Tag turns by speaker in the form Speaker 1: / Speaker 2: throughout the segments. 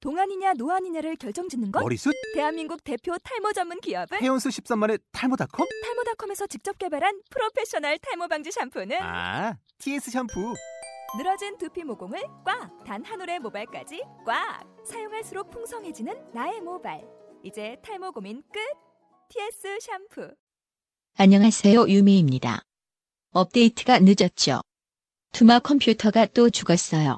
Speaker 1: 동안이냐 노안이냐를 결정짓는 건
Speaker 2: 머리숱?
Speaker 1: 대한민국 대표 탈모 전문
Speaker 3: 네.
Speaker 1: 기업은
Speaker 2: 헤어스 13만의 탈모닷컴?
Speaker 1: 탈모닷컴에서 직접 개발한 프로페셔널 탈모 방지 샴푸는
Speaker 3: 네.
Speaker 2: 아, TS 샴푸.
Speaker 1: 늘어진 두피 모공을 꽉 단 한 올의 모발까지 꽉 사용할수록 풍성해지는 나의 모발 이제 탈모 고민 끝 TS 샴푸
Speaker 4: 안녕하세요. 유미입니다. 업데이트가 늦었죠. 투마 컴퓨터가 또 죽었어요.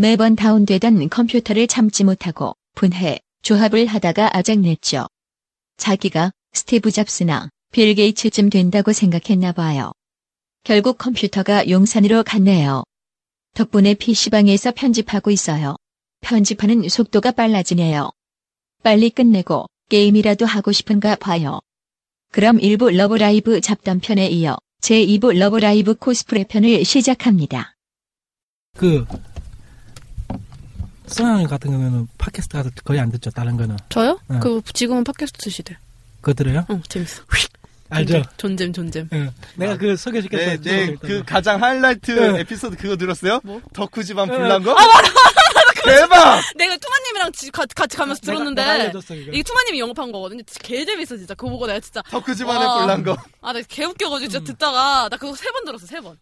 Speaker 4: 매번 다운되던 컴퓨터를 참지 못하고 분해, 조합을 하다가 아작냈죠. 자기가 스티브 잡스나 빌 게이츠쯤 된다고 생각했나 봐요. 결국 컴퓨터가 용산으로 갔네요. 덕분에 PC방에서 편집하고 있어요. 편집하는 속도가 빨라지네요. 빨리 끝내고 게임이라도 하고 싶은가 봐요. 그럼 1부 러브라이브 잡담편에 이어 제2부 러브라이브 코스프레 편을 시작합니다.
Speaker 5: 그 소양 같은 경우에는 팟캐스트 같은 거 거의 안 듣죠. 다른 거는
Speaker 6: 저요?
Speaker 5: 응.
Speaker 6: 그 지금은 팟캐스트 시대.
Speaker 5: 그거 들어요?
Speaker 6: 어 재밌어.
Speaker 5: 알죠?
Speaker 6: 존잼 존잼.
Speaker 5: 응. 내가 그 소개시켰던
Speaker 7: 네, 네, 그 가장 하이라이트
Speaker 5: 네.
Speaker 7: 에피소드 그거 들었어요?
Speaker 6: 뭐?
Speaker 7: 덕후
Speaker 5: 예,
Speaker 7: 집안 불난 거? 대박!
Speaker 6: 내가 투마님이랑 지- 가- 같이 가면서 들었는데
Speaker 5: 내가, 내가 알려줬어 이거.
Speaker 6: 이게 투마님이 영업한 거거든요. 진짜 개 재밌어 진짜. 그거 보고 내가 진짜
Speaker 7: 덕후 집안에
Speaker 6: 와.
Speaker 7: 불난 거.
Speaker 6: 아 나 개
Speaker 5: 음.
Speaker 6: 웃겨가지고 진짜 듣다가 나 그거 세 번 들었어 세 번.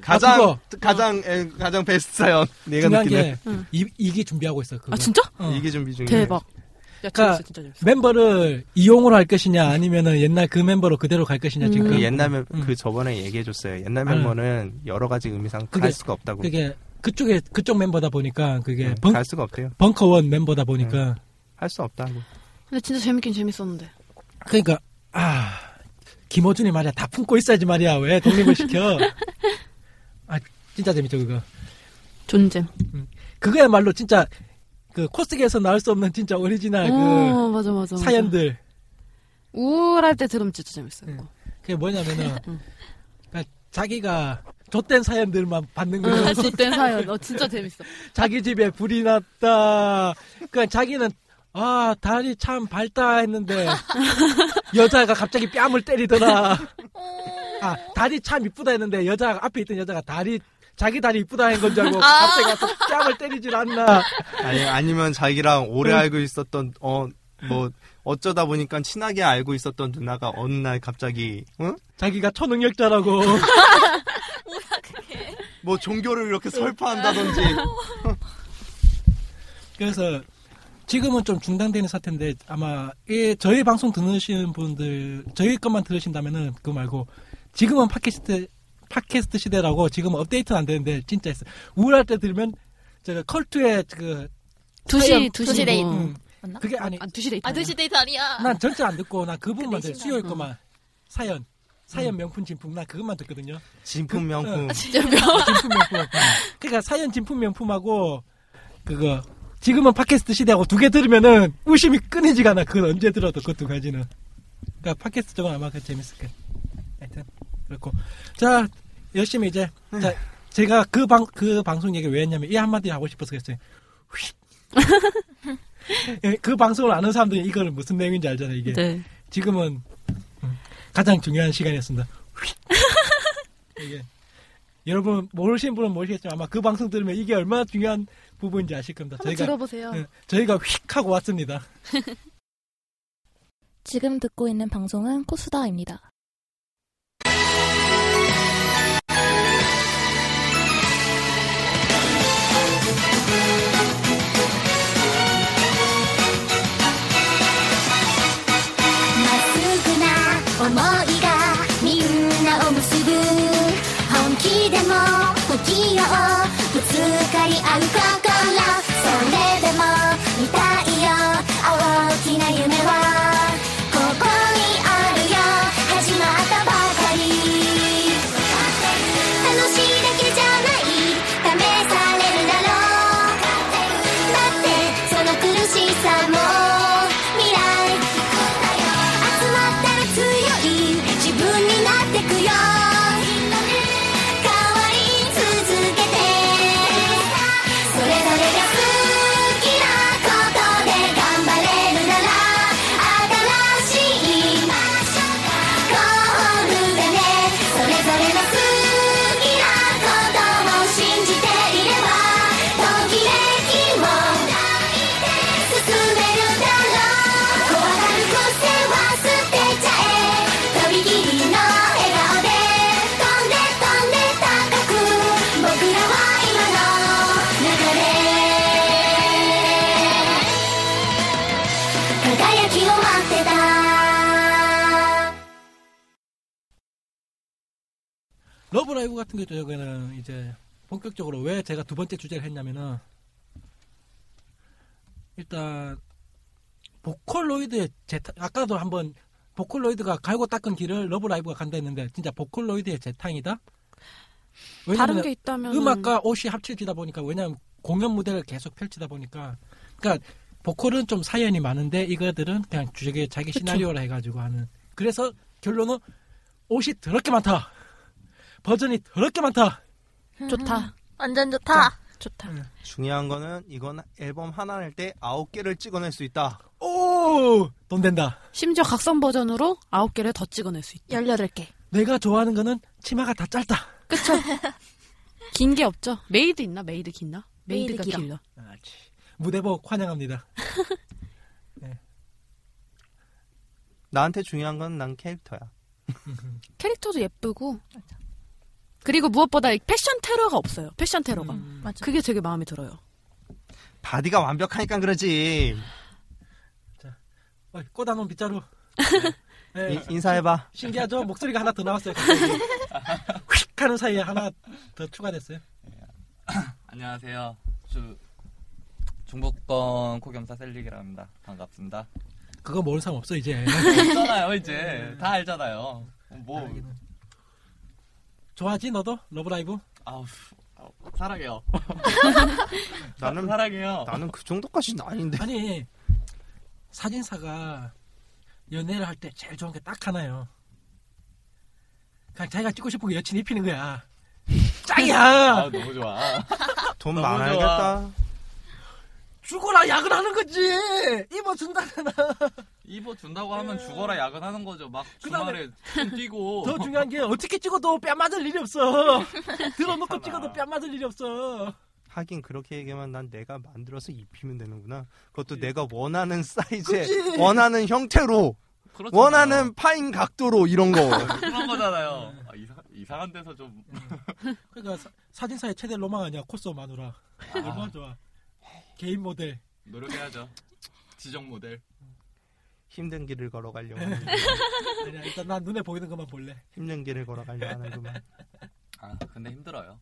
Speaker 7: 가장
Speaker 5: 아, 그거.
Speaker 7: 가장 에, 가장 베스트 사연. 내가
Speaker 5: 중요한
Speaker 7: 느끼네.
Speaker 5: 게
Speaker 6: 응.
Speaker 5: 이, 이게 준비하고 있어. 그거.
Speaker 6: 아 진짜?
Speaker 5: 어.
Speaker 7: 이게 준비 중이에요.
Speaker 6: 대박. 야
Speaker 5: 그러니까
Speaker 6: 재밌어 진짜 재밌어.
Speaker 5: 멤버를 이용으로 할 것이냐 아니면은 옛날 그 멤버로 그대로 갈 것이냐 지금
Speaker 6: 음.
Speaker 5: 그거.
Speaker 7: 그 옛날 멤,
Speaker 5: 음.
Speaker 7: 그 저번에 얘기해줬어요. 옛날
Speaker 5: 음.
Speaker 7: 멤버는 여러 가지 의미상
Speaker 5: 그게-
Speaker 7: 갈 수가 없다고.
Speaker 5: 그게 그쪽에 그쪽 멤버다 보니까 그게
Speaker 7: 네,
Speaker 5: 벙,
Speaker 7: 갈 수가 없대요.
Speaker 5: 커원 멤버다 보니까
Speaker 7: 할 수 없다고. 뭐.
Speaker 6: 근데 진짜 재밌긴 재밌었는데.
Speaker 5: 그러니까 아 김어준이 말이야 다 품고 있어야지 말이야 왜 독립을 시켜? 아 진짜 재밌죠 그거.
Speaker 6: 존잼.
Speaker 5: 그거야말로 진짜 그 코스계에서 나올 수 없는 진짜 오리지널 그
Speaker 6: 어 맞아 맞아. 맞아.
Speaker 5: 사연들 음.
Speaker 6: 우울할 때 들으면 진짜 재밌어요.
Speaker 5: 응.
Speaker 6: 그거.
Speaker 5: 그게 뭐냐면은
Speaker 6: 음.
Speaker 5: 그러니까 자기가 좆된 사연들만 받는 거예요.
Speaker 6: 응. 진짜 사연. 어 진짜 재밌어.
Speaker 5: 자기 집에 불이 났다. 그러니까 자기는 아 다리 참 밝다 했는데 여자가 갑자기 뺨을 때리더라. 아 다리 참 이쁘다 했는데 여자가 앞에 있던 여자가 다리 자기 다리 이쁘다 한 건 줄 알고 갑자기 와서 뺨을 때리질 않나.
Speaker 7: 아니 아니면 자기랑 오래
Speaker 5: 음.
Speaker 7: 알고 있었던 어 뭐 어쩌다 보니까 친하게 알고 있었던 누나가 어느 날 갑자기 응?
Speaker 5: 자기가 초능력자라고.
Speaker 7: 뭐 종교를 이렇게 설파한다든지
Speaker 5: 그래서 지금은 좀 중단되는 사태인데 아마 이 저희 방송 들으시는 분들 저희 것만 들으신다면은 그거 말고 지금은 팟캐스트 팟캐스트 시대라고 지금 업데이트는 안 되는데 진짜 있어 우울할 때 들으면 제가 컬투의 그 사연-
Speaker 6: 두시 두시
Speaker 8: 데이트.
Speaker 5: 음,
Speaker 8: 맞나?
Speaker 5: 그게 아니
Speaker 6: 아 두시 데이트.
Speaker 8: 아, 드시 데이트 아니야.
Speaker 5: 난 전체 안 듣고 난 그 부분만
Speaker 8: 그 음.
Speaker 5: 들어요
Speaker 8: 대신만.
Speaker 5: 수요일 것만 사연 사연 명품 진품 난 그것만 듣거든요
Speaker 7: 진품 명품
Speaker 5: 아,
Speaker 6: 네.
Speaker 5: 진품 명품 그러니까 사연 진품 명품하고 그거 지금은 팟캐스트 시대하고 두 개 들으면은 의심이 끊이지가 않아. 그건 언제 들어도 그 두 가지는. 그러니까 팟캐스트 쪽은 아마 그 재밌을 거야. 하여튼 그렇고 자 열심히 이제 자 제가 그 방 그 방송 얘기 왜 했냐면 이 한마디 하고 싶어서 그랬어요. 휙. 예, 그 방송을 아는 사람들이 이거를 무슨 내용인지 예. 알잖아요. 이게
Speaker 6: 네.
Speaker 5: 지금은 음, 가장 중요한 시간이었습니다. 휙. 이게 여러분 모르시는 분은 모르시겠지만 아마 그 방송 들으면 이게 얼마나 중요한 부분인지 아실 겁니다.
Speaker 6: 한번
Speaker 5: 저희가
Speaker 6: 들어보세요.
Speaker 5: 예, 저희가 휙 하고 왔습니다.
Speaker 8: 지금 듣고 있는 방송은 코스다입니다.
Speaker 3: まっすぐな思いがみんなを結ぶ本気でも不器用ぶつかり合う心それでも見たいよ大きな夢はここにあるよ始まったばかり楽しいだけじゃない試されるだろうだってその苦しさも未来集まったら強い自分になってくよ変わり続けてそれ
Speaker 5: 19 같은 경우에는 이제 본격적으로 왜 제가 두 번째 주제를 했냐면은 일단 보컬로이드의 재탕 아까도 한번 보컬로이드가 갈고 닦은 길을 러브라이브가 간다 했는데 진짜 보컬로이드의 재탕이다.
Speaker 6: 다른
Speaker 5: 왜냐면은
Speaker 6: 게 있다면
Speaker 5: 음악과 옷이 합쳐지다 보니까 왜냐하면 공연 무대를 계속 펼치다 보니까 그러니까 보컬은 좀 사연이 많은데 이거들은 그냥 주제에 자기 시나리오라 해가지고 하는 그래서 결론은 옷이 더럽게 많다 버전이 더럽게 많다
Speaker 6: 음, 좋다.
Speaker 8: 완전 좋다.
Speaker 6: 좋다.
Speaker 5: 네.
Speaker 7: 중요한 거는 이건 앨범 하나 낼 때 아홉 개를 찍어낼 수 있다.
Speaker 5: 오돈 된다
Speaker 9: 심지어 각선 버전으로 아홉 개를 더 찍어낼 수 있다.
Speaker 6: 18개.
Speaker 5: 내가 좋아하는 거는 치마가 다 짧다
Speaker 9: 그쵸? 긴 게 없죠. 메이드 있나? 메이드 긴나?
Speaker 6: 메이드
Speaker 9: 메이드가
Speaker 6: 길어.
Speaker 9: 길러.
Speaker 5: 아치. 무대복 환영합니다
Speaker 7: 나한테 중요한 건 난 캐릭터야.
Speaker 6: 캐릭터도 예쁘고
Speaker 9: 그리고 무엇보다 이 패션 테러가 없어요. 패션 테러가.
Speaker 5: 음.
Speaker 6: 맞아.
Speaker 9: 그게 되게 마음에 들어요.
Speaker 7: 바디가 완벽하니까 그러지.
Speaker 5: 어, 꽂아놓은 빗자루 네.
Speaker 7: 이- 인사해봐.
Speaker 5: 신기하죠 목소리가 하나 더 나왔어요 갑자기 휙 하는 사이에 하나 더 추가됐어요
Speaker 3: 안녕하세요. 저 중복권 코겸사 셀릭이라 합니다. 반갑습니다.
Speaker 5: 그거 모르는 사람 없어 이제
Speaker 3: 알잖아요, 이제. 다 알잖아요. 뭐,
Speaker 5: 좋아하지 너도 러브라이브
Speaker 3: 아우, 아우, 사랑해요.
Speaker 7: 나는
Speaker 3: 사랑해요.
Speaker 7: 나는 그 정도까지는
Speaker 3: 네.
Speaker 7: 아닌데.
Speaker 5: 아니 사진사가 연애를 할 때 제일 좋은 게 딱 하나요. 그냥 자기가 찍고 싶은 게 여친 입히는 거야. 짱이야.
Speaker 3: 아, 너무 좋아.
Speaker 7: 돈
Speaker 3: 너무
Speaker 7: 많아야겠다.
Speaker 5: 죽어라 야근하는 거지. 입어준다잖아.
Speaker 3: 입어준다고 하면 죽어라 야근하는 거죠. 막
Speaker 5: 그다음에-
Speaker 3: 주말에 좀 뛰고.
Speaker 5: 더 중요한 게 어떻게 찍어도 뺨 맞을 일이 없어. 들어놓고
Speaker 3: 괜찮아.
Speaker 5: 찍어도 뺨 맞을 일이 없어.
Speaker 7: 하긴 그렇게 얘기하면 난 내가 만들어서 입히면 되는구나. 그것도 내가 원하는 사이즈에 원하는 형태로
Speaker 3: 그렇잖아요.
Speaker 7: 원하는 파인 각도로 이런 거.
Speaker 3: 그런 거잖아요. 아, 이상, 이상한 데서 좀.
Speaker 5: 그러니까 사, 사진사의 최대 로망 아니야 코스 마누라. 얼마나
Speaker 3: 아,
Speaker 5: 좋아. 개인 모델.
Speaker 3: 노력해야죠. 지정 모델.
Speaker 7: 힘든 길을 걸어가려고
Speaker 5: 네.
Speaker 7: 하는구만.
Speaker 5: 아니야 일단 난 눈에 보이는 것만 볼래.
Speaker 7: 힘든 길을 걸어가려고 하는구만.
Speaker 3: 아, 근데 힘들어요.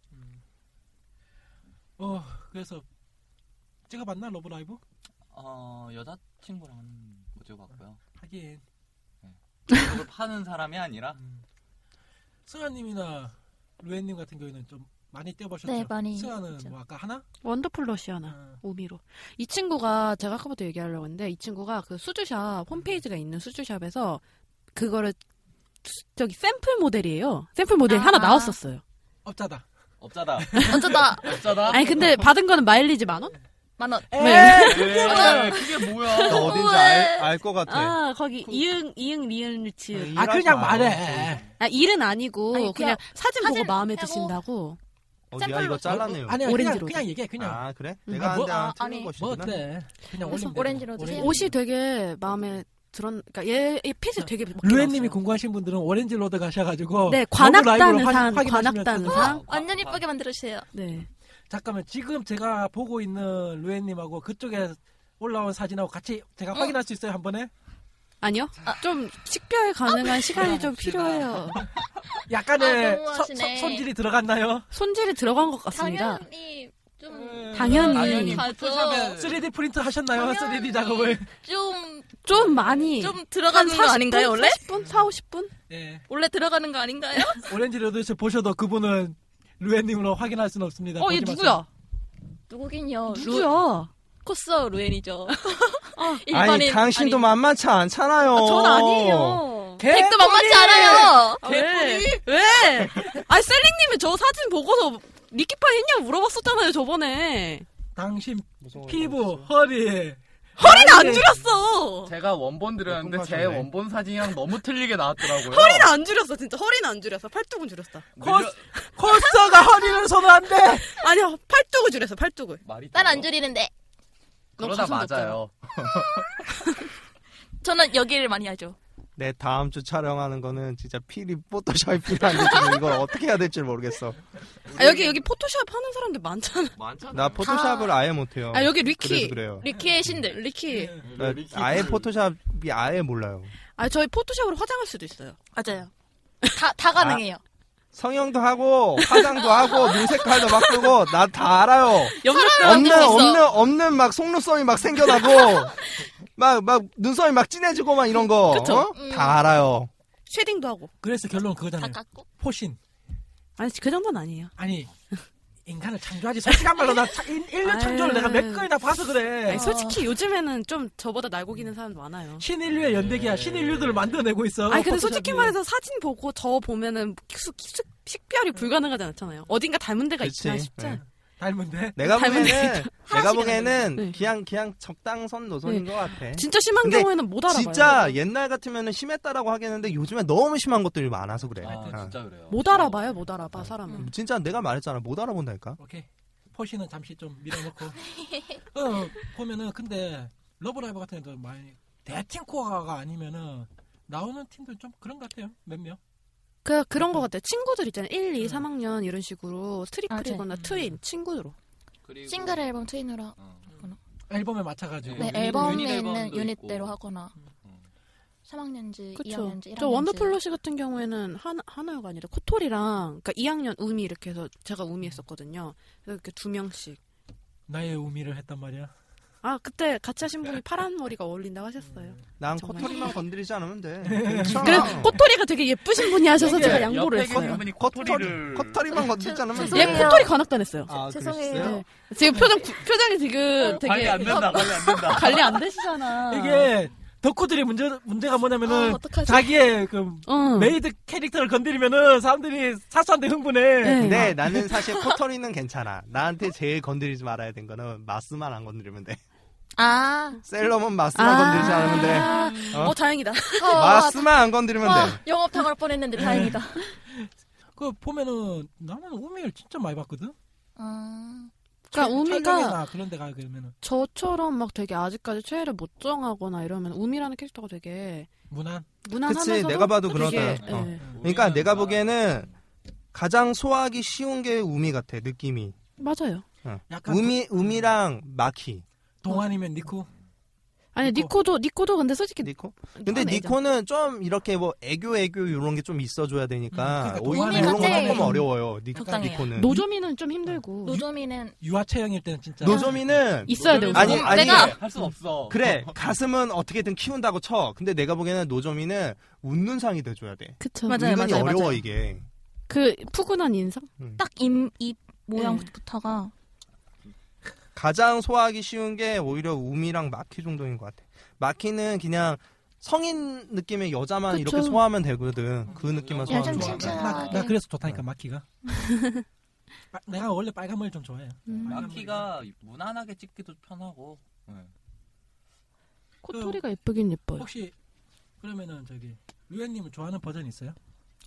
Speaker 5: 어 그래서 찍어봤나 러브라이브?
Speaker 3: 어, 여자친구랑 못 찍어봤고요.
Speaker 5: 하긴
Speaker 3: 그걸 파는 사람이 아니라
Speaker 5: 승아님이나 루엔님 같은 경우에는 좀 많이 뛰어보셨죠?
Speaker 8: 네, 많이
Speaker 5: 승아는
Speaker 8: 했죠.
Speaker 5: 뭐 아까 하나?
Speaker 6: 원더풀 러시아나
Speaker 5: 어,
Speaker 6: 오미로. 이 친구가 제가 아까부터 얘기하려고 했는데 이 친구가 그 수주샵 홈페이지가 있는 수주샵에서 그거를 수- 저기 샘플 모델이에요. 샘플 모델
Speaker 8: 아.
Speaker 6: 하나 나왔었어요.
Speaker 5: 업자다.
Speaker 3: 없자다.
Speaker 8: 어쩌다.
Speaker 3: 없자다.
Speaker 6: 아니 근데 받은 거는 마일리지 만 원?
Speaker 8: 만원.
Speaker 6: 네.
Speaker 3: 그게 뭐야? 그게 뭐야?
Speaker 7: 나 어딘지 알알것 같아.
Speaker 6: 아 거기 이응 이응 리은
Speaker 7: 아,
Speaker 6: 리츠.
Speaker 5: 아
Speaker 7: 일하지
Speaker 5: 그냥
Speaker 7: 마요.
Speaker 5: 말해.
Speaker 6: 아 일은 예. 아니고
Speaker 8: 아니,
Speaker 6: 그냥
Speaker 8: 그냥
Speaker 6: 사진,
Speaker 8: 사진
Speaker 6: 보고 마음에
Speaker 8: 하고.
Speaker 6: 드신다고.
Speaker 7: 어, 야 이거 잘라내요.
Speaker 5: 아니야 그냥,
Speaker 6: 오렌지로.
Speaker 5: 그냥 얘기해 그냥.
Speaker 7: 아 그래?
Speaker 6: 음.
Speaker 7: 내가
Speaker 5: 아, 뭐-
Speaker 7: 한데 아,
Speaker 8: 아,
Speaker 7: 틀린
Speaker 8: 아니.
Speaker 5: 뭐
Speaker 7: 것이구나.
Speaker 5: 어때? 그냥
Speaker 8: 그래서
Speaker 5: 올리면 돼.
Speaker 8: 오렌지로
Speaker 5: 오렌지.
Speaker 8: 드세요.
Speaker 6: 옷이 되게 마음에 들었. 그러니까 얘, 얘 핏이 되게 막
Speaker 5: 루엔님이
Speaker 6: 들었어요.
Speaker 5: 궁금하신 분들은 오렌지 로드 가셔가지고
Speaker 6: 네
Speaker 5: 러브 라이브로
Speaker 6: 관악단상
Speaker 5: 확- 확인하시면
Speaker 3: 어,
Speaker 6: 관악단상.
Speaker 8: 어, 완전 이쁘게 만들어주세요.
Speaker 6: 네.
Speaker 5: 잠깐만 지금 제가 보고 있는 루엔님하고 그쪽에 올라온 사진하고 같이 제가 확인할 수 있어요 한 번에?
Speaker 6: 아니요. 아, 좀 식별 가능한 시간이 좀 필요해요.
Speaker 5: 약간의
Speaker 8: 아, 너무
Speaker 5: 서-
Speaker 8: 하시네.
Speaker 5: 서- 손질이 들어갔나요?
Speaker 6: 손질이 들어간 것 같습니다.
Speaker 8: 당연히 좀,
Speaker 6: 당연히,
Speaker 5: 아,
Speaker 3: 당연히
Speaker 8: 가죠.
Speaker 3: 포토샵에
Speaker 5: 3D 그 프린트 하셨나요?
Speaker 8: 당연히.
Speaker 5: 3D 작업을?
Speaker 8: 좀,
Speaker 6: 좀 많이
Speaker 8: 좀 들어가는 거 아닌가요, 원래?
Speaker 6: 40분? 4, 50분?
Speaker 5: 예.
Speaker 8: 원래 들어가는 거 아닌가요?
Speaker 5: 오렌지 로드에서 보셔도 그분은 루엔님으로 확인할 수는
Speaker 6: 네,
Speaker 5: 없습니다.
Speaker 9: 어, 얘
Speaker 5: 보지 마세요.
Speaker 9: 누구야?
Speaker 8: 누구긴요.
Speaker 6: 누구야?
Speaker 8: 코스어 루엔이죠.
Speaker 7: 아니
Speaker 8: 일반인
Speaker 7: 당신도 만만치 않잖아요.
Speaker 6: 아, 전 아니에요.
Speaker 8: 백도 만만치 않아요.
Speaker 6: 아, 왜? 왜? 아, 셀링님이 저 사진 보고서 리키파이 했냐고 물어봤었잖아요, 저번에.
Speaker 5: 당신
Speaker 7: 무서워요.
Speaker 5: 피부, 허리.
Speaker 6: 허리는 안 줄였어!
Speaker 3: 제가 원본 드렸는데 제
Speaker 7: 똥맞았네.
Speaker 3: 원본 사진이랑 너무 틀리게 나왔더라고요.
Speaker 6: 허리는 안 줄였어, 진짜. 허리는 안 줄였어. 팔뚝은 줄였어.
Speaker 3: 늘려-
Speaker 5: 코스가 허리를 선호한대.
Speaker 6: 아니요, 팔뚝을 줄였어, 팔뚝을.
Speaker 8: 네,
Speaker 3: 말이
Speaker 10: 난 안
Speaker 3: 돼요?
Speaker 10: 줄이는데
Speaker 3: 그러다
Speaker 6: 가슴
Speaker 3: 맞아요.
Speaker 8: 저는 여기를 많이 하죠.
Speaker 7: 내 네, 다음 주 촬영하는 거는 진짜 필이 포토샵이라는 지금 이걸 어떻게 해야 될지 모르겠어.
Speaker 6: 아, 여기, 여기 포토샵 하는 사람들 많잖아.
Speaker 3: 많잖아.
Speaker 7: 나 포토샵을 아예 못해요.
Speaker 6: 아, 여기 리키.
Speaker 7: 어, 그래서 그래요.
Speaker 8: 리키의 신들.
Speaker 6: 네, 리키.
Speaker 3: 네.
Speaker 6: 그
Speaker 7: 나 아예 포토샵이 아예 몰라요.
Speaker 6: 아, 저희 포토샵으로 화장할 수도 있어요.
Speaker 8: 맞아요. 다, 다 가능해요.
Speaker 7: 성형도 하고 화장도 하고 눈색깔도 바꾸고 나 다 알아요.
Speaker 9: 염색도
Speaker 7: 없는
Speaker 9: 하고 있어.
Speaker 7: 없는 없는 막 속눈썹이 막 생겨나고 막 막 눈썹이 막 진해지고 막 이런 거.
Speaker 9: 그쵸.
Speaker 7: 어? 다 알아요.
Speaker 6: 쉐딩도 하고.
Speaker 5: 그래서 결론은
Speaker 8: 다
Speaker 5: 그거잖아요.
Speaker 8: 깎고.
Speaker 5: 포신.
Speaker 6: 아니 그 정도는 아니에요.
Speaker 5: 아니 인간을 창조하지. 솔직한 말로 나 차, 일, 인류 창조를
Speaker 6: 아유.
Speaker 5: 내가 몇 건이나 봐서 그래.
Speaker 6: 아니, 솔직히 요즘에는 좀 저보다 날고 기는 사람 많아요.
Speaker 5: 신인류의
Speaker 7: 네.
Speaker 5: 연대기야. 신인류들을 만들어내고 있어.
Speaker 6: 아니 근데 솔직히
Speaker 5: 포토샵이.
Speaker 6: 말해서 사진 보고 저 보면은 숙, 숙, 식별이 불가능하지 않잖아요. 어딘가 닮은 데가
Speaker 7: 네. 그치.
Speaker 6: 있나 싶지.
Speaker 7: 네.
Speaker 5: 닮은데.
Speaker 7: 내가
Speaker 6: 닮은
Speaker 7: 보기에는 내가 보기에는
Speaker 6: 네.
Speaker 7: 그냥 그냥 적당선 노선인 것 같아.
Speaker 6: 진짜 심한
Speaker 7: 근데
Speaker 6: 경우에는 못 알아봐요.
Speaker 7: 진짜 옛날 같으면은 심했다라고 하겠는데 요즘에 너무 심한 것들이 많아서 그래.
Speaker 3: 아,
Speaker 7: 어.
Speaker 3: 진짜 그래요.
Speaker 6: 못 알아봐요, 못
Speaker 3: 음.
Speaker 6: 알아봐 사람은.
Speaker 7: 진짜 내가 말했잖아 못 알아본다니까.
Speaker 5: 오케이. 포신은 잠시 좀 밀어놓고. 어, 보면은 근데 러브라이브 같은 데도 많이 대팀 코어가 아니면은 나오는 팀들 좀 그런 것 같아요. 몇 명.
Speaker 6: 그 그런 거 같아요. 친구들 있잖아요. 1, 2, 3학년 이런 식으로 트리플이거나
Speaker 8: 맞아요.
Speaker 6: 트윈 친구로.
Speaker 3: 그리고
Speaker 8: 싱글 앨범 트윈으로
Speaker 3: 어.
Speaker 5: 앨범에 맞춰가지고.
Speaker 8: 네,
Speaker 3: 유닛,
Speaker 8: 음. 앨범에
Speaker 3: 유닛
Speaker 8: 있는
Speaker 3: 앨범도
Speaker 8: 유닛대로
Speaker 3: 있고.
Speaker 8: 하거나
Speaker 3: 음.
Speaker 8: 3학년지,
Speaker 6: 그쵸.
Speaker 8: 2학년지, 1학년지.
Speaker 6: 저 원더플러시 같은 경우에는 하나, 하나가 아니라 코토리랑 그러니까 2학년 우미 이렇게 해서 제가 우미 했었거든요. 그래서 이렇게 두 명씩.
Speaker 5: 나의 의미를 했단 말이야.
Speaker 6: 아 그때 같이 하신 분이 파란 머리가 어울린다고 하셨어요.
Speaker 7: 난
Speaker 6: 정말.
Speaker 7: 코털이만 건드리지 않으면 돼.
Speaker 6: 음.
Speaker 7: 어,
Speaker 6: 그래 음. 코토리가 되게 예쁘신 분이 하셔서 제가 양보를
Speaker 3: 옆에 계신 음.
Speaker 6: 했어요.
Speaker 3: 분이 코토리를
Speaker 7: 코털
Speaker 6: 아,
Speaker 7: 코털이만 건드리지 않으면
Speaker 6: 얘
Speaker 7: 돼.
Speaker 6: 코토리 관악단했어요. 네.
Speaker 7: 아,
Speaker 10: 죄송해요.
Speaker 7: 그러셨어요?
Speaker 6: 지금 표정 구- 표정이 지금 되게
Speaker 3: 관리 안 된다, 관리 안 된다.
Speaker 6: 관리 안 되시잖아.
Speaker 5: 이게 덕후들의 문제 문제가 뭐냐면은
Speaker 8: 아, 어떡하지?
Speaker 5: 자기의 그
Speaker 6: 응.
Speaker 5: 메이드 캐릭터를 건드리면은 사람들이 사소한데 흥분해.
Speaker 6: 네.
Speaker 7: 근데 나는 사실 코털이는 괜찮아. 나한테 제일 건드리지 말아야 된 거는 마스만 안 건드리면 돼.
Speaker 8: 아,
Speaker 7: 셀러몬 마스만 건드리지 않으면 돼.
Speaker 6: 어, 다행이다.
Speaker 8: 어,
Speaker 7: 마스만 안 건드리면 돼.
Speaker 8: 와, 영업 당할 뻔했는데
Speaker 7: 네.
Speaker 8: 다행이다.
Speaker 5: 그 보면은 나는 우미를 진짜 많이 봤거든.
Speaker 8: 아,
Speaker 6: 그러니까 우미가
Speaker 5: 촬영이나 그런 데가 그러면은
Speaker 6: 저처럼 막 되게 아직까지 최애를 못 정하거나 이러면 우미라는 캐릭터가 되게
Speaker 5: 무난.
Speaker 6: 무난하면서도
Speaker 7: 그치, 내가 봐도
Speaker 6: 되게,
Speaker 7: 그러다. 어.
Speaker 6: 예.
Speaker 7: 그러니까 내가 보기에는 가장 소화하기 쉬운 게 우미 같아 느낌이.
Speaker 6: 맞아요.
Speaker 5: 약간
Speaker 8: 그러니까
Speaker 7: 우미
Speaker 8: 그,
Speaker 7: 우미랑
Speaker 8: 음.
Speaker 7: 마키.
Speaker 5: 동안이면 니쿠.
Speaker 6: 아니
Speaker 5: 니코.
Speaker 6: 니코도 니코도 근데
Speaker 8: 그
Speaker 6: 솔직히
Speaker 7: 니코? 근데
Speaker 6: 편해져.
Speaker 7: 니코는 좀 이렇게 뭐 애교 애교 이런 게 좀 있어줘야 되니까
Speaker 5: 음, 그러니까
Speaker 7: 오히려
Speaker 8: 우미가
Speaker 7: 이런 건
Speaker 8: 제일
Speaker 7: 조금 어려워요. 니,
Speaker 8: 적당해요.
Speaker 7: 니코는.
Speaker 6: 노조미는 좀 힘들고
Speaker 8: 노조미는
Speaker 5: 유아 체형일 때는 진짜.
Speaker 7: 노조미는
Speaker 6: 있어야 돼요.
Speaker 7: 아니,
Speaker 6: 우선.
Speaker 7: 아니.
Speaker 8: 내가-
Speaker 3: 할수 없어.
Speaker 7: 그래 가슴은 어떻게든 키운다고 쳐. 근데 내가 보기에는 노조미는 웃는 상이 돼줘야 돼.
Speaker 6: 그쵸.
Speaker 8: 맞아. 맞아요,
Speaker 7: 은근히
Speaker 8: 맞아요,
Speaker 7: 어려워
Speaker 8: 맞아요.
Speaker 7: 이게.
Speaker 6: 그 푸근한 인상.
Speaker 8: 딱입입 모양부터가
Speaker 7: 가장 소화하기 쉬운 게 오히려 우미랑 마키 정도인 것 같아. 마키는 그냥 성인 느낌의 여자만
Speaker 6: 그쵸.
Speaker 7: 이렇게 소화하면 되거든. 그 느낌만
Speaker 3: 야,
Speaker 7: 소화하면
Speaker 3: 좀
Speaker 7: 되거든.
Speaker 3: 칭찬.
Speaker 5: 나, 나
Speaker 8: 네.
Speaker 5: 그래서 좋다니까
Speaker 7: 어.
Speaker 5: 마키가. 마- 내가 원래 빨간 머리 좀 좋아해요.
Speaker 7: 음.
Speaker 3: 마키가 무난하게 찍기도 편하고. 네.
Speaker 6: 코토리가
Speaker 8: 음.
Speaker 6: 예쁘긴 예뻐요.
Speaker 5: 혹시 그러면은 저기 유엔님은 좋아하는 버전 있어요?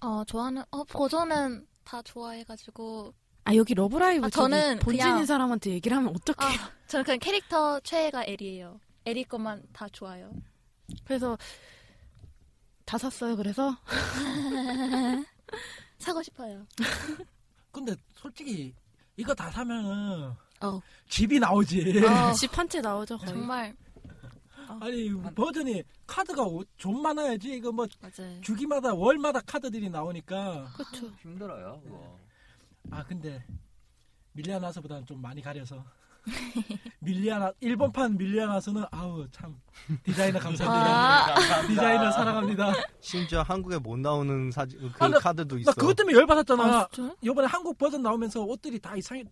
Speaker 8: 어 좋아하는 어 버전은 다 좋아해가지고
Speaker 6: 아 여기 러브라이브
Speaker 8: 아,
Speaker 6: 저는
Speaker 8: 저는
Speaker 6: 본진인
Speaker 8: 그냥-
Speaker 6: 사람한테 얘기를 하면 어떡해.
Speaker 8: 아 저는 그냥 캐릭터 최애가 엘이에요. 엘이 것만 다 좋아요.
Speaker 6: 그래서 다 샀어요. 그래서
Speaker 8: 사고 싶어요.
Speaker 5: 근데 솔직히 이거 다 사면은
Speaker 8: 어.
Speaker 5: 집이 나오지.
Speaker 7: 네.
Speaker 6: 집 한 채 나오죠 거의.
Speaker 8: 아, 정말
Speaker 5: 아니 버전이 카드가 오- 좀 많아야지 이거 뭐
Speaker 8: 맞아요.
Speaker 5: 주기마다 월마다 카드들이 나오니까
Speaker 6: 그렇죠.
Speaker 3: 힘들어요, 그거.
Speaker 5: 아 근데 밀리아나스보다는 좀 많이 가려서 밀리아나 일본판 밀리아나스는 아우 참 디자이너 감사합니다
Speaker 8: 아
Speaker 5: 디자이너
Speaker 7: 아.
Speaker 5: 사랑합니다
Speaker 7: 심지어 한국에 못 나오는 사지 그
Speaker 5: 아, 나-
Speaker 7: 카드도 있어.
Speaker 5: 나 그것 때문에 열받았잖아
Speaker 8: 진짜?
Speaker 5: 요번에 한국 버전 나오면서 옷들이 다 이상해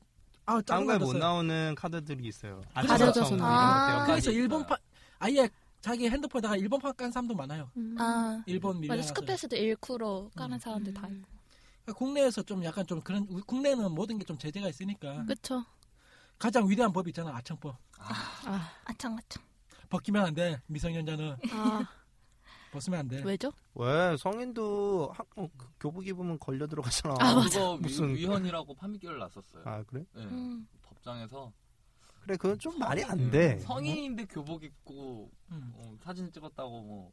Speaker 5: 아
Speaker 7: 한국에 못
Speaker 5: 짜증나졌어요
Speaker 7: 나오는 카드들이 있어요.
Speaker 5: 가려져서
Speaker 7: 아시아청
Speaker 6: 나오는
Speaker 7: 이런 것 때문에.
Speaker 5: 그래서 일본판 아예 자기 핸드폰에다가 일본판 깐 사람도 많아요
Speaker 7: 음.
Speaker 8: 아
Speaker 5: 일본
Speaker 8: 맞아
Speaker 5: 밀리아나스
Speaker 8: 스쿠패스도 1쿠로 까는 사람들 다 있고.
Speaker 5: 그러니까 국내에서 좀 약간 좀 그런 우리 국내는 모든 게 좀 제재가
Speaker 7: 음.
Speaker 5: 있으니까
Speaker 6: 그렇죠.
Speaker 5: 가장 위대한 법이 있잖아 아청법
Speaker 8: 아창 아창.
Speaker 5: 벗기면 안 돼 미성년자는
Speaker 6: 아
Speaker 5: 벗으면 안돼
Speaker 6: 왜죠?
Speaker 7: 왜 성인도 학- 어, 그 교복 입으면 걸려 들어가잖아.
Speaker 6: 아, 맞아.
Speaker 3: 그거
Speaker 7: 무슨-
Speaker 3: 위, 위헌이라고 판결 났었어요.
Speaker 7: 아, 그래?
Speaker 3: 네.
Speaker 8: 음.
Speaker 3: 법정에서 음.
Speaker 7: 그래 그건 좀 말이
Speaker 5: 음,
Speaker 7: 안 돼.
Speaker 3: 성인인데 교복 입고 어, 사진 찍었다고 뭐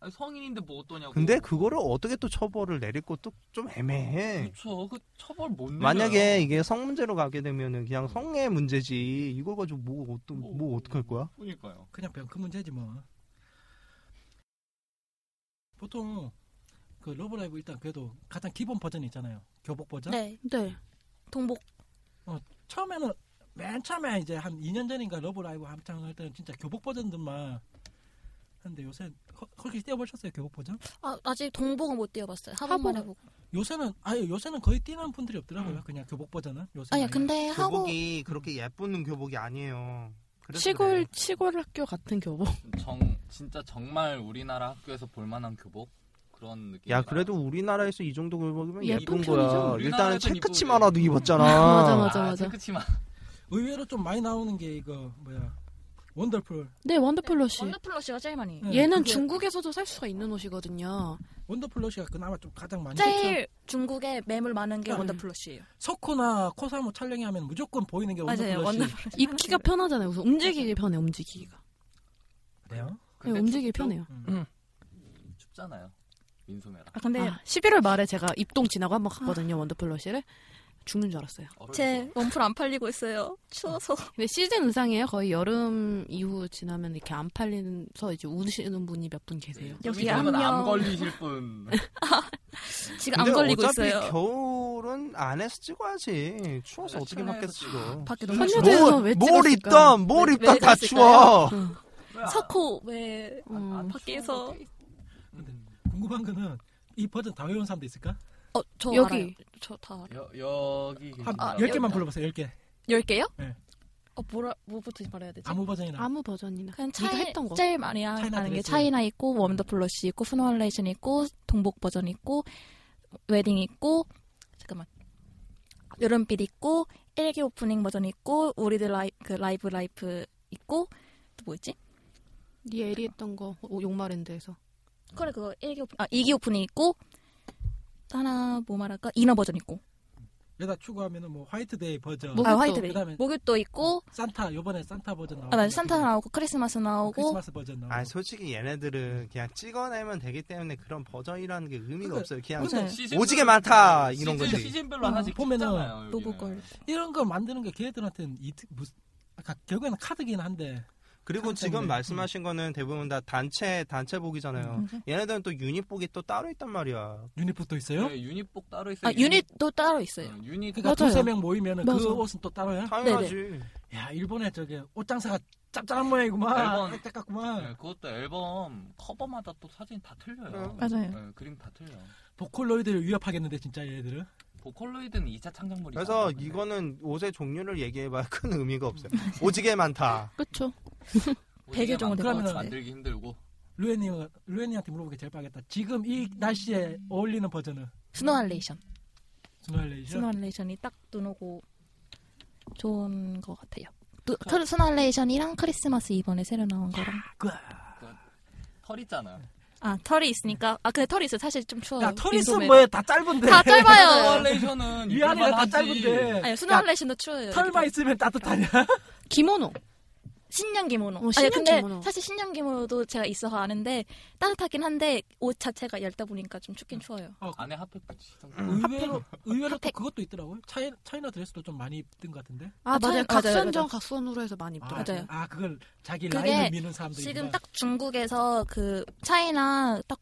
Speaker 3: 아니, 성인인데 뭐 어떠냐고.
Speaker 7: 근데 그거를 어떻게 또 처벌을 내릴 것도 좀 애매해.
Speaker 3: 그렇죠. 그 처벌 못 내요.
Speaker 7: 만약에 이게 성 문제로 가게 되면은 그냥 성의 문제지 이걸 가지고 뭐 어떠
Speaker 3: 뭐,
Speaker 7: 뭐 어떻게 할 거야?
Speaker 3: 그러니까요.
Speaker 5: 그냥 병크 문제지 뭐 보통 그 러브라이브 일단 그래도 가장 기본 버전 있잖아요. 교복 버전.
Speaker 8: 네.
Speaker 6: 네.
Speaker 8: 동복.
Speaker 5: 처음에는 맨 처음에 이제 한 2년 전인가 러브라이브 한창 할 때는 진짜 교복 버전들만 하는데 요새 허- 거기 뛰어보셨어요 교복 버전?
Speaker 8: 아, 아직 동복은 못 띄워봤어요. 하복만
Speaker 5: 하복은-
Speaker 8: 해보고.
Speaker 5: 요새는 아예 요새는 거의 뛰는 분들이
Speaker 3: 음.
Speaker 5: 없더라고요. 그냥 교복 버전은 요새.
Speaker 8: 아니,
Speaker 7: 네.
Speaker 8: 근데 하고.
Speaker 7: 교복이 그렇게 예쁜 교복이 아니에요. 그래서 네.
Speaker 6: 시골
Speaker 7: 그래요.
Speaker 6: 시골 학교 같은 교복.
Speaker 3: 정 진짜 정말 우리나라 학교에서 볼만한 교복 그런 느낌.
Speaker 7: 야 그래도 우리나라에서 이 정도 교복이면
Speaker 6: 예쁜
Speaker 7: 예쁜
Speaker 6: 편이죠.
Speaker 7: 거야. 일단은
Speaker 3: 우리나라에선
Speaker 7: 체크치마라도 입었잖아.
Speaker 6: 맞아, 맞아.
Speaker 3: 그치만
Speaker 5: 의외로 좀 많이 나오는 게 이거 뭐야 원더풀
Speaker 6: 네, 원더플러시.
Speaker 8: 원더플러시가 제일 많이.
Speaker 5: 네,
Speaker 6: 얘는
Speaker 5: 그게-
Speaker 6: 중국에서도 살 수가 있는 옷이거든요.
Speaker 5: 원더풀러시가 그나마 좀 가장 많이
Speaker 8: 제일 중국에 매물 많은 게
Speaker 5: 음.
Speaker 8: 원더플러시예요.
Speaker 5: 석호나 코사모 촬영이 하면 무조건 보이는 게
Speaker 8: 맞아요.
Speaker 5: 원더풀러시
Speaker 8: 원더플러시.
Speaker 6: 입기가 편하잖아요. 우선 움직이기 편해, 움직이기가.
Speaker 5: 그래요?
Speaker 6: 네,
Speaker 3: 근데
Speaker 6: 움직이기
Speaker 3: 춥죠?
Speaker 6: 편해요.
Speaker 3: 춥잖아요. 민소매라.
Speaker 8: 아, 근데
Speaker 6: 아, 11월 말에 제가 입동 지나고 한 번 갔거든요, 원더플러시를. 죽는 줄 알았어요.
Speaker 3: 얼어
Speaker 8: 제
Speaker 3: 죽어.
Speaker 8: 원풀 안 팔리고 있어요. 추워서.
Speaker 6: 근데 시즌 의상이에요. 거의 여름 이후 지나면 이렇게 안 팔리면서 이제 우시는 분이 몇 분 계세요.
Speaker 3: 좀
Speaker 8: 여기
Speaker 3: 있으면
Speaker 8: 안녕. 아,
Speaker 3: 암 걸리실 분.
Speaker 8: 지금 안
Speaker 7: 근데
Speaker 8: 걸리고
Speaker 7: 어차피
Speaker 8: 있어요.
Speaker 7: 겨울은 안에서 찍어야지. 추워서
Speaker 3: 그래,
Speaker 7: 어떻게
Speaker 3: 실내에서
Speaker 7: 밖에서 찍어.
Speaker 6: 음.
Speaker 8: 밖에 너무 추워.
Speaker 6: 선녀대에서 왜
Speaker 7: 뭘
Speaker 6: 찍었을까?
Speaker 7: 입던 뭘
Speaker 8: 왜-
Speaker 7: 입던
Speaker 8: 왜
Speaker 7: 다
Speaker 8: 찍었을까요?
Speaker 7: 추워.
Speaker 8: 석호 왜
Speaker 6: 음.
Speaker 8: 밖에서
Speaker 5: 궁금한 거는 이 버전 다 외운 사람도 있을까?
Speaker 8: 어저
Speaker 6: 여기.
Speaker 8: 여기 저 다 알아요.
Speaker 3: 여, 여기 계신
Speaker 5: 한
Speaker 3: 분하고
Speaker 5: 10개만 불러보세요 10개
Speaker 8: 열 개요?
Speaker 5: 네.
Speaker 8: 어 뭐라 뭐부터 말해야 되지?
Speaker 5: 아무 버전이나
Speaker 6: 아무 버전이나.
Speaker 8: 그냥
Speaker 6: 네가
Speaker 8: 차이
Speaker 6: 했던 거.
Speaker 8: 제일 많이 하-
Speaker 5: 차이나
Speaker 8: 하는 게
Speaker 5: 드레스.
Speaker 8: 차이나 있고 원더플러시 있고 스노우레이션 있고 동복 버전 있고 웨딩 있고 잠깐만 여름빛 있고 일기 오프닝 버전 있고 우리들 라이, 그 라이브 라이프 있고 또 뭐였지?
Speaker 6: 네 애리 했던 거 오, 욕마랜드에서.
Speaker 8: 그래 그거 일기 오프닝 아 이기 오프닝 있고 또 하나 뭐 말할까 이너 버전 있고
Speaker 5: 여기다 추가하면은 뭐 화이트데이 버전
Speaker 6: 목욕도.
Speaker 8: 아 화이트 베이
Speaker 5: 그다음에- 어,
Speaker 8: 목욕도 있고
Speaker 5: 산타 요번에 산타 버전 나오고 뭐
Speaker 8: 아 맞아 산타 나오고 크리스마스 나오고
Speaker 5: 크리스마스 버전 나오고
Speaker 7: 아 솔직히 얘네들은 그냥 찍어내면 되기 때문에 그런 버전이라는 게 의미가
Speaker 5: 근데-
Speaker 7: 없어요. 그냥
Speaker 8: 맞아요.
Speaker 3: 시즌별로-
Speaker 7: 오지게 많다, 이런
Speaker 3: 시즌-
Speaker 7: 거지.
Speaker 3: 시즌별로 하나씩
Speaker 5: 보면은
Speaker 3: 보면은
Speaker 8: 로고걸
Speaker 5: 이런 걸 만드는 게 걔들한테는 이 무슨 아까 결국에는 카드긴 한데
Speaker 7: 그리고
Speaker 5: 참
Speaker 7: 지금
Speaker 5: 재밌네.
Speaker 7: 말씀하신 거는 대부분 다 단체 단체복이잖아요. 얘네들은 또 유닛복이 또 따로 있단 말이야.
Speaker 5: 유니폼도 있어요?
Speaker 3: 네, 유닛복 따로 있어요.
Speaker 8: 아 유닛도 따로 있어요
Speaker 3: 어, 유닛
Speaker 5: 그러니까
Speaker 6: 맞아요.
Speaker 5: 두세 명 모이면은
Speaker 6: 맞아.
Speaker 5: 그 옷은 또 따로야?
Speaker 7: 당연하지.
Speaker 5: 야 일본에 저게 옷 장사가 짭짤한 모양이구만.
Speaker 3: 일본.
Speaker 5: 헷갈구만.
Speaker 3: 네, 그것도 앨범 커버마다 또 사진이 다
Speaker 7: 응.
Speaker 3: 틀려요.
Speaker 8: 맞아요.
Speaker 3: 네, 그림 다 틀려.
Speaker 5: 보컬로이드를 위협하겠는데 진짜 얘들은.
Speaker 3: 보컬로이드는 2차 창작물이.
Speaker 7: 그래서 이거는 옷의 종류를 얘기해봐야 큰 의미가 없어요. 오지게 많다.
Speaker 6: 그쵸.
Speaker 8: 배교정은 될것 같은데.
Speaker 3: 만들기 힘들고.
Speaker 5: 루엔이 루엔이한테 물어보는 게 제일 빠겠다. 지금 이 날씨에 어울리는 버전은
Speaker 8: 스노알레이션
Speaker 5: 스노레이션.
Speaker 8: 스노알레이션이 딱 눈오고 좋은 것 같아요 또 크리- 스노알레이션이랑 크리스마스 이번에 새로 나온 거랑
Speaker 3: 털 있잖아.
Speaker 8: 아 털이 있으니까 아 근데 털이 있어 사실 좀 추워요
Speaker 5: 야 털이
Speaker 8: 민소매.
Speaker 5: 있으면 뭐야 다 짧은데.
Speaker 8: 다 짧아요
Speaker 3: 스노레이션은
Speaker 5: 위아래가 다 짧은데.
Speaker 8: 아니 스노알레이션도 추워요
Speaker 5: 털만 있으면 따뜻하냐?
Speaker 6: 기모노.
Speaker 8: 신년 기모노
Speaker 6: 어,
Speaker 8: 아니
Speaker 6: 신년
Speaker 8: 근데
Speaker 6: 기모노.
Speaker 8: 사실 신년 기모노도 제가 있어서 아는데 따뜻하긴 한데 옷 자체가 얇다 보니까 좀
Speaker 5: 음.
Speaker 8: 춥긴 추워요
Speaker 3: 안에 핫팩 붙이.
Speaker 5: 의외로 의외로 또
Speaker 8: 핫팩.
Speaker 5: 그것도 있더라고요. 차이 차이나 드레스도 좀 많이 입던 것 같은데.
Speaker 6: 아,
Speaker 8: 아,
Speaker 6: 맞아요.
Speaker 8: 맞아요,
Speaker 6: 각선정
Speaker 8: 맞아요.
Speaker 6: 각선으로 해서 많이
Speaker 5: 아,
Speaker 6: 입더라고요.
Speaker 8: 맞아요.
Speaker 5: 아 그걸 자기
Speaker 8: 그게
Speaker 5: 라인을 미는 사람들.
Speaker 8: 지금 딱 중국에서 그 차이나 딱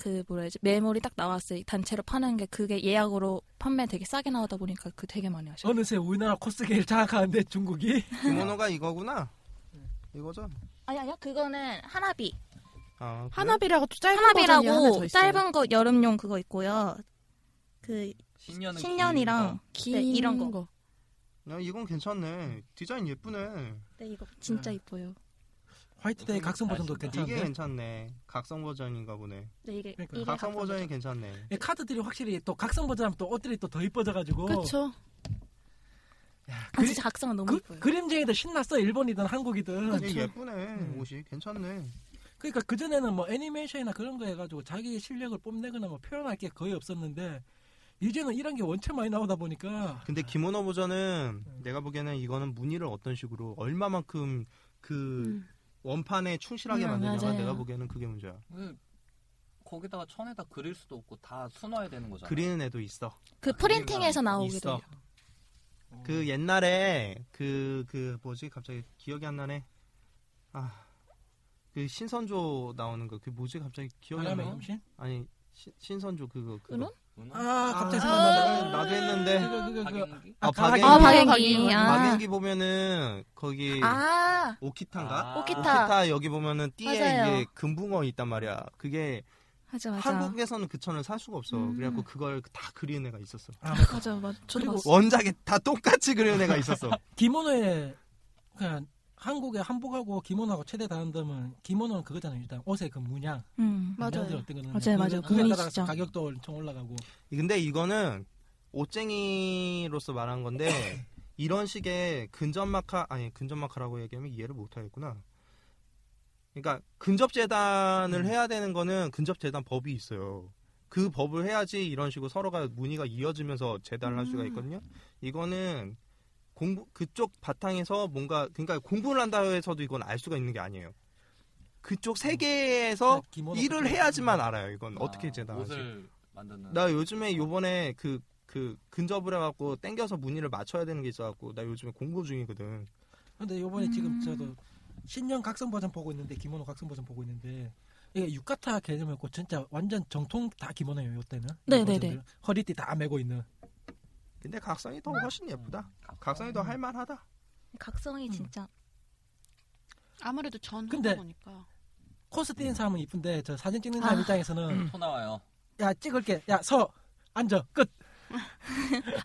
Speaker 8: 그 뭐라 해야지 매물이 딱 나왔어요. 단체로 파는 게 그게 예약으로 판매 되게 싸게 나오다 보니까 그 되게 많이 하셔요.
Speaker 5: 어느새 우리나라 코스계를 장악하는데 중국이
Speaker 7: 김원호가 이거구나. 이거죠.
Speaker 8: 아니 아니야 그거는 하나비
Speaker 7: 아, 그래?
Speaker 6: 하나비라고 또 짧은 버전이 하나 더
Speaker 8: 하나비라고
Speaker 6: 있어요.
Speaker 8: 짧은 거 여름용 그거 있고요. 그
Speaker 3: 신년은
Speaker 8: 신년이랑
Speaker 6: 긴
Speaker 8: 네, 이런 거.
Speaker 7: 야, 이건 괜찮네. 디자인 예쁘네.
Speaker 8: 네 이거 진짜 이뻐요.
Speaker 5: 화이트데이 각성 버전도 괜찮은데.
Speaker 7: 이게 괜찮네. 각성 버전인가 보네.
Speaker 8: 네 이게
Speaker 5: 그러니까
Speaker 8: 이게
Speaker 7: 각성
Speaker 8: 각각
Speaker 7: 버전이 괜찮네.
Speaker 5: 이 예, 카드들이 확실히 또 각성 버전하면 또 옷들이 또 더 이뻐져가지고
Speaker 6: 그쵸.
Speaker 8: 아 진짜 각성은 너무
Speaker 5: 그,
Speaker 8: 이뻐요.
Speaker 5: 그림쟁이들 신났어 일본이든
Speaker 8: 그렇죠.
Speaker 5: 한국이든
Speaker 7: 이게 예쁘네.
Speaker 5: 음.
Speaker 7: 옷이 괜찮네.
Speaker 5: 그러니까 그 전에는 뭐 애니메이션이나 그런 거 해가지고 자기 실력을 뽐내거나 뭐 표현할 게 거의 없었는데 이제는 이런 게 원체 많이 나오다 보니까
Speaker 8: 네.
Speaker 7: 근데 김원호 보전은 내가 보기에는 이거는 문의를 어떤 식으로 얼마만큼 그 원판에 충실하게
Speaker 8: 음,
Speaker 7: 만드냐가
Speaker 8: 맞아요.
Speaker 7: 내가 보기에는 그게 문제야.
Speaker 3: 그- 거기다가 천에다 그릴 수도 없고 다 수놓아야 되는 거잖아.
Speaker 7: 그리는 애도 있어.
Speaker 8: 그 프린팅에서 나오기도
Speaker 7: 있어.
Speaker 8: 해요.
Speaker 3: 어.
Speaker 7: 그 옛날에 그 그 뭐지 갑자기 기억이 안 나네. 아. 그 신선조 나오는 거. 그 뭐지 갑자기 기억이 안
Speaker 5: 바람의
Speaker 7: 나네.
Speaker 5: 음신
Speaker 7: 아니 신- 신선조 그거 그거.
Speaker 8: 은혼?
Speaker 5: 아 갑자기
Speaker 7: 아,
Speaker 5: 생각난다.
Speaker 7: 나도 했는데
Speaker 5: 그거 그거 그거.
Speaker 3: 박연기?
Speaker 7: 아,
Speaker 5: 가락이.
Speaker 8: 아,
Speaker 7: 박연기.
Speaker 8: 박연기. 아.
Speaker 7: 박연기 보면은 거기
Speaker 8: 아,
Speaker 7: 오키타인가?
Speaker 3: 아,
Speaker 8: 오키타.
Speaker 7: 오키타 여기 보면은 띠에
Speaker 8: 맞아요.
Speaker 7: 이게 금붕어 있단 말이야. 그게
Speaker 8: 맞아, 맞아.
Speaker 7: 한국에서는 그 천을 살 수가 없어.
Speaker 8: 음.
Speaker 7: 그래갖고 그걸 다 그리는 애가 있었어.
Speaker 8: 맞아, 맞아. 저도
Speaker 5: 그리고
Speaker 8: 봤어.
Speaker 7: 원작에 다 똑같이 그리는 애가 있었어.
Speaker 5: 기모노에 그냥 한국의 한복하고 기모노하고 최대 다른 점은 기모노는 그거잖아요. 일단 옷의 그 문양.
Speaker 8: 음.
Speaker 5: 문양들이
Speaker 6: 맞아요.
Speaker 5: 어떤 거는
Speaker 8: 맞아요, 맞아요.
Speaker 5: 그거에
Speaker 8: 문이
Speaker 5: 따라서
Speaker 8: 진짜.
Speaker 5: 가격도 엄청 올라가고.
Speaker 7: 근데 이거는 옷쟁이로서 말한 건데 이런 식의 근접마카 아니 근접마카라고 얘기하면 이해를 못하겠구나. 그러니까 근접
Speaker 3: 음.
Speaker 7: 재단을 해야 되는 거는 근접 재단 법이 있어요. 그 법을 해야지 이런 식으로 서로가 문의가 이어지면서 재단을 할
Speaker 3: 음.
Speaker 7: 수가 있거든요. 이거는 공부 그쪽 바탕에서 뭔가 그러니까 공부를 한다 해서도 이건 알 수가 있는 게 아니에요. 그쪽 세계에서
Speaker 5: 기모노
Speaker 7: 어, 일을
Speaker 5: 그때-
Speaker 7: 해야지만 알아요. 이건 어떻게
Speaker 3: 아,
Speaker 7: 재단하지?
Speaker 3: 옷을 만드는.
Speaker 7: 나 요즘에 요번에 그, 그 근접을 해갖고 땡겨서 문의를 맞춰야 되는 게 있어갖고 나 요즘에 공부 중이거든.
Speaker 5: 근데 요번에
Speaker 8: 음.
Speaker 5: 지금 저도 신년 각성 버전 보고 있는데 기모노 각성 버전 보고 있는데 이게 유카타 개념이었고 진짜 완전 정통 다 기모노예요. 요때는. 이
Speaker 8: 네, 네,
Speaker 5: 버전들은. 허리띠 다 메고 있는.
Speaker 7: 근데 각성이 더 훨씬 예쁘다. 각성이 더 할만하다.
Speaker 8: 각성이 진짜.
Speaker 6: 아무래도 전
Speaker 5: 근데-
Speaker 6: 하다 보니까
Speaker 5: 코스 띄는 사람은 이쁜데 저 사진 찍는 사람
Speaker 8: 아.
Speaker 5: 입장에서는
Speaker 3: 토 음. 나와요.
Speaker 5: 야 찍을게. 야 서 앉아 끝.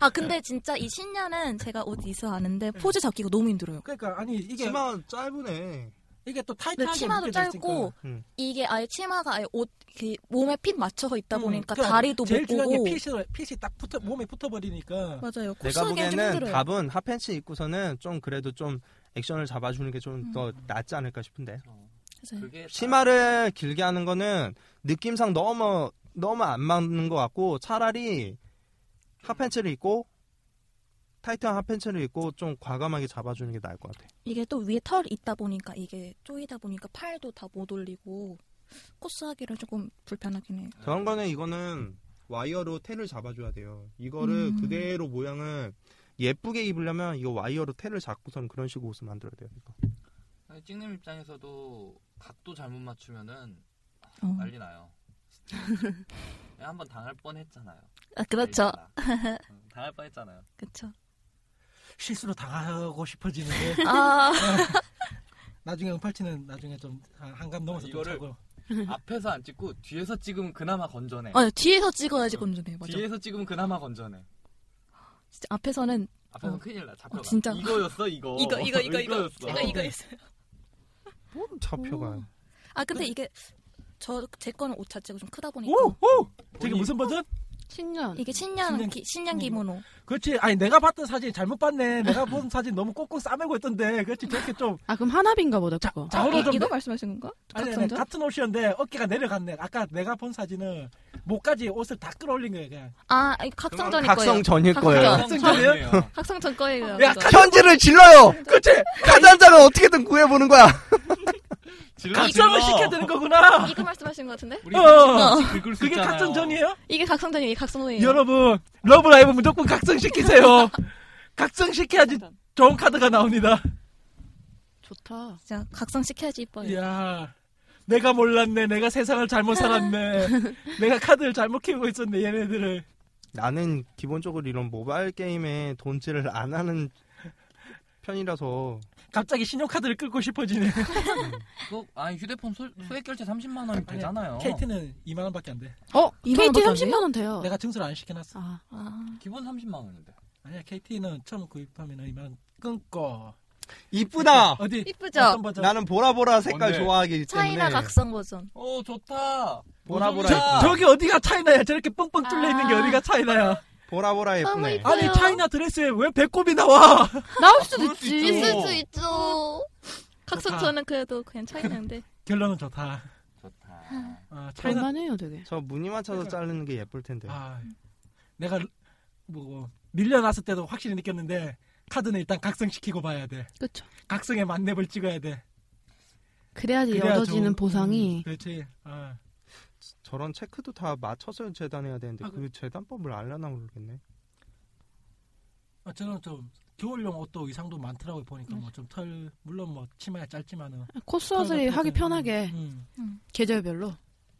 Speaker 8: 아, 근데 진짜 이 신년은 제가 옷 있어 아는데 포즈 잡기가 너무 힘들어요.
Speaker 5: 그러니까 아니 이게
Speaker 7: 치마 짧으네.
Speaker 5: 이게 또
Speaker 8: 근데
Speaker 5: 타이트하게
Speaker 8: 그 네, 치마도
Speaker 5: 느껴져 있으니까.
Speaker 8: 짧고
Speaker 7: 음.
Speaker 8: 이게 아예 치마가 아예 옷 그, 몸에 핏 맞춰서 있다
Speaker 5: 음,
Speaker 8: 보니까
Speaker 5: 그러니까
Speaker 8: 다리도
Speaker 5: 제일
Speaker 8: 못
Speaker 5: 중요한 게
Speaker 8: 보고
Speaker 5: 핏이, 핏이 딱 붙어 몸에 붙어버리니까
Speaker 8: 맞아요. 코
Speaker 7: 내가
Speaker 8: 쓰기엔 좀
Speaker 7: 보기에는
Speaker 8: 힘들어요.
Speaker 7: 답은 핫팬츠 입고서는 좀 그래도 좀 액션을 잡아주는 게 좀 더
Speaker 8: 음.
Speaker 7: 낫지 않을까 싶은데.
Speaker 8: 맞아요.
Speaker 3: 그게
Speaker 7: 치마를 길게 하는 거는 느낌상 너무 너무 안 맞는 것 같고 차라리 핫팬츠를 입고 타이트한 핫팬츠를 입고 좀 과감하게 잡아주는 게 나을 것 같아.
Speaker 8: 이게 또 위에 털 있다 보니까 이게 쪼이다 보니까 팔도 다 못 올리고 코스하기를 조금 불편하긴 해요.
Speaker 7: 저런 거는 이거는 와이어로 테를 잡아줘야 돼요. 이거를
Speaker 8: 음.
Speaker 7: 그대로 모양을 예쁘게 입으려면 이거 와이어로 테를 잡고선 그런 식으로 옷을 만들어야 돼요. 이거.
Speaker 3: 아니, 네, 찍는 입장에서도 각도 잘못 맞추면은
Speaker 8: 어.
Speaker 3: 난리 나요. 한번 당할 뻔했잖아요.
Speaker 8: 아 그렇죠,
Speaker 3: 알잖아. 응, 음, 당할 뻔했잖아요.
Speaker 8: 그렇죠.
Speaker 5: 실수로 당하고 싶어지는데
Speaker 8: 아
Speaker 5: 나중에 은팔찌는 나중에 좀 아, 한- 한감 넘어서 좀
Speaker 3: 이거를-
Speaker 5: 차고
Speaker 3: 앞에서 안 찍고 뒤에서 찍으면 그나마 건전해.
Speaker 8: 아니, 뒤에서 찍어야지 건전해. 맞아.
Speaker 3: 뒤에서 찍으면 그나마 건전해.
Speaker 8: 진짜 앞에서는
Speaker 3: 앞에서
Speaker 8: 어.
Speaker 3: 큰일 나. 잡혀가.
Speaker 8: 어, 진짜.
Speaker 3: 이거였어 이거.
Speaker 8: 이거 이거 이거 이거
Speaker 3: 이거였어.
Speaker 8: 제가
Speaker 7: 네.
Speaker 8: 이거 했어요.
Speaker 7: 뭔 어, 잡혀가.
Speaker 8: 아 근데 이게 저 제 거는 옷 자체가 좀 크다 보니까
Speaker 5: 오오 저게
Speaker 3: 본인-
Speaker 5: 무슨 버전?
Speaker 6: 신년
Speaker 8: 이게 신년 네.
Speaker 5: 신년-
Speaker 8: 기, 신년 기모노.
Speaker 5: 어? 그렇지 아니 내가 봤던 사진 잘못 봤네 내가 본 사진 너무 꼭꼭 싸매고 있던데 그렇지 저렇게 좀
Speaker 6: 아 그럼 하나비인가 보다
Speaker 5: 자-
Speaker 6: 그거
Speaker 8: 아,
Speaker 5: 자우로 좀
Speaker 8: 이거 말씀하신 건가?
Speaker 5: 아니, 아니,
Speaker 8: 각성전?
Speaker 5: 같은 옷이었는데 어깨가 내려갔네 아까 내가 본 사진은 목까지 옷을 다 끌어올린 거야 그냥
Speaker 8: 아 이거 각성전일
Speaker 7: 각성
Speaker 8: 거예요.
Speaker 7: 전일
Speaker 8: 각성
Speaker 7: 거예요.
Speaker 3: 각성
Speaker 5: 전이에요?
Speaker 3: 전이에요.
Speaker 8: 각성전 거예요.
Speaker 5: 야,
Speaker 8: 그죠?
Speaker 7: 현지를 질러요.
Speaker 8: 네.
Speaker 7: 그치? 가장자가 어떻게든 구해보는 거야.
Speaker 3: 질러,
Speaker 5: 각성을
Speaker 3: 질러.
Speaker 5: 아, 시켜야 되는 거구나
Speaker 8: 이거 말씀하신 것 같은데?
Speaker 3: 우리
Speaker 5: 어. 네.
Speaker 3: 같이 긁을 수
Speaker 5: 그게
Speaker 3: 있잖아요.
Speaker 5: 각성전이에요?
Speaker 8: 이게 각성전이에요. 이게 각성전이에요.
Speaker 5: 여러분 러브라이브 무조건 각성시키세요 각성시켜야지 좋은 카드가 나옵니다
Speaker 6: 좋다
Speaker 8: 진짜 각성시켜야지 이뻐요.
Speaker 5: 예. 이야, 어, 내가 몰랐네. 내가 세상을 잘못 살았네. 내가 카드를 잘못 키우고 있었네. 얘네들을.
Speaker 7: 나는 기본적으로 이런 모바일 게임에 돈질을 안 하는 편이라서
Speaker 5: 갑자기 신용카드를 끌고 싶어지네.
Speaker 3: 그거- 아니 휴대폰 소, 액 결제 30만 원이 되잖아요.
Speaker 5: KT는 2만 원밖에 안 돼.
Speaker 6: 어?
Speaker 8: 이만
Speaker 6: KT
Speaker 8: 원밖에 안
Speaker 6: 30만 원 돼요
Speaker 5: 내가 증수를 안 시켜놨어.
Speaker 6: 아
Speaker 8: 아,
Speaker 3: 기본 30만 원인데.
Speaker 5: 아니야, KT는 처음 구입하면 2만 원 끊고.
Speaker 7: 이쁘다.
Speaker 5: 어디?
Speaker 8: 이쁘죠?
Speaker 5: 어떤 버전?
Speaker 7: 나는 보라보라 색깔
Speaker 3: 뭔데?
Speaker 7: 좋아하기 때문에
Speaker 8: 차이나 각성 버전.
Speaker 3: 오 어, 좋다.
Speaker 7: 보라보라
Speaker 5: 저,
Speaker 7: 예쁘다.
Speaker 5: 저기 어디가 차이나야? 저렇게 뻥뻥 뚫려 있는 게
Speaker 8: 아.
Speaker 5: 어디가 차이나야?
Speaker 7: 보라보라
Speaker 8: 너무
Speaker 7: 예쁘네.
Speaker 8: 이뻐.
Speaker 5: 아니
Speaker 8: 뭐야?
Speaker 5: 차이나 드레스에 왜 배꼽이 나와?
Speaker 6: 나올 수도
Speaker 3: 그럴 수
Speaker 6: 있지
Speaker 3: 있죠.
Speaker 8: 있을 수 있죠. 각성전은 그래도 그냥 차이 나는데.
Speaker 5: 결론은 좋다.
Speaker 3: 좋다.
Speaker 5: 아, 차이나
Speaker 6: 볼만해요 되게
Speaker 7: 저 무늬 맞춰서 자르는 게 예쁠 텐데.
Speaker 5: 아, 내가 뭐 밀려났을 때도 확실히 느꼈는데 카드는 일단 각성시키고 봐야 돼.
Speaker 6: 그쵸
Speaker 5: 각성의 만렙을 찍어야 돼.
Speaker 6: 그래야지
Speaker 5: 그래야
Speaker 6: 얻어지는
Speaker 5: 좀- 음,
Speaker 6: 보상이
Speaker 5: 그렇지. 아.
Speaker 7: 저런 체크도 다 맞춰서 재단해야 되는데
Speaker 5: 아,
Speaker 7: 그 재단법을 알려나 모르겠네.
Speaker 5: 아, 저는 좀 겨울용 옷도 의상도 많더라고요 보니까 뭐 좀 털 물론 뭐 치마야 짧지만은
Speaker 6: 코스워들이
Speaker 5: 털도
Speaker 6: 아, 하기
Speaker 5: 펴져.
Speaker 6: 편하게
Speaker 5: 음.
Speaker 6: 계절별로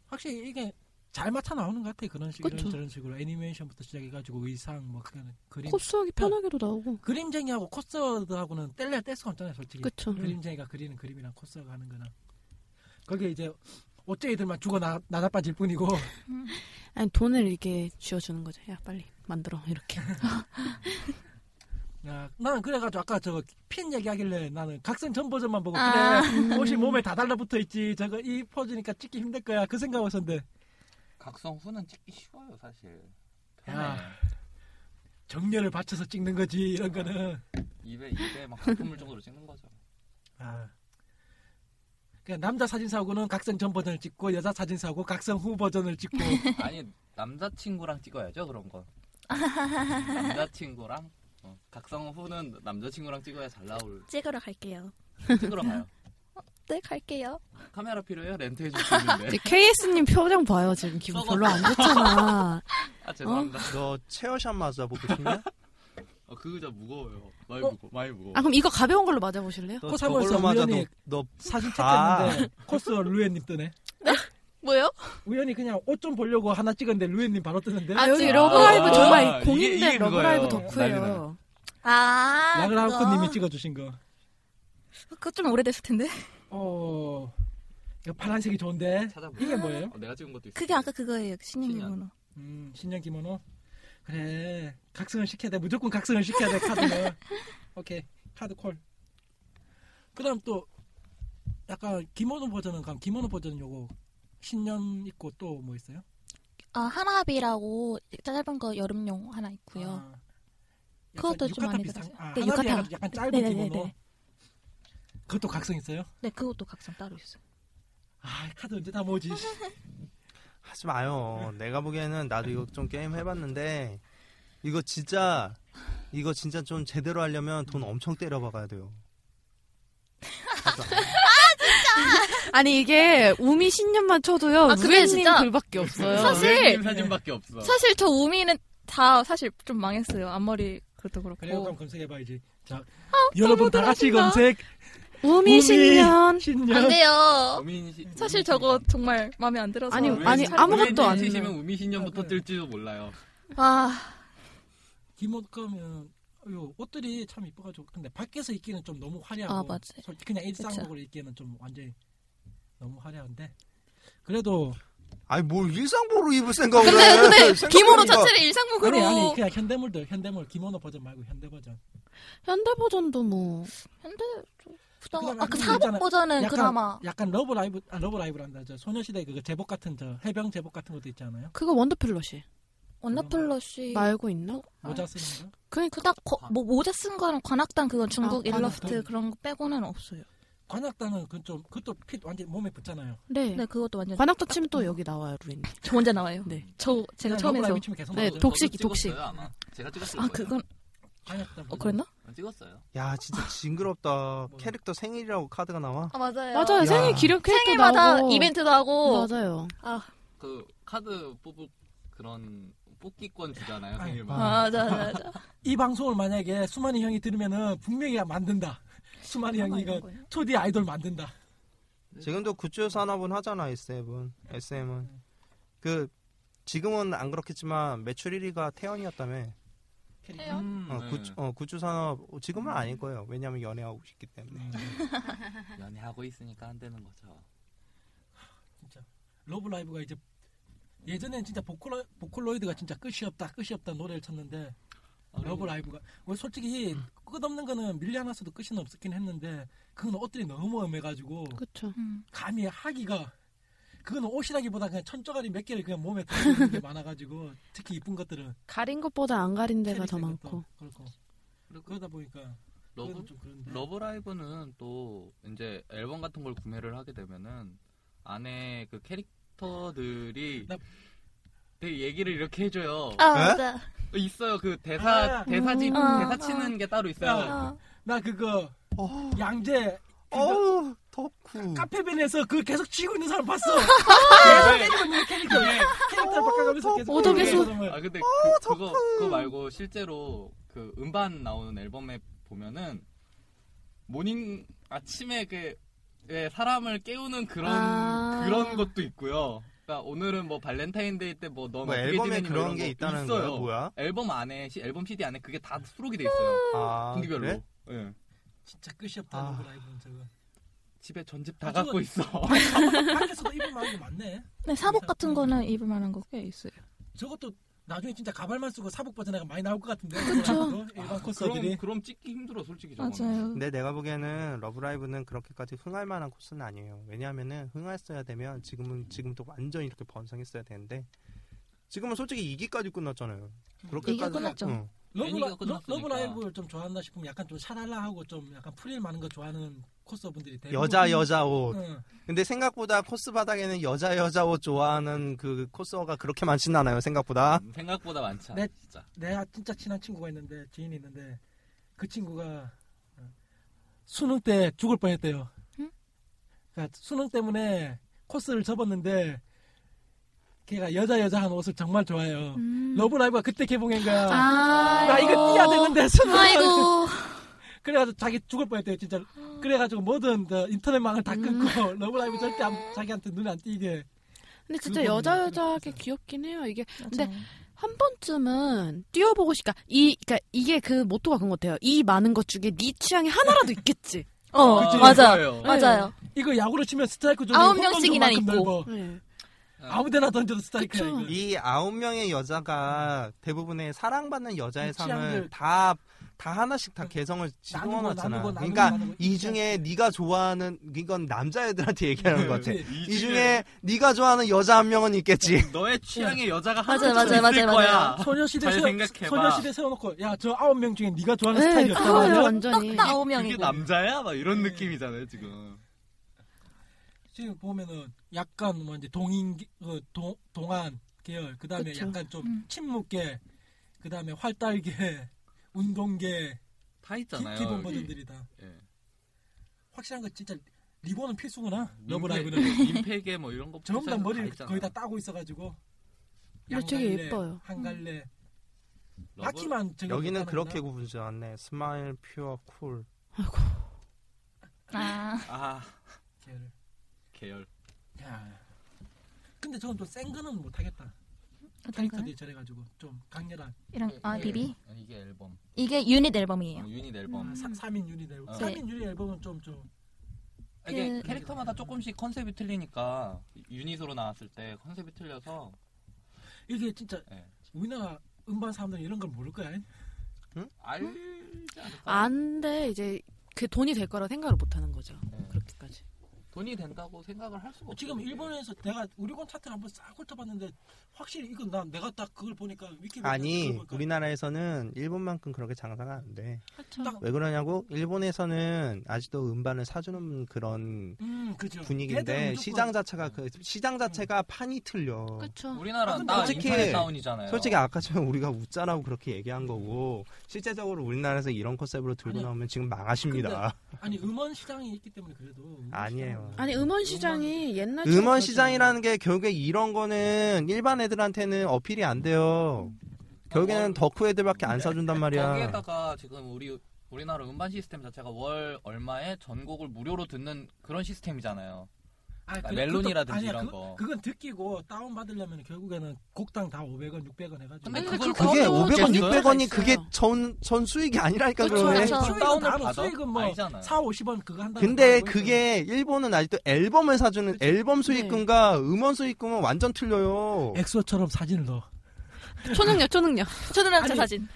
Speaker 5: 확실히 이게 잘 맞춰 나오는 것 같아 그런 식으로
Speaker 6: 그쵸.
Speaker 5: 저런 식으로 애니메이션부터 시작해가지고 의상 뭐 그냥 그림
Speaker 6: 코스하기 편하게도 나오고.
Speaker 5: 그림쟁이하고 코스하고는 뗄래야 뗄 수가 없잖아요 솔직히
Speaker 6: 그쵸. 음.
Speaker 5: 그림쟁이가 그리는 그림이랑 코스가 하는 거나 거기에 이제 옷쟁이들만 죽어 나, 나다 빠질 뿐이고
Speaker 6: 아니 돈을 이렇게 쥐어주는 거죠. 야 빨리 만들어 이렇게.
Speaker 5: 야, 나는 그래가지고 아까 저 핀 얘기하길래 나는 각선 전 버전만 보고
Speaker 8: 아.
Speaker 5: 그래 옷이 몸에 다 달라붙어 있지 저거 이 포즈니까 찍기 힘들 거야 그 생각을 했었는데
Speaker 3: 각성 후는 찍기 쉬워요 사실. 네.
Speaker 5: 야.
Speaker 3: 편해.
Speaker 5: 정렬을 받쳐서 찍는 거지 이런 거는
Speaker 3: 입에 입에 막 거품을 정도로 찍는 거죠.
Speaker 5: 아. 그냥 남자 사진사하고는 각선 전 버전을 찍고 여자 사진사하고 각선 후 버전을 찍고
Speaker 3: 아니 남자친구랑 찍어야죠 그런 거. 남자친구랑 어, 각성 후는 남자친구랑 찍어야 잘 나올
Speaker 8: 찍으러 갈게요.
Speaker 3: 찍으러 가요.
Speaker 8: 네, 갈게요.
Speaker 3: 카메라 필요해요? 렌트해 줄 수 있는데.
Speaker 6: KS님 표정 봐요 지금 기분 별로 안 좋잖아.
Speaker 3: 아 죄송합니다.
Speaker 7: 너 체어샷 맞아보고 싶냐?
Speaker 3: 어, 그 의자 무거워요. 많이
Speaker 5: 어?
Speaker 3: 무거 많이 무거워.
Speaker 6: 아 그럼 이거 가벼운 걸로 맞아보실래요?
Speaker 7: 너
Speaker 5: 코사무에서
Speaker 7: 저걸로 맞아 너,
Speaker 5: 우연히-
Speaker 7: 너
Speaker 5: 사진
Speaker 7: 아.
Speaker 5: 찍혔는데 코스 루엔님 뜨네
Speaker 9: 뭐요?
Speaker 5: 우연히 그냥 옷 좀 보려고 하나 찍었는데 루엔님 바로 뜨는데
Speaker 6: 아 여기
Speaker 3: 아,
Speaker 6: 러브라이브
Speaker 3: 아,
Speaker 6: 정말
Speaker 3: 이게-
Speaker 6: 공인된
Speaker 3: 이게 그거예요.
Speaker 6: 러브라이브
Speaker 3: 난리 나요.
Speaker 6: 덕후예요.
Speaker 8: 아.
Speaker 5: 라그라우크님이 찍어주신 거
Speaker 8: 그거 좀 오래됐을 텐데.
Speaker 5: 어, 이거 파란색이 좋은데
Speaker 3: 찾아보세요.
Speaker 5: 이게 뭐예요?
Speaker 3: 어, 내가 찍은 것도 있어.
Speaker 8: 그게 아까 그거예요. 신인
Speaker 3: 신인.
Speaker 8: 번호.
Speaker 5: 음, 신년 기모노. 그래, 각성을 시켜야 돼. 무조건 각성을 시켜야 돼. 카드는. 오케이, 카드 콜. 그다음 또 약간 기모노 버전은 그럼 기모노 버전은 요거 신년 있고 또 뭐 있어요?
Speaker 8: 아, 하나비라고 짧은 거 여름용 하나 있고요.
Speaker 5: 아, 약간
Speaker 8: 그것도 좀
Speaker 5: 유카타
Speaker 8: 많이
Speaker 5: 비슷한-
Speaker 8: 들었어요.
Speaker 5: 아,
Speaker 8: 네,
Speaker 5: 하나비아가
Speaker 8: 유카타.
Speaker 5: 약간 짧은
Speaker 8: 네네네네.
Speaker 5: 기모노. 그것도 각성 있어요?
Speaker 8: 네, 그것도 각성 따로 있어요.
Speaker 5: 아, 카드 언제 다 모으지?
Speaker 7: 하지 마요. 내가 보기에는 나도 이거 좀 게임 해봤는데 이거 진짜 이거 진짜 좀 제대로 하려면 돈 엄청 때려박아야 돼요. 하지 마요.
Speaker 6: 아니 이게 우미 신년만 쳐도요.
Speaker 9: 아,
Speaker 6: 아,
Speaker 9: 근데
Speaker 6: 그게
Speaker 9: 진짜-
Speaker 6: 진짜 둘밖에
Speaker 5: 아,
Speaker 6: 없어요.
Speaker 9: 사실-
Speaker 8: 네!
Speaker 3: 님
Speaker 5: 네.
Speaker 3: 사진밖에 없어.
Speaker 9: 사실 저 우미는 다 사실 좀 망했어요. 앞머리 그것도 그렇고.
Speaker 8: 어.
Speaker 5: 그래요, 그럼 검색해봐야지. 자, 여러분 다 같이 검색.
Speaker 6: 우미 신년.
Speaker 9: 안
Speaker 5: 신년.
Speaker 9: 돼요.
Speaker 3: 우민 신-
Speaker 9: 사실
Speaker 3: 우민
Speaker 9: 저거
Speaker 3: 신년.
Speaker 9: 정말 마음에 안 들어서.
Speaker 6: 아니,
Speaker 3: 우민
Speaker 6: 아니,
Speaker 3: 신-
Speaker 6: 아무것도
Speaker 3: 우민
Speaker 6: 안
Speaker 3: 치시면
Speaker 5: 돼요.
Speaker 3: 우미 신년부터
Speaker 5: 아, 그래요.
Speaker 3: 뜰지도 몰라요.
Speaker 9: 아,
Speaker 5: 기모 가면 요 옷들이 참 이뻐가지고 근데 밖에서 입기는 좀 너무 화려하고
Speaker 8: 아, 맞아요.
Speaker 5: 솔직히 그냥 일상복으로 입기에는 좀 완전히 너무 화려한데 그래도
Speaker 7: 아니 뭘 일상복으로 입을 생각을 해.
Speaker 9: 근데 근데
Speaker 7: 생각해보니까
Speaker 9: 기모노 자체를 일상복으로
Speaker 5: 아니 아니 그냥 현대물들 현대물 기모노 버전 말고 현대 버전
Speaker 6: 현대 버전도 뭐
Speaker 8: 근데 좀 부담.
Speaker 5: 그다음에
Speaker 8: 아그
Speaker 5: 그거
Speaker 8: 사복
Speaker 5: 있잖아요.
Speaker 8: 버전은
Speaker 5: 약간-
Speaker 8: 그나마
Speaker 5: 약간 러브라이브 아 러브라이브란다 저 소녀시대 그 제복 같은 저 해병 제복 같은 것도 있잖아요
Speaker 6: 그거 원더필러시
Speaker 8: 원나플러시
Speaker 5: 음.
Speaker 6: 말고 있나?
Speaker 8: 아.
Speaker 5: 모자 쓰는 거
Speaker 6: 그러니까
Speaker 8: 그닥 거, 뭐 모자 쓴 거랑 관악단 그건 중국
Speaker 6: 아,
Speaker 8: 일러스트
Speaker 5: 관악단.
Speaker 8: 그런 거 빼고는 없어요.
Speaker 5: 관악단은 그좀 그것도 핏 완전 히 몸에 붙잖아요
Speaker 6: 네.
Speaker 8: 네, 그것도 완전
Speaker 6: 관악도 치면 또 여기 나와요 루인.
Speaker 8: 저 혼자 나와요.
Speaker 6: 네.
Speaker 8: 저 제가
Speaker 5: 그냥
Speaker 8: 처음 해서
Speaker 5: 러브라이브 치면 계속
Speaker 6: 네,
Speaker 5: 나오죠.
Speaker 6: 독- 독식,
Speaker 3: 아, 저도
Speaker 6: 독식.
Speaker 3: 찍었어요, 아마. 제가 찍었을
Speaker 8: 아
Speaker 3: 거예요.
Speaker 8: 그건
Speaker 5: 관악단
Speaker 8: 어
Speaker 5: 버전.
Speaker 8: 그랬나?
Speaker 3: 찍었어요.
Speaker 7: 야 진짜 징그럽다. 캐릭터 생일이라고 카드가 나와.
Speaker 9: 아 맞아요.
Speaker 6: 맞아요.
Speaker 7: 야.
Speaker 6: 생일 기록해
Speaker 9: 생일마다 이벤트도 하고
Speaker 6: 맞아요.
Speaker 3: 그 카드 뽑을 그런 뽑기권 주잖아요
Speaker 5: 아니,
Speaker 3: 생일마다.
Speaker 9: 아, 맞아 맞아 맞아.
Speaker 5: 이 방송을 만약에 수만이 형이 들으면은 분명히 만든다 수만이 형이 어, 이거 초디 아이돌 만든다
Speaker 8: 네.
Speaker 7: 지금도 굿즈 산업은 하잖아 SM은 SM은 그 지금은 안 그렇겠지만 매출 1위가 태연이었다며.
Speaker 9: 해요?
Speaker 7: 어,
Speaker 3: 네.
Speaker 7: 굿즈, 어, 굿즈 산업 지금은
Speaker 8: 음.
Speaker 7: 아닐 거예요. 왜냐하면 연애하고 싶기 때문에.
Speaker 3: 연애하고 있으니까 안 되는 거죠.
Speaker 5: 진짜 러브라이브가 이제 예전엔 진짜 보컬로, 보컬로이드가 진짜 끝이 없다 끝이 없다 노래를 쳤는데 러브라이브가 뭐 솔직히 끝없는 거는 밀려나서도 끝이 없었긴 했는데 그건 옷들이 너무 엄해가지고
Speaker 6: 그렇죠.
Speaker 5: 감히 하기가 그건 옷이라기보다 그냥 천조가리 몇 개를 그냥 몸에 들고 있는 게 많아가지고 특히 이쁜 것들은
Speaker 6: 가린 것보다 안 가린 데가
Speaker 5: 체리
Speaker 6: 더
Speaker 5: 색깔도
Speaker 6: 많고.
Speaker 5: 그렇고 그러다 보니까
Speaker 3: 러브
Speaker 5: 그건 좀 그런데
Speaker 3: 러브라이브는 또 이제 앨범 같은 걸 구매를 하게 되면은 안에 그 캐릭터들이
Speaker 5: 나-
Speaker 3: 되게 얘기를 이렇게 해줘요.
Speaker 9: 아
Speaker 7: 에?
Speaker 9: 맞아.
Speaker 3: 어, 있어요. 그 대사
Speaker 5: 아.
Speaker 3: 대사집
Speaker 9: 음.
Speaker 3: 대사 치는 게 따로 있어요.
Speaker 5: 아. 나 그거
Speaker 7: 어,
Speaker 5: 양재 그
Speaker 2: 아,
Speaker 7: 어, 덕후.
Speaker 5: 카페벤에서 그 계속 쥐고 있는 사람 봤어
Speaker 3: 네.
Speaker 5: 캐릭터 캐릭터 바꿔가면서 어, 계속
Speaker 6: 오덕의
Speaker 5: 쥐고 있는
Speaker 6: 수.
Speaker 5: 사람을.
Speaker 3: 아 근데 그, 그거 그거 말고 실제로 그 음반 나오는 앨범에 보면은 모닝 아침에 그 예, 사람을 깨우는 그런
Speaker 6: 아.
Speaker 3: 그런 것도 있고요. 그러니까 오늘은 뭐 발렌타인데이 때 뭐넌
Speaker 7: 뭐 앨범에 그런 게 있다는 거야? 뭐야?
Speaker 3: 앨범 안에 시- 앨범 CD 안에 그게 다 수록이 돼 있어요.
Speaker 7: 아,
Speaker 3: 분기별로.
Speaker 7: 그래?
Speaker 3: 예.
Speaker 5: 진짜 끝이
Speaker 3: 아.
Speaker 5: 없다는 거 알고 저거.
Speaker 3: 집에 전집 다
Speaker 5: 아, 저거-
Speaker 3: 갖고 있어.
Speaker 5: 밖에서도 입을 만한 거 맞네.
Speaker 8: 네, 사복 같은 거는 입을 만한 거 꽤 있어요.
Speaker 5: 저것도 나중에 진짜 가발만 쓰고 사복 버전이 많이 나올 것 같은데. 그렇죠. 일반
Speaker 3: 그럼
Speaker 5: 코스들이.
Speaker 3: 아, 그럼 찍기 힘들어 솔직히 저거는.
Speaker 8: 맞아요.
Speaker 7: 근데 내가 보기에는 러브라이브는 그렇게까지 흥할 만한 코스는 아니에요. 왜냐하면은 흥했어야 되면 지금은 지금도 완전 이렇게 번성했어야 되는데 지금은 솔직히 이기까지 끝났잖아요.
Speaker 8: 이게
Speaker 7: 그렇게까지 어.
Speaker 8: 끝났죠.
Speaker 7: 응.
Speaker 5: 러브라,
Speaker 3: 애니가
Speaker 5: 러,
Speaker 3: 끝났으니까.
Speaker 5: 러브라이브를 좀 좋아한다 싶으면 약간 좀 샤랄라하고 좀 약간 프릴 많은 거 좋아하는 코스분들이 대부분.
Speaker 7: 여자 여자 옷.
Speaker 5: 응.
Speaker 7: 근데 생각보다 코스 바닥에는 여자 여자 옷 좋아하는 그 코스어가 그렇게 많지는 않아요. 생각보다.
Speaker 3: 음, 생각보다 많지 않아
Speaker 5: 네.
Speaker 3: 진짜.
Speaker 5: 내가 진짜 친한 친구가 있는데 지인이 있는데 그 친구가 어, 수능 때 죽을 뻔했대요.
Speaker 8: 응?
Speaker 5: 그러니까 수능 때문에 코스를 접었는데 걔가 여자 여자한 옷을 정말 좋아해요. 러브라이브가 그때 개봉한 거야.
Speaker 8: 음. 아,
Speaker 5: 나 이거 뛰야 되는데 수능.
Speaker 8: 아이고.
Speaker 5: 그래가지고 자기 죽을 뻔했대요 진짜. 그래가지고 모든 저 인터넷망을
Speaker 8: 음.
Speaker 5: 다 끊고 러브라이브 절대 안- 자기한테 눈에 안 띄게.
Speaker 6: 근데 진짜
Speaker 5: 그거
Speaker 6: 여자
Speaker 5: 보면
Speaker 6: 여자하게
Speaker 5: 그렇게
Speaker 6: 귀엽긴 해요. 이게
Speaker 11: 네,
Speaker 8: 근데
Speaker 6: 한 번쯤은 뛰어보고 싶다. 이 그러니까 이게 그 모토가 그런 것 같아요. 이 많은 것 중에 네 취향이 하나라도 있겠지.
Speaker 8: 어
Speaker 3: 그치,
Speaker 8: 맞아
Speaker 3: 그거예요.
Speaker 11: 네,
Speaker 8: 맞아요.
Speaker 5: 이거 야구로 치면 스트라이크 존이
Speaker 8: 아홉
Speaker 5: 홈런
Speaker 8: 명씩이나
Speaker 5: 존만큼
Speaker 8: 있고.
Speaker 5: 넓어.
Speaker 6: 네.
Speaker 5: 아무데나 던져도 스트라이크야
Speaker 6: 그쵸.
Speaker 5: 이거.
Speaker 7: 이 아홉 명의 여자가 대부분의 사랑받는 여자의
Speaker 5: 이 취향들.
Speaker 7: 삶을 다 다 하나씩 다 개성을
Speaker 5: 나누고,
Speaker 7: 집어놨잖아.
Speaker 5: 나누고, 나누고,
Speaker 7: 그러니까
Speaker 5: 나누고.
Speaker 7: 이 중에 네가 좋아하는 이건 남자애들한테 얘기하는 것 같아.
Speaker 5: 네.
Speaker 7: 이 중에 네가 좋아하는 여자 한 명은 있겠지.
Speaker 3: 너의 취향의 여자가 한
Speaker 8: 맞아요,
Speaker 3: 맞아,
Speaker 8: 맞아요,
Speaker 3: 맞아, 맞
Speaker 8: 맞아요,
Speaker 3: 있을
Speaker 8: 맞아요.
Speaker 3: 거야.
Speaker 5: 소녀시대
Speaker 3: 잘
Speaker 5: 세워,
Speaker 3: 생각해봐.
Speaker 5: 소녀시대 세워놓고 야 저 아홉 명 중에 네가 좋아하는
Speaker 6: 네,
Speaker 5: 스타일이었단 말이야.
Speaker 6: 그거예요 완전히.
Speaker 8: 딱 아홉
Speaker 3: 그게
Speaker 8: 명이고.
Speaker 3: 남자야? 막 이런 느낌이잖아요 지금.
Speaker 5: 네. 지금 보면은 약간 뭐 이제 동인 어, 동 동안 계열 그 다음에
Speaker 6: 그쵸.
Speaker 5: 약간 좀
Speaker 8: 음.
Speaker 5: 침묵계 그 다음에 활달계 운동계
Speaker 3: 다
Speaker 5: 기,
Speaker 3: 있잖아요.
Speaker 5: 기본 버전들이다.
Speaker 3: 예.
Speaker 5: 확실한 건 진짜 리본은 필수구나.
Speaker 3: 민폐-
Speaker 5: 러브라이브는
Speaker 3: 민폐계 뭐 이런 거
Speaker 5: 전부 다
Speaker 3: 필수는
Speaker 5: 머리를
Speaker 3: 네. 있잖아.
Speaker 5: 거의 다 따고 있어가지고.
Speaker 6: 근데 되게
Speaker 5: 양갈래,
Speaker 6: 예뻐요.
Speaker 5: 한갈래.
Speaker 3: 음. 러브-
Speaker 5: 바퀴만 정해
Speaker 7: 여기는
Speaker 5: 놓고
Speaker 7: 그렇게
Speaker 5: 하는구나.
Speaker 7: 구분지 않네. 스마일, 퓨어, 쿨.
Speaker 8: 아
Speaker 3: 아
Speaker 5: 계열을.
Speaker 3: 계열.
Speaker 5: 야. 근데 저건 좀 센 거는 못하겠다.
Speaker 8: 어떤 거?
Speaker 5: 캐릭터들이 저래가지고 좀 강렬한
Speaker 8: 이런 아 비비
Speaker 3: 아니, 이게 앨범.
Speaker 8: 이게 유닛
Speaker 3: 예. 어,
Speaker 8: 앨범이에요.
Speaker 3: 유닛 앨범.
Speaker 5: 아, 사, 3인 유닛 앨범.
Speaker 3: 어.
Speaker 5: 3인 유닛 앨범은 좀좀
Speaker 3: 이게
Speaker 8: 그-
Speaker 3: 캐릭터마다 조금씩 컨셉이 틀리니까 유닛으로 나왔을 때 컨셉이 틀려서
Speaker 5: 이게 진짜
Speaker 7: 예.
Speaker 3: 네.
Speaker 5: 우리나라 음반 사람들은 이런 걸 모를 거야.
Speaker 3: 알지 않을까.
Speaker 6: 안돼 이제 그 돈이 될 거라 생각을 못 하는 거죠.
Speaker 3: 네.
Speaker 6: 그렇게까지.
Speaker 3: 돈이 된다고 생각을 할 수가 없어.
Speaker 5: 지금 일본에서 내가 우리곤 차트를 한번 싹 훑어봤는데 확실히 이건 난 내가 딱 그걸 보니까
Speaker 3: 뭐
Speaker 5: 위키pedia
Speaker 7: 아니
Speaker 5: 그걸 보니까
Speaker 7: 우리나라에서는 일본만큼 그렇게 장사가 안 돼.
Speaker 3: 그렇죠.
Speaker 5: 딱,
Speaker 7: 왜 그러냐고? 일본에서는 아직도 음반을 사주는 그런
Speaker 5: 음 그죠 걔들은
Speaker 7: 분위기인데
Speaker 5: 무조건-
Speaker 7: 시장 자체가 그 시장 자체가 판이 틀려.
Speaker 6: 그렇죠.
Speaker 3: 우리나라
Speaker 5: 아, 근데
Speaker 3: 딱
Speaker 7: 솔직히-
Speaker 3: 인터넷 다운이잖아요.
Speaker 7: 솔직히 아까 전에 우리가 웃자라고 그렇게 얘기한 거고 실제적으로 우리나라에서 이런 컨셉으로 들고
Speaker 5: 아니,
Speaker 7: 나오면 지금 망하십니다.
Speaker 5: 아니 음원 시장이 있기 때문에 그래도 음원
Speaker 7: 아니에요.
Speaker 5: 시장은-
Speaker 6: 아니 음원 시장이 옛날
Speaker 7: 음원 시장이라는 게 결국에 이런 거는 일반 애들한테는 어필이 안 돼요. 결국에는 덕후 애들밖에 안 사준단 말이야.
Speaker 3: 거기에다가 지금 우리 우리나라 음반 시스템 자체가 월 얼마에 전곡을 무료로 듣는 그런 시스템이잖아요.
Speaker 5: 아니,
Speaker 3: 그러니까 멜론이라든지
Speaker 5: 아니야,
Speaker 3: 이런
Speaker 5: 그-
Speaker 3: 거.
Speaker 5: 그건 듣기고 다운 받으려면 결국에는 곡당 다 500원 600원 해가지고
Speaker 3: 근데
Speaker 6: 근데
Speaker 3: 그걸
Speaker 6: 그거-
Speaker 7: 그게
Speaker 6: 그거
Speaker 7: 500원,
Speaker 6: 재밌어요.
Speaker 7: 600원이
Speaker 6: 있어요.
Speaker 7: 그게 전, 전 수익이 아니라니까
Speaker 8: 그쵸,
Speaker 7: 그러네.
Speaker 8: 그쵸.
Speaker 5: 수익은
Speaker 3: 다운을
Speaker 5: 다른
Speaker 3: 받아?
Speaker 5: 수익은 뭐
Speaker 3: 알잖아요.
Speaker 5: 4, 50원 그거 한다
Speaker 7: 근데 그게 일본은 아직도 앨범을 사주는 앨범
Speaker 6: 네.
Speaker 7: 수익금과 음원 수익금은 완전 틀려요.
Speaker 5: 예, 엑소처럼 사진을 넣어
Speaker 6: 초능력 초능력.
Speaker 8: 초등학교
Speaker 5: 아니,
Speaker 8: 사진.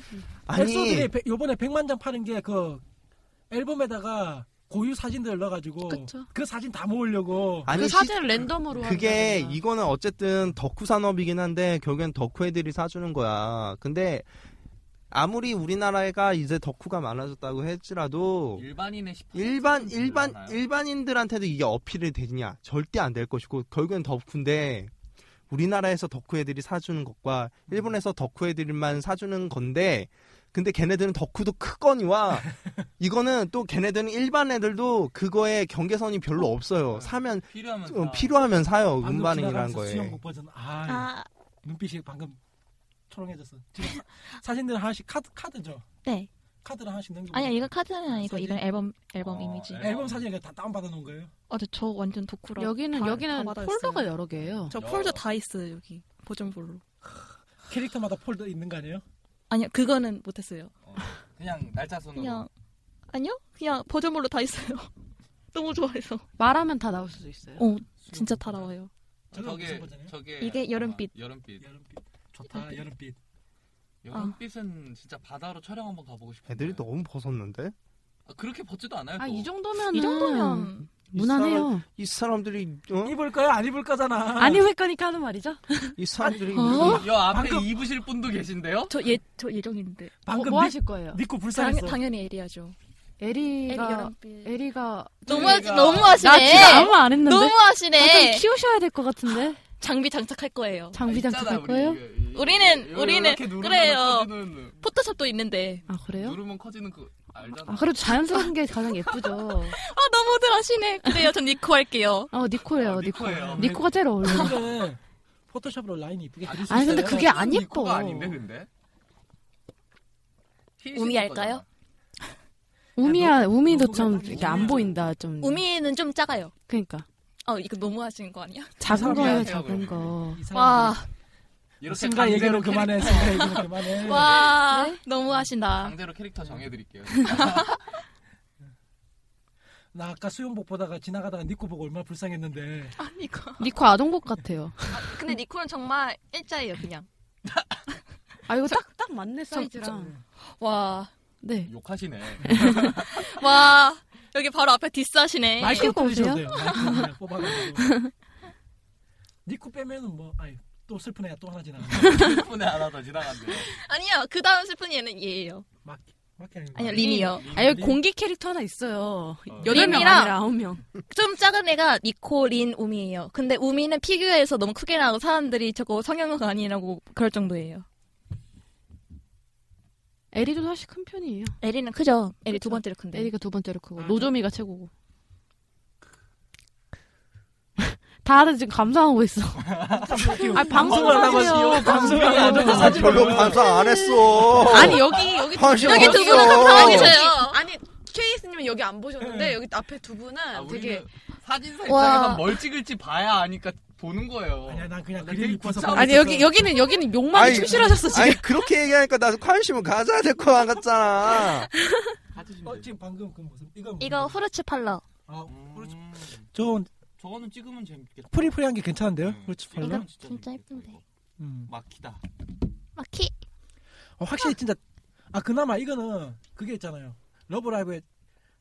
Speaker 7: 아니
Speaker 5: 엑소들이 배- 요번에 100만 장 파는 게 그 앨범에다가 고유 사진들을 넣어가지고
Speaker 6: 그쵸.
Speaker 5: 그 사진 다 모으려고
Speaker 7: 아니
Speaker 6: 그
Speaker 7: 시-
Speaker 6: 사진을 랜덤으로
Speaker 7: 그게
Speaker 6: 한다거나.
Speaker 7: 이거는 어쨌든 덕후 산업이긴 한데 결국엔 덕후 애들이 사주는 거야. 근데 아무리 우리나라가 이제 덕후가 많아졌다고 할지라도
Speaker 3: 일반인의 10%
Speaker 7: 일반 일반
Speaker 3: 되잖아요.
Speaker 7: 일반인들한테도 이게 어필이 되냐? 절대 안 될 것이고 결국엔 덕후인데 우리나라에서 덕후 애들이 사주는 것과 일본에서 덕후 애들만 사주는 건데 근데 걔네들은 덕후도 크거니와 이거는 또 걔네들은 일반 애들도 그거에 경계선이 별로 없어요. 사면
Speaker 3: 필요하면
Speaker 7: 어,
Speaker 3: 다-
Speaker 7: 필요하면 사요.
Speaker 5: 네. 방금
Speaker 7: 음반이라는
Speaker 5: 지나가면서
Speaker 7: 거에.
Speaker 5: 수영복 버전 아,
Speaker 8: 아
Speaker 5: 눈빛이 방금 초롱해졌어 지금 사- 사진들 하나씩 카드 카드죠
Speaker 8: 네.
Speaker 5: 카드를 하나씩 넘기고
Speaker 11: 아, 아니야 이건 카드는 아니고
Speaker 5: 사진?
Speaker 11: 이건 앨범 앨범
Speaker 2: 어,
Speaker 11: 이미지.
Speaker 2: 앨범.
Speaker 5: 앨범 사진을 그냥 다 다운 받아 놓은 거예요.
Speaker 11: 어제 저 완전 덕후라.
Speaker 6: 여기는
Speaker 11: 다- 다
Speaker 6: 여기는
Speaker 11: 받아
Speaker 6: 폴더가
Speaker 11: 있어요.
Speaker 6: 여러 개예요.
Speaker 8: 저 폴더 다 있어요 여기 보존 폴로.
Speaker 5: 캐릭터마다 폴더 있는 거 아니에요?
Speaker 11: 아니요 그거는 못했어요.
Speaker 2: 어, 그냥 날짜 손으로
Speaker 11: 그냥 아니요 그냥 보존 폴로 다 있어요. 너무 좋아해서.
Speaker 6: 말하면 다 나올 수도 있어요.
Speaker 11: 어 진짜 다 나와요.
Speaker 5: 저게 무슨
Speaker 2: 저게
Speaker 5: 버전이에요?
Speaker 2: 저게
Speaker 11: 이게
Speaker 2: 아마
Speaker 11: 여름빛.
Speaker 2: 여름빛.
Speaker 5: 여름빛. 좋다. 여름빛.
Speaker 2: 여름빛은 진짜 바다로 촬영 한번 가보고 싶어.
Speaker 7: 애들이 너무 벗었는데?
Speaker 2: 아, 그렇게 벗지도 않아요. 또.
Speaker 6: 아 이 정도면
Speaker 11: 이 정도면
Speaker 6: 무난해요.
Speaker 7: 이 사람들이 어?
Speaker 5: 입을 거야? 안 입을 거잖아. 뭐
Speaker 6: 안 입을 거니까 그러니까 하는 말이죠.
Speaker 7: 이 사람들이
Speaker 6: 아, 어?
Speaker 2: 여- 여 앞에
Speaker 5: 방금-
Speaker 2: 입으실 분도 계신데요?
Speaker 11: 저예저 예정인데.
Speaker 6: 뭐,
Speaker 5: 방금
Speaker 6: 뭐
Speaker 5: 니-
Speaker 6: 하실 거예요?
Speaker 5: 니코
Speaker 11: 당,
Speaker 5: 불쌍했어.
Speaker 11: 당연히 에리아죠. 에리
Speaker 6: 에리가
Speaker 11: 여름빛.
Speaker 6: 에리가
Speaker 8: 뭐 너무하지
Speaker 2: 저희가-
Speaker 6: 나 지금
Speaker 8: 너무하시네.
Speaker 6: 아무 말 안 했는데 아,
Speaker 8: 너무하시네.
Speaker 6: 좀 키우셔야 될 것 같은데
Speaker 2: 아,
Speaker 8: 장비 장착할 거예요.
Speaker 6: 장비 장착할 거예요?
Speaker 8: 우리는- 우리는 그래요.
Speaker 2: 커지는,
Speaker 8: 포토샵도 있는데.
Speaker 6: 아 그래요?
Speaker 2: 누르면 커지는 그 알잖아.
Speaker 6: 아 그래도 자연스러운 게 가장 예쁘죠.
Speaker 8: 아 너무들 하시네. 그래요. 전 니코 할게요.
Speaker 6: 어 니코예요
Speaker 2: 아,
Speaker 6: 니코.
Speaker 2: 니코예요.
Speaker 6: 니코가 제일 어울려.
Speaker 5: 이거는 포토샵으로 라인이 이쁘게 그릴 수
Speaker 6: 아니, 근데
Speaker 5: 있어요.
Speaker 6: 그게 안 예뻐.
Speaker 2: 니코가 아닌데 근데. 흰색
Speaker 8: 우미 할까요?
Speaker 6: 우미야 우미도
Speaker 5: 너무
Speaker 6: 좀
Speaker 5: 너무
Speaker 6: 이렇게 안 보인다 좀.
Speaker 8: 음. 우미는 좀 작아요.
Speaker 6: 그러니까
Speaker 8: 아 이거 너무 하시는 거 아니야?
Speaker 6: 작은
Speaker 2: 그 사람이
Speaker 6: 거예요
Speaker 2: 아니라
Speaker 6: 작은
Speaker 2: 그러면.
Speaker 6: 거.
Speaker 5: 이
Speaker 8: 와,
Speaker 5: 사람들이
Speaker 2: 이렇게
Speaker 5: 순간 얘기로 그만해. 순간 얘기로 그만해.
Speaker 8: 음. 와, 너무 하신다.
Speaker 2: 강제로 캐릭터 정해드릴게요.
Speaker 5: 나 아까 수영복 보다가 지나가다가 니코 보고 얼마나 불쌍했는데.
Speaker 8: 아 니코.
Speaker 6: 니코 아동복 같아요.
Speaker 8: 근데 니코는 정말 일자예요 그냥.
Speaker 6: 아 이거 딱 딱 맞네
Speaker 8: 사이즈랑. 와,
Speaker 6: 네.
Speaker 2: 욕하시네.
Speaker 8: 와 여기 바로 앞에 디스하시네.
Speaker 5: 마이크로
Speaker 6: 키우고
Speaker 5: 돌리셔도
Speaker 6: 오세요?
Speaker 5: 돼요. 마이크로 그냥 뽑아가지고. 니코 빼면은 뭐 아니 또 슬픈 애야 또 하나 지나가.
Speaker 2: 덕분에 하나 더 지나갔네요.
Speaker 8: 아니야 그 다음 슬픈 얘는 얘예요.
Speaker 5: 막 막히 아니고.
Speaker 8: 아니야 린이요.
Speaker 6: 아
Speaker 5: 네.
Speaker 6: 여기 공기 캐릭터 하나 있어요.
Speaker 2: 어.
Speaker 6: 여덟 명
Speaker 8: 린이랑-
Speaker 6: 네, 아니라 아홉 명.
Speaker 8: 좀 작은 애가 니코, 린, 우미예요. 근데 우미는 피규어에서 너무 크게 나오고 사람들이 저거 성형은 아니라고 그럴 정도예요.
Speaker 6: 에리도 사실 큰 편이에요.
Speaker 8: 에리는 크죠. 에리
Speaker 6: 그렇죠.
Speaker 8: 두 번째로 큰데.
Speaker 6: 에리가 두 번째로 크고
Speaker 5: 아,
Speaker 6: 노조미가 최고고. 다들 지금 감상하고 있어. 아 방송을
Speaker 5: 방송을
Speaker 6: 하세요.
Speaker 5: 나가시오. 방송을 나가시오.
Speaker 7: 아, 별로 반사 안 했어.
Speaker 12: 아니 여기 여기
Speaker 7: 관심
Speaker 8: 여기 두 분은
Speaker 7: 없어.
Speaker 8: 감사하게 저요.
Speaker 12: 아니 케이스님은 여기 안 보셨는데 여기 앞에 두 분은
Speaker 2: 아, 우리는
Speaker 12: 되게
Speaker 2: 사진사
Speaker 8: 와.
Speaker 2: 입장에서 뭘 찍을지 봐야 아니까 보는 거예요.
Speaker 5: 아니야 난 그냥
Speaker 2: 나
Speaker 5: 그림
Speaker 2: 되게
Speaker 5: 이뻐서.
Speaker 2: 부끄러워.
Speaker 5: 보고
Speaker 6: 아니 여기 여기는 여기는 욕만
Speaker 7: 아이,
Speaker 6: 충실하셨어 지금.
Speaker 7: 아니 그렇게 얘기하니까 나도 관심을 가져야 될 거 같잖아.
Speaker 2: 가지시면
Speaker 5: 어
Speaker 2: 돼요.
Speaker 5: 지금 방금 그 모습 이거 무슨
Speaker 8: 이거
Speaker 5: 거야?
Speaker 8: 후르츠 팔러.
Speaker 5: 아 그렇죠.
Speaker 2: 음,
Speaker 5: 저
Speaker 2: 저거는 찍으면 재밌겠다.
Speaker 5: 프리프리한 게 괜찮은데요?
Speaker 2: 음,
Speaker 5: 그렇죠.
Speaker 6: 그러니까
Speaker 2: 이건
Speaker 5: 별로?
Speaker 8: 진짜
Speaker 2: 재밌겠다,
Speaker 8: 예쁜데. 아,
Speaker 2: 이거.
Speaker 5: 음.
Speaker 2: 막히다.
Speaker 8: 마키.
Speaker 5: 어, 확실히 진짜 아 그나마 이거는 그게 있잖아요. 러브라이브의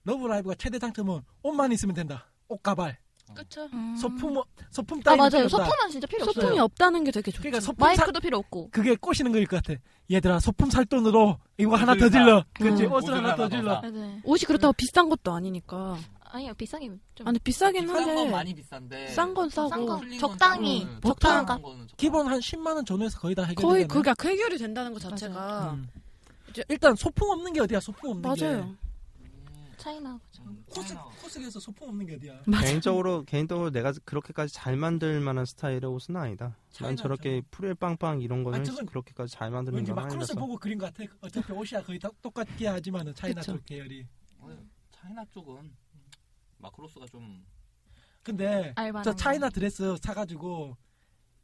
Speaker 5: 러브라이브가 최대 장점은 옷만 있으면 된다. 옷 가발.
Speaker 8: 그쵸.
Speaker 6: 음.
Speaker 5: 소품 소품
Speaker 8: 음. 아
Speaker 5: 따위
Speaker 8: 맞아요. 소품은 진짜 필요 없어요.
Speaker 6: 소통이 없다는 게 되게 좋죠.
Speaker 5: 그러니까 소품 사,
Speaker 8: 마이크도 필요 없고.
Speaker 5: 그게 꼬시는 거일 것 같아. 얘들아 소품 살 돈으로 이거 하나 더
Speaker 2: 옷을 사.
Speaker 5: 질러. 그렇지
Speaker 6: 음.
Speaker 5: 옷을 하나 더 질러.
Speaker 8: 네.
Speaker 6: 옷이 그렇다고 비싼 것도 아니니까.
Speaker 8: 아니요 비싼 게 좀.
Speaker 6: 아니 비싸긴
Speaker 2: 비싼 건
Speaker 6: 한데
Speaker 2: 많이 비싼데.
Speaker 6: 싼 건 싸고
Speaker 8: 싼 거.
Speaker 2: 풀린 건
Speaker 8: 적당히.
Speaker 2: 싸고.
Speaker 5: 적당한
Speaker 2: 싼 거는 적당히.
Speaker 5: 기본 한 10만 원 전후에서 거의 다 해결이
Speaker 6: 음, 거의
Speaker 5: 되잖아요.
Speaker 6: 그게 해결이 된다는 것 자체가
Speaker 5: 음. 이제 일단 소품 없는 게 어디야? 소품 없는 게.
Speaker 6: 맞아요.
Speaker 8: 차이나.
Speaker 5: 코스 코스에서 소품 없는 게 어디야?
Speaker 7: 개인적으로 개인적으로 내가 그렇게까지 잘 만들 만한 스타일의 옷은 아니다. 난
Speaker 5: 차이가
Speaker 7: 저렇게 프릴 빵빵 이런 거는
Speaker 5: 아, 저건
Speaker 7: 그렇게까지 잘 만드는
Speaker 5: 왠지
Speaker 7: 건
Speaker 5: 마크로스
Speaker 7: 아니라서.
Speaker 5: 보고 그린 것 같아. 어차피 옷이야 거의 다 똑같게 하지만은 차이나
Speaker 6: 그쵸.
Speaker 5: 쪽 계열이.
Speaker 2: 차이나 쪽은 마크로스가 좀
Speaker 5: 근데
Speaker 8: 알바.
Speaker 5: 저 차이나 드레스 사가지고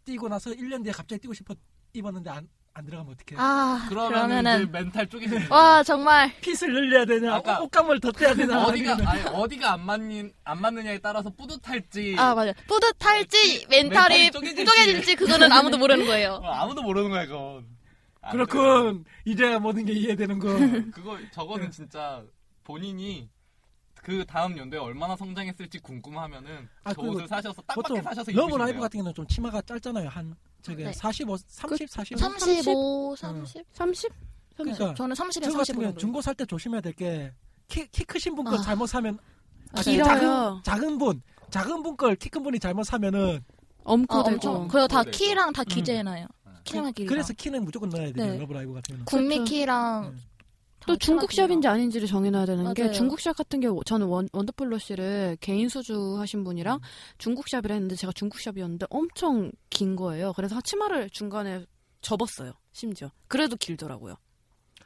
Speaker 5: 뛰고 나서 1년 뒤에 갑자기 뛰고 싶어 입었는데 안, 안 들어가면 어떡해.
Speaker 8: 아
Speaker 2: 그러면은
Speaker 8: 그러면은 어,
Speaker 2: 멘탈 쪼개지는
Speaker 8: 와 정말
Speaker 5: 핏을 늘려야 되냐,
Speaker 2: 아까-
Speaker 5: 옷감을 더 떼야
Speaker 2: 거예요.
Speaker 5: 되냐.
Speaker 2: 어디가 아니, 어디가 안 맞는 안 맞느냐에 따라서 뿌듯할지
Speaker 8: 아 맞아. 뿌듯할지 멘탈이
Speaker 2: 멘탈이 쪼개질지.
Speaker 8: 쪼개질지 그거는 아무도 모르는 거예요.
Speaker 2: 어, 아무도 모르는 거야 아, 그건. 안
Speaker 5: 그렇군. 이제 모든 게 이해되는군.
Speaker 2: 그래요. 그거 저거는
Speaker 3: 아,
Speaker 2: 진짜 본인이 그 다음 연도에 얼마나 성장했을지 궁금하면은
Speaker 5: 아,
Speaker 2: 저
Speaker 5: 그리고
Speaker 2: 옷을 사셔서 딱 맞게
Speaker 5: 보통
Speaker 2: 사셔서
Speaker 5: 러브
Speaker 2: 입으시면
Speaker 5: 라이브
Speaker 2: 돼요.
Speaker 5: 같은 경우는 좀 치마가 짧잖아요. 한 저게
Speaker 8: 네.
Speaker 5: 45, 30, 40.
Speaker 8: 35, 30.
Speaker 6: 30?
Speaker 5: 어. 그러니까
Speaker 8: 저는 30에
Speaker 5: 저 같은
Speaker 8: 45
Speaker 5: 경우
Speaker 8: 정도.
Speaker 5: 중고 살 때 조심해야 될 게 키 키 크신 분 거
Speaker 8: 아.
Speaker 5: 잘못 사면 아, 네.
Speaker 6: 길어요.
Speaker 5: 작은, 작은 분 작은 분 걸 키 큰 분이 잘못 사면은
Speaker 6: 어, 엄고
Speaker 8: 아,
Speaker 6: 되고.
Speaker 8: 엄청. 그리고 다
Speaker 2: 네, 네.
Speaker 8: 키랑 다 기재해놔요.
Speaker 3: 음.
Speaker 2: 네.
Speaker 8: 키랑 길이.
Speaker 5: 그래서 키는 무조건 넣어야 돼요.
Speaker 8: 네.
Speaker 5: 러브 라이브 같은 경우는.
Speaker 8: 국미
Speaker 6: 그렇죠.
Speaker 8: 키랑.
Speaker 6: 또
Speaker 8: 다
Speaker 6: 중국
Speaker 8: 키랑
Speaker 6: 샵인지 아닌지를 정해놔야 되는 게
Speaker 8: 맞아요.
Speaker 6: 중국 샵 같은 경우 저는 원, 원더풀러 씨를 개인 수주 하신 분이랑 중국 샵을 했는데 제가 중국 샵이었는데 엄청 긴 거예요. 그래서 치마를 중간에 접었어요. 심지어. 그래도 길더라고요.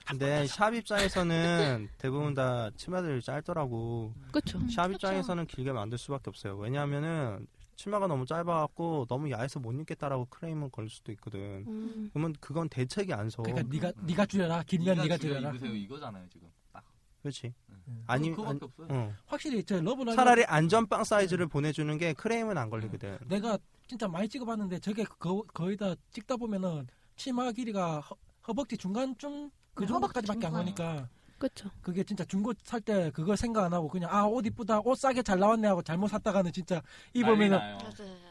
Speaker 7: 근데 샵 입장에서는 대부분 다 치마들 짧더라고.
Speaker 5: 음,
Speaker 6: 그쵸.
Speaker 7: 샵 입장에서는 길게 만들 수밖에 없어요. 왜냐하면은 치마가 너무 짧아갖고 너무 야해서 못 입겠다라고 크레임을 걸 수도 있거든.
Speaker 6: 음.
Speaker 7: 그러면 그건 대책이 안 서.
Speaker 3: 어,
Speaker 5: 그러니까 네가 네가 줄여라. 길면 네가
Speaker 3: 지금
Speaker 5: 줄여라.
Speaker 3: 입으세요 이거잖아요 지금. 딱.
Speaker 7: 그렇지.
Speaker 5: 음.
Speaker 7: 아니,
Speaker 3: 그거밖에
Speaker 7: 아니,
Speaker 3: 없어요.
Speaker 7: 어.
Speaker 5: 확실히 저 러브라이브
Speaker 3: 음.
Speaker 7: 차라리 안전빵 사이즈를 보내주는 게 크레임은 안 걸리거든.
Speaker 5: 내가 진짜 많이 찍어봤는데 저게 거, 의다 찍다 보면은 치마 길이가 허, 허벅지 중간쯤 그 정도까지밖에 안 가니까
Speaker 6: 그쵸.
Speaker 5: 그게 진짜 중고 살 때 그걸 생각 안 하고 그냥 아 옷 이쁘다 옷 싸게 잘 나왔네 하고 잘못 샀다가는 진짜 입으면은
Speaker 3: 난리 나요.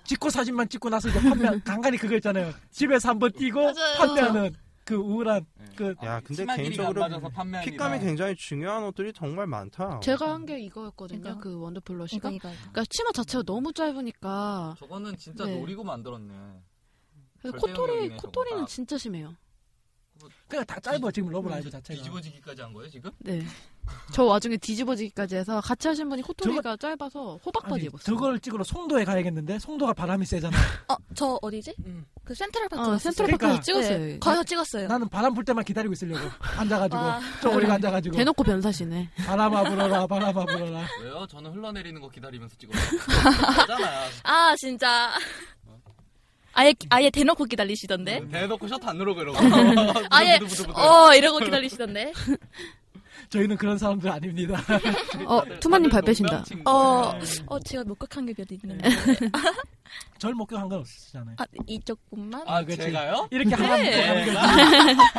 Speaker 5: 찍고 사진만 찍고 나서 이제 판매 간간히 그거 있잖아요 집에서 한번 뛰고 판매하는 그 우울한 그
Speaker 7: 야, 근데
Speaker 3: 아, 치마 길이가 안
Speaker 7: 개인적으로
Speaker 3: 맞아서 판매하니라.
Speaker 7: 핏감이 굉장히 중요한 옷들이 정말 많다.
Speaker 6: 제가 한 게 이거였거든요. 그 원더플러시가.
Speaker 8: 이거, 이거.
Speaker 6: 그러니까 치마 자체가 너무 짧으니까
Speaker 3: 저거는 진짜
Speaker 6: 네.
Speaker 3: 노리고 만들었네. 절대
Speaker 6: 코토리
Speaker 3: 영역이네, 저거
Speaker 6: 코토리는
Speaker 3: 다.
Speaker 6: 진짜 심해요.
Speaker 5: 그냥 그러니까 다 짧아 지금 러브라이브 자체가
Speaker 3: 음, 뒤집어지기까지 한 거예요 지금?
Speaker 6: 네. 저 와중에 뒤집어지기까지 해서 같이 하신 분이 코토리가 짧아서 호박바지
Speaker 5: 아니,
Speaker 6: 입었어요.
Speaker 5: 저걸 찍으러 송도에 가야겠는데 송도가 바람이 세잖아
Speaker 8: 어, 저 어디지? 그 센트럴파크.
Speaker 6: 어,
Speaker 8: 갔었어요.
Speaker 6: 센트럴파크에서
Speaker 5: 그러니까.
Speaker 6: 찍었어요.
Speaker 8: 네, 거기서 찍었어요.
Speaker 5: 나는 바람 불 때만 기다리고 있으려고 앉아가지고 저 오래 앉아가지고
Speaker 6: 대놓고 변사시네.
Speaker 5: 바람아 불어라 바람아 불어라
Speaker 3: 왜요? 저는 흘러내리는 거 기다리면서 찍었잖아요.
Speaker 8: 아, 진짜. 아예, 아예 대놓고 기다리시던데?
Speaker 3: 네, 대놓고 셔터 안 누르고 이러고.
Speaker 8: 아예,
Speaker 3: 부들부들부들.
Speaker 8: 어, 이러고 기다리시던데?
Speaker 5: 저희는 그런 사람들 그러니까 아닙니다 그러니까
Speaker 6: 어, 투마님 발
Speaker 3: 다들
Speaker 6: 빼신다.
Speaker 3: 농담친
Speaker 8: 어,
Speaker 3: 거예요.
Speaker 8: 어, 제가 목격한 게 몇 있는
Speaker 5: 절 목격한 건 없으시잖아요
Speaker 8: 아, 이쪽 분만?
Speaker 3: 아,
Speaker 5: 그치.
Speaker 3: 제가요?
Speaker 5: 이렇게 하나 묶고 가는
Speaker 3: 네.
Speaker 5: 거지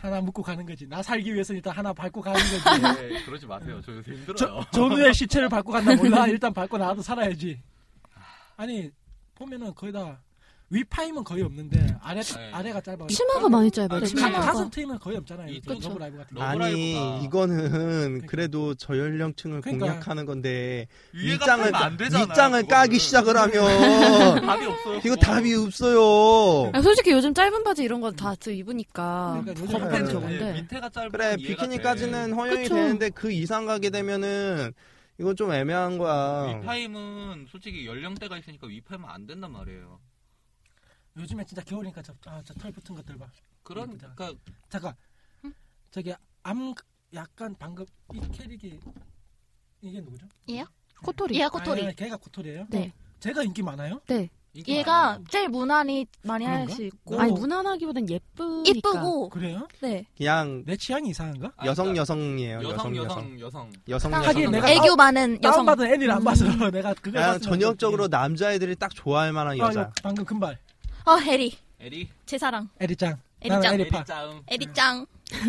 Speaker 5: 하나 묶고 가는 거지 나 살기 위해서 일단 하나 밟고 가는 거지
Speaker 3: 네, 그러지 마세요. 저 요새 힘들어요.
Speaker 5: 저, 전우의 시체를 밟고 간다 몰라 일단 밟고 나도 살아야지 아니 보면은 거의 다 위파임은 거의 없는데 아래
Speaker 3: 네.
Speaker 5: 아래가 짧아
Speaker 6: 치마가 많이 짧아요.
Speaker 3: 아,
Speaker 6: 치마가.
Speaker 3: 치마가.
Speaker 5: 그러니까 가슴 트임은 거의 없잖아요
Speaker 3: 이-
Speaker 5: 저
Speaker 3: 그쵸.
Speaker 5: 러브라이브 같은 거
Speaker 3: 러브라이브가
Speaker 7: 아니 이거는 그래도 저연령층을
Speaker 5: 그러니까.
Speaker 7: 공략하는 건데
Speaker 3: 그러니까. 위에가
Speaker 7: 위장을
Speaker 3: 풀면 안 되잖아,
Speaker 7: 위장을
Speaker 3: 그거는.
Speaker 7: 까기 시작을 하면
Speaker 3: 답이 없어요. 그러니까
Speaker 7: 이거 답이 없어요.
Speaker 6: 아, 솔직히 요즘 짧은 바지 이런 거다
Speaker 3: 아,
Speaker 6: 입으니까
Speaker 5: 그러니까 요즘
Speaker 6: 겁은
Speaker 7: 네.
Speaker 3: 네,
Speaker 6: 적은데.
Speaker 3: 밑에가 짧은
Speaker 7: 그래 비키니까지는 허용이
Speaker 6: 그쵸.
Speaker 7: 되는데 그 이상 가게 되면은 이건 좀 애매한 거야.
Speaker 3: 위파임은 솔직히 연령대가 있으니까 위파임은 안 된단 말이에요.
Speaker 5: 요즘에 진짜 겨울이니까 저아저털 붙은 것들 봐
Speaker 3: 그런
Speaker 5: 예쁘다.
Speaker 3: 그러니까
Speaker 5: 잠깐 저기 암 약간 방금 이 캐릭이 이게 누구죠?
Speaker 6: 코토리.
Speaker 8: 얘가 코토리.
Speaker 5: 아, 걔가 코토리예요?
Speaker 8: 네.
Speaker 5: 제가 인기 많아요?
Speaker 3: 인기
Speaker 8: 얘가
Speaker 3: 많아요.
Speaker 8: 제일 무난히 많이 할
Speaker 5: 그런가?
Speaker 8: 수 있고.
Speaker 6: 아니 무난하기보단 예쁘니까.
Speaker 8: 이쁘고.
Speaker 5: 그래요?
Speaker 7: 그러니까.
Speaker 8: 네.
Speaker 7: 그냥
Speaker 5: 내 취향이 이상한가?
Speaker 3: 아,
Speaker 7: 여성
Speaker 3: 그러니까
Speaker 7: 여성이에요. 여성 여성
Speaker 3: 여성 여성 여성
Speaker 7: 여성
Speaker 8: 딱
Speaker 5: 하긴
Speaker 7: 여성.
Speaker 5: 내가
Speaker 8: 네. 애교 많은 여성. 음.
Speaker 5: 다운받은 애니를 안 봐서 내가 그걸
Speaker 7: 그냥
Speaker 5: 봤으면
Speaker 7: 아, 전형적으로
Speaker 5: 좋겠네.
Speaker 7: 남자애들이 딱 좋아할 만한
Speaker 5: 예. 아,
Speaker 7: 여자.
Speaker 5: 이거 방금 금발
Speaker 8: 어, 에리.
Speaker 3: 에리
Speaker 8: 제 사랑.
Speaker 5: 에리짱
Speaker 8: 에리짱.
Speaker 5: 나는
Speaker 3: 에리
Speaker 5: 에리파
Speaker 3: 짜음.
Speaker 8: 에리짱.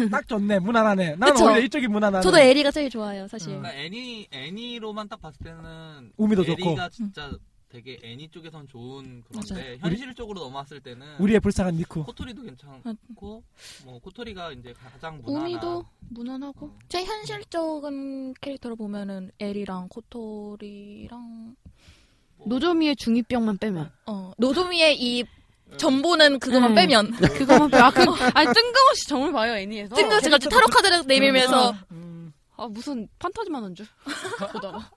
Speaker 5: 딱 좋네 무난하네 나는
Speaker 8: 그쵸?
Speaker 5: 오히려 이쪽이 무난하네 음.
Speaker 8: 저도 에리가 제일 좋아요, 사실.
Speaker 3: 그러니까 애니 애니로만 딱 봤을 때는
Speaker 5: 우미도 좋고.
Speaker 3: 에리가 진짜 되게 애니 쪽에선 좋은 그런데 현실적으로 넘어왔을 때는
Speaker 5: 우리의 불쌍한 니쿠
Speaker 3: 코토리도 괜찮고 뭐 코토리가 이제 가장 무난한
Speaker 6: 우미도 무난하고.
Speaker 8: 제 현실적인 캐릭터로 보면은 에리랑 코토리랑
Speaker 3: 뭐
Speaker 6: 노조미의 중이병만 빼면.
Speaker 8: 어 노조미의 이 전보는 그것만
Speaker 6: 음.
Speaker 8: 빼면
Speaker 6: 그거만 빼. 아, 그, 아니 뜬금없이 정을 봐요 애니에서.
Speaker 8: 뜬금없이 같이 타로 카드를 내밀면서
Speaker 5: 음,
Speaker 6: 아 무슨 판타지만 한 줄. 보다가.